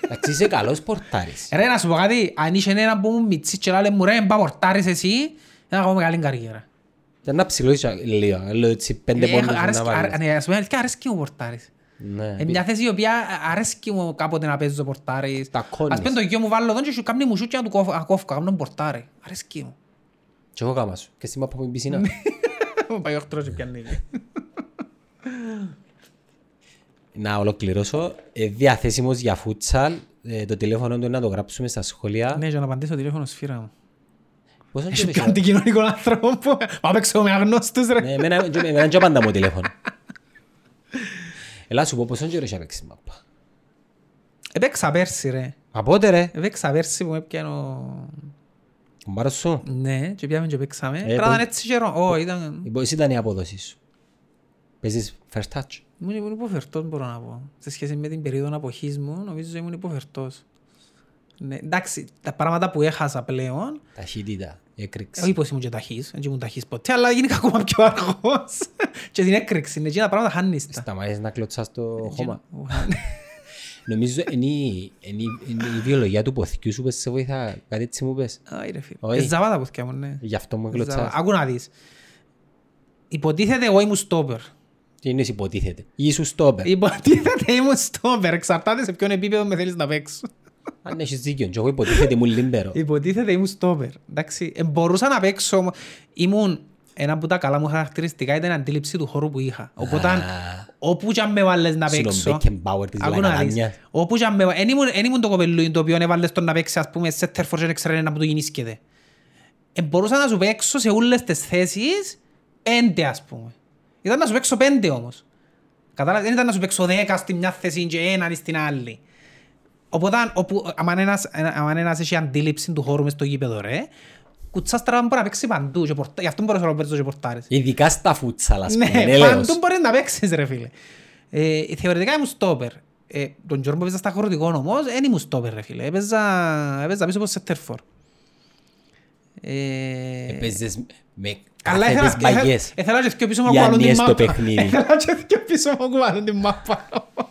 [SPEAKER 2] Εντάξει, είσαι καλός πορτάρης.
[SPEAKER 1] Ρε, να σου πω κάτι, αν είσαι έναν που μου μητσί και λάλε μου ρε, μπα πορτάρεις εσύ, θα έχω μεγάλη καριέρα.
[SPEAKER 2] Για να ψηλώσεις λίγο. Λέω έτσι πέντε
[SPEAKER 1] Ε,
[SPEAKER 2] πόντους
[SPEAKER 1] έχω-
[SPEAKER 2] να
[SPEAKER 1] αρέσκει- αρέ-
[SPEAKER 2] βάλεις.
[SPEAKER 1] ναι, ας πούμε, αλήθεια, αρέσκει μου πορτάρεις.
[SPEAKER 2] Ναι.
[SPEAKER 1] Είναι Ε, μια θέση η οποία αρέσκει μου κάποτε να παίζω πορτάρεις.
[SPEAKER 2] Τα κόνεις.
[SPEAKER 1] Ας πούμε το γιο μου βάλω εδώ και σου κάνει μουσούκια να του κόφω- να κόφω, κάνω πορτάρι. Αρέσκει μου.
[SPEAKER 2] Και εγώ κάμα σου. Και στην μάπα από την πισίνα.
[SPEAKER 1] Ναι. Πάει ο εχθρός και πιάνει. [laughs]
[SPEAKER 2] Να ολοκληρώσω. Ε, διαθέσιμος για φούτσαλ. Ε, το τηλέφωνο του είναι να το γράψουμε στα σχόλια.
[SPEAKER 1] Ναι, για να απαντήσω τηλέφωνο σφύρα μου.
[SPEAKER 2] Πόσο
[SPEAKER 1] Έχει
[SPEAKER 2] και
[SPEAKER 1] πιο αντικοινωνικό [laughs] άνθρωπο που... Μα παίξω με αγνώστους ρε.
[SPEAKER 2] Ναι, εμένα και- εμένα και πάντα μου τηλέφωνο. Ελά σου πω πόσο καιρό είσαι παίξεις μάπα.
[SPEAKER 1] Επέξα πέρσι ρε.
[SPEAKER 2] Από πότε ρε.
[SPEAKER 1] Επέξα πέρσι που με έπιανε ο-
[SPEAKER 2] Ο μπάρος σου.
[SPEAKER 1] Ναι, και πιάμε και παίξαμε.
[SPEAKER 2] Ε,
[SPEAKER 1] Τώρα ήταν
[SPEAKER 2] πολύ-
[SPEAKER 1] έτσι καιρό. Ω, ήταν...
[SPEAKER 2] Λοιπόν, Εσύ ήταν η απόδοση σου. Παίζεις first touch.
[SPEAKER 1] Ήμουν ήμουν υποφερτός μπορώ να πω. Σε σχέση με την περίοδο αποχής μου, νομίζω ήμουν υποφερτός. Ναι, εντάξει, τα πράγματα που έχασα πλέον,
[SPEAKER 2] Ταχύτητα.
[SPEAKER 1] ε,
[SPEAKER 2] Έκρηξη.
[SPEAKER 1] όχι πως ήμουν και ταχύς, δεν ήμουν ταχύς ποτέ, αλλά γίνηκα ακόμα πιο [laughs] αργός. και την έκρηξη, είναι εκείνα τα πράγματα χάνεις τα.
[SPEAKER 2] Σταμάτησες να κλωτσάς
[SPEAKER 1] Ε,
[SPEAKER 2] το χώμα.
[SPEAKER 1] Οχα.
[SPEAKER 2] Νομίζω είναι η- είναι η- είναι η βιολογία του ποθηκιού σου που σε βοηθά. Κάτι έτσι μου πες.
[SPEAKER 1] Άι, ρε φίλε.
[SPEAKER 2] Όχι.
[SPEAKER 1] Ε, Ζαβά τα πουθκιά μου, ναι.
[SPEAKER 2] Γι' αυτό μου
[SPEAKER 1] Ζαβά.
[SPEAKER 2] κλωτσάς.
[SPEAKER 1] Άκου να δεις. Υποτίθεται εγώ ήμουν στόπερ.
[SPEAKER 2] Τι είναι υποτίθεται. Ήσου στόπερ.
[SPEAKER 1] Ε. Υποτίθεται ήμουν στόπερ. Εξαρτάται σε ποιον επίπεδο με θέλεις να παίξω.
[SPEAKER 2] Αν έχεις δίκιο. Και εγώ υποτίθεται μου
[SPEAKER 1] ε,
[SPEAKER 2] λίμπερο.
[SPEAKER 1] Υποτίθεται ήμουν στόπερ. Εντάξει, ε, μπορούσα να παίξω. όμως. Ήμουν ένα από τα καλά μου χαρακτηριστικά ήταν η αντίληψη του χώρου που είχα. Οπότε όπου και αν με βάλες να παίξω.
[SPEAKER 2] Συνον Μπέκεμπάουερ της
[SPEAKER 1] Άκου να δεις.
[SPEAKER 2] Λακαλάνιας.
[SPEAKER 1] Όπου και αν με βάλες. Εν ήμουν το κοπελούι το οποίο έβαλες τον να παίξει ας πούμε σε τερφορ και ξέρετε να μου το γεννήσκεται. Ε, μπορούσα να σου παίξω σε όλες τις θέσεις πέντε ας πούμε. Ήταν να σου παίξω πέντε όμως. Κατάλαβες, δεν ήταν να σου παίξω δέκα στη μια θέση και έναν στην άλλη. Οπότε, όπου, αν ένας, ένα- άμα ένας έχει αντίληψη του χώρου μες στο γήπεδο, ρε, κουτσάς τώρα μπορεί να παίξει παντού. Και πορτα... Γι' αυτό μπορείς να παίξεις και πορτάρες.
[SPEAKER 2] Ειδικά στα φούτσαλ, ας πούμε.
[SPEAKER 1] Ναι,
[SPEAKER 2] έλεος.
[SPEAKER 1] παντού μπορείς να παίξεις, ρε φίλε. Ε, θεωρητικά ήμουν στόπερ. Ε, τον Γιώργο που έπαιζα στα χωροτικών όμως, δεν ήμουν στόπερ, ρε φίλε. Έπαιζα, έπαιζα πίσω από σετέρφορ. Ε,
[SPEAKER 2] Έπαιζες με
[SPEAKER 1] αλλά
[SPEAKER 2] κάθε
[SPEAKER 1] ήθελα-
[SPEAKER 2] τις μαγιές.
[SPEAKER 1] ήθελα- Ήθελα και δυο πίσω μου
[SPEAKER 2] Για
[SPEAKER 1] κουβαλούν την
[SPEAKER 2] νιές το
[SPEAKER 1] μάπα.
[SPEAKER 2] παιχνίδι.
[SPEAKER 1] [laughs] Ήθελα και δυο πίσω μου κουβαλούν την μάπα όμως.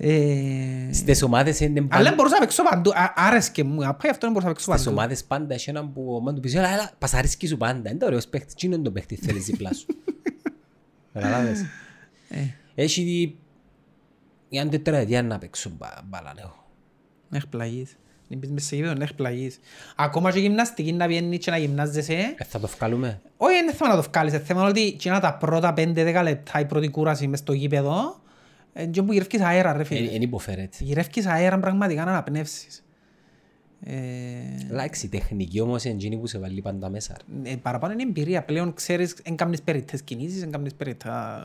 [SPEAKER 1] Ε,
[SPEAKER 2] Στις ομάδες είναι
[SPEAKER 1] Αλλά
[SPEAKER 2] πάντα...
[SPEAKER 1] μπορούσα να παίξω παντού. Α- Άρεσκε μου. Απάει αυτό να μπορούσα να παίξω
[SPEAKER 2] Στις
[SPEAKER 1] παντού.
[SPEAKER 2] ομάδες πάντα έχει έναν που ο μάντου πει «Έλα, έλα, πασαρίσκει σου πάντα. Είναι το ωραίος παίχτης. Τι είναι το παίχτη θέλεις δίπλα
[SPEAKER 1] [laughs]
[SPEAKER 2] σου. Καταλάβες.
[SPEAKER 1] Ε.
[SPEAKER 2] Έχει δει... Μια τετραετία να παίξω μπα- μπάλα ναι. εγώ.
[SPEAKER 1] Να εκπλαγείς. Να μπεις μες σε γήπεδο, να εκπλαγείς. Ακόμα και γυμναστική να βγαίνεις και να γυμνάζεσαι.
[SPEAKER 2] Ε, Θα το βγάλουμε.
[SPEAKER 1] Όχι, δεν είναι θέμα να το βγάλεις. Είναι θέμα ότι εκείνα τα πρώτα 5-10 λεπτά η πρώτη κούραση μες στο γήπεδο. ε, και όπου γυρεύκεις αέρα ρε
[SPEAKER 2] Ε,
[SPEAKER 1] φίλε.
[SPEAKER 2] Εν υποφέρεται.
[SPEAKER 1] Γυρεύκεις αέρα πραγματικά να αναπνεύσεις. Ε,
[SPEAKER 2] Αλλά εντάξει, η τεχνική όμως είναι εκείνη που σε βάλει πάντα μέσα. ρε.
[SPEAKER 1] ε, παραπάνω είναι εμπειρία. Πλέον ξέρεις, δεν κάνεις περιττές κινήσεις, δεν κάνεις περιττά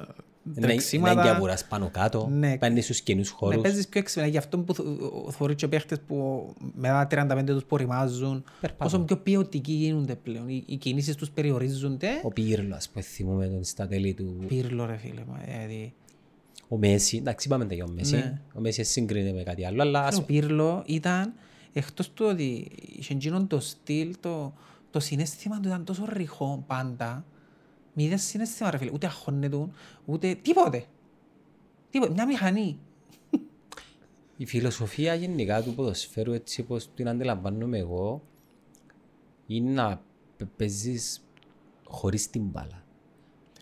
[SPEAKER 2] Να- Να
[SPEAKER 1] τρεξίματα.
[SPEAKER 2] εγκιαβουράς πάνω κάτω.
[SPEAKER 1] Ναι.
[SPEAKER 2] Πάνε στους καινούς
[SPEAKER 1] Ναι,
[SPEAKER 2] χώρους.
[SPEAKER 1] παίζεις πιο έξυπνα. Γι' αυτό που θ- ο- θεωρείς και οι παίχτες που μετά τα 35 τους που ρημάζουν,
[SPEAKER 2] Περπάτουν.
[SPEAKER 1] όσο πιο ποιοτικοί γίνονται πλέον. Οι, οι κινήσεις τους περιορίζονται.
[SPEAKER 2] Ο Πύρλο, ας πούμε, θυμούμε τον στα τέλη του.
[SPEAKER 1] Πύρλο ρε φίλε. μα, Δηλαδή,
[SPEAKER 2] Ο Μέση, εντάξει, είπαμε τα για τον Μέση.
[SPEAKER 1] Ναι.
[SPEAKER 2] Ο Μέση συγκρίνεται με κάτι άλλο, αλλά ας
[SPEAKER 1] ο Πύρλο ήταν, εκτός του ότι είχε εκείνον το στυλ, το, το συνέστημα του ήταν τόσο ρηχό πάντα. Μηδέν συνέστημα ρε φίλε. Ούτε αχώνεται, ούτε τίποτε. Τίποτε. Μια μηχανή.
[SPEAKER 2] Η φιλοσοφία γενικά του ποδοσφαίρου, έτσι όπως την αντιλαμβάνομαι εγώ, είναι να πε- παίζεις χωρίς την μπάλα.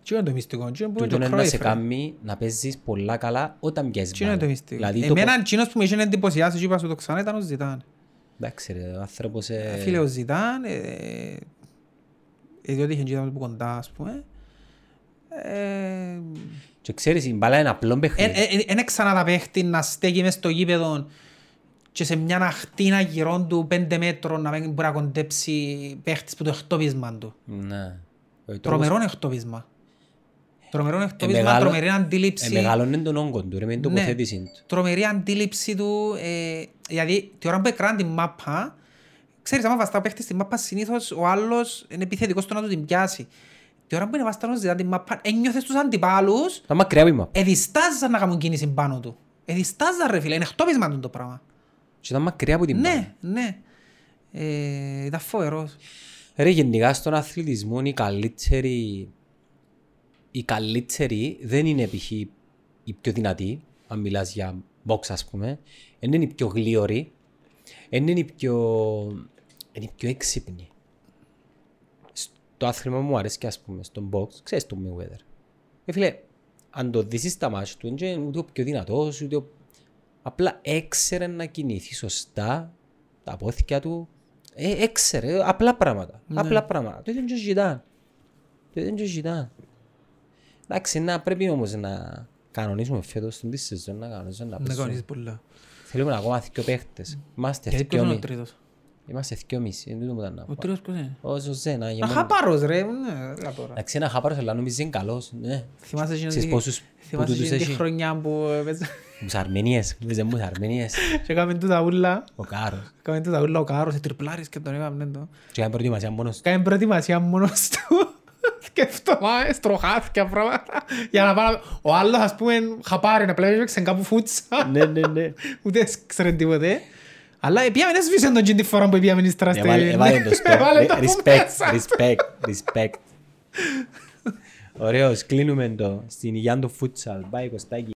[SPEAKER 1] Τι είναι το μυστικό, τι είναι που
[SPEAKER 2] Τούτο
[SPEAKER 1] είναι
[SPEAKER 2] είναι
[SPEAKER 1] το
[SPEAKER 2] να σε
[SPEAKER 1] Cruyff, ρε.
[SPEAKER 2] κάνει να παίζεις πολλά καλά όταν πιάσεις
[SPEAKER 1] Τι είναι το
[SPEAKER 2] μπάλα.
[SPEAKER 1] μυστικό.
[SPEAKER 2] Δηλαδή το...
[SPEAKER 1] Εμένα εκείνος που με είχε εντυπωσιάσει και είπα σου το ξανά ήταν ο Ζητάν.
[SPEAKER 2] πο- Εντάξει ρε, ο άνθρωπος... ε,
[SPEAKER 1] Φίλε ο Ζητάν, ε, ε, διότι είχε γύρω από κοντά ας πούμε. Ε,
[SPEAKER 2] Και ξέρεις, η μπάλα είναι απλό παιχνίδι.
[SPEAKER 1] Είναι ξανά τα παίχτη ε, να στέκει μες στο γήπεδο και σε μια αχτίνα γυρών του πέντε μέτρων να μην μπορεί να κοντέψει παίχτης που το εκτόπισμα του.
[SPEAKER 2] Ναι. Ο τρόπος-
[SPEAKER 1] Τρομερόν εκτόπισμα. Τρομερόν εκτόπισμα,
[SPEAKER 2] μεγάλο-
[SPEAKER 1] τρομερή
[SPEAKER 2] ε,
[SPEAKER 1] αντίληψη.
[SPEAKER 2] Μεγαλώνει τον όγκο του, ρε, με την
[SPEAKER 1] Ναι.
[SPEAKER 2] τοποθέτηση του.
[SPEAKER 1] Τρομερή αντίληψη του. ε, Γιατί τη ώρα που έκραν την μάπα, ξέρεις άμα βαστά ο παίχτης την μάπα συνήθως ο άλλος είναι επιθετικός στο να του την πιάσει. Τη ώρα που είναι βαστά ο ζητά την μάπα, ένιωθες τους αντιπάλους
[SPEAKER 2] Ήταν μακριά βήμα.
[SPEAKER 1] Ε, εδιστάζαν να κάνουν κίνηση πάνω του. Εδιστάζαν ρε φίλε, είναι χτόπισμα του το πράγμα.
[SPEAKER 2] Και ήταν μακριά από την μπάλα.
[SPEAKER 1] Ναι, ναι. Ε, ήταν φοβερός.
[SPEAKER 2] Ρε, γενικά στον αθλητισμό οι καλύτεροι, οι καλύτεροι δεν είναι π.χ. οι πιο δυνατοί, αν μιλάς για box ας πούμε, δεν είναι οι πιο γλίωροι, δεν είναι οι πιο, είναι οι πιο έξυπνοι. Στο άθλημα μου αρέσει ας πούμε, στον box, ξέρεις τον Mayweather. Ε, φίλε, αν το δεις στα μάτια του, δεν είναι ούτε ο πιο δυνατός, ούτε ο... Απλά έξερε να κινηθεί σωστά τα πόθηκια του. Ε, έξερε, απλά πράγματα.
[SPEAKER 1] Ναι.
[SPEAKER 2] Απλά πράγματα. Το ίδιο και ο Ζητάν. Το ίδιο και ο Ζητάν. Εντάξει, να, πρέπει όμως να κανονίσουμε φέτος την τη σεζόν να κανονίσουμε να
[SPEAKER 1] Ναι,
[SPEAKER 2] παίξουμε.
[SPEAKER 1] κανείς πολλά.
[SPEAKER 2] Θέλουμε ακόμα δύο παίχτες. Είμαστε
[SPEAKER 1] Γιατί ποιος
[SPEAKER 2] δύο
[SPEAKER 1] είναι ο
[SPEAKER 2] μισή.
[SPEAKER 1] τρίτος.
[SPEAKER 2] Είμαστε δύο μισή. Δεν μου ήταν να
[SPEAKER 1] Ο
[SPEAKER 2] πω.
[SPEAKER 1] τρίτος ποιος είναι.
[SPEAKER 2] Ο Ζωζέ, να
[SPEAKER 1] Να
[SPEAKER 2] γεμώνει.
[SPEAKER 1] χαπάρος ρε, ναι, έλα τώρα.
[SPEAKER 2] Εντάξει, ένα χαπάρος, αλλά νομίζω είναι καλός. Ναι.
[SPEAKER 1] Θυμάσαι εκείνη
[SPEAKER 2] Ξέρεις
[SPEAKER 1] τη-
[SPEAKER 2] πόσους που
[SPEAKER 1] θυμάσαι
[SPEAKER 2] τούτους
[SPEAKER 1] εκείνη τη
[SPEAKER 2] έχει.
[SPEAKER 1] χρονιά που έπαιζα
[SPEAKER 2] Τους Αρμενίες. Βλέπεις μου τους Αρμενίες.
[SPEAKER 1] [laughs] και έκαμε τούτα ούλα.
[SPEAKER 2] Ο Κάρος.
[SPEAKER 1] Έκαμε τούτα ούλα ο Κάρος, σε τριπλάρις και τον έκαμε ναι, το.
[SPEAKER 2] Και κάνει προετοιμασία μόνος του.
[SPEAKER 1] Κάμε προετοιμασία μόνος [laughs] του. Σκεφτόμαστε στροχάθηκε πράγματα. Για να πάμε. Ο άλλος ας πούμε χαπάρει να πλέον έπαιξε κάπου φούτσα.
[SPEAKER 2] Ναι, ναι, ναι.
[SPEAKER 1] [laughs] Ούτε ξέρει τίποτε. Αλλά επίαμε δεν σβήσε τον τζιν τη φορά που επίαμε ύστερα στην...
[SPEAKER 2] Έβαλε
[SPEAKER 1] [laughs]
[SPEAKER 2] έβαλε ε, το σπέρ.
[SPEAKER 1] Έβαλε το από
[SPEAKER 2] Respect,
[SPEAKER 1] μέσα.
[SPEAKER 2] respect, respect. Ωραίος, κλείνουμε το. Στην υγειά του φούτσαλ. Bye, Κωστάκη.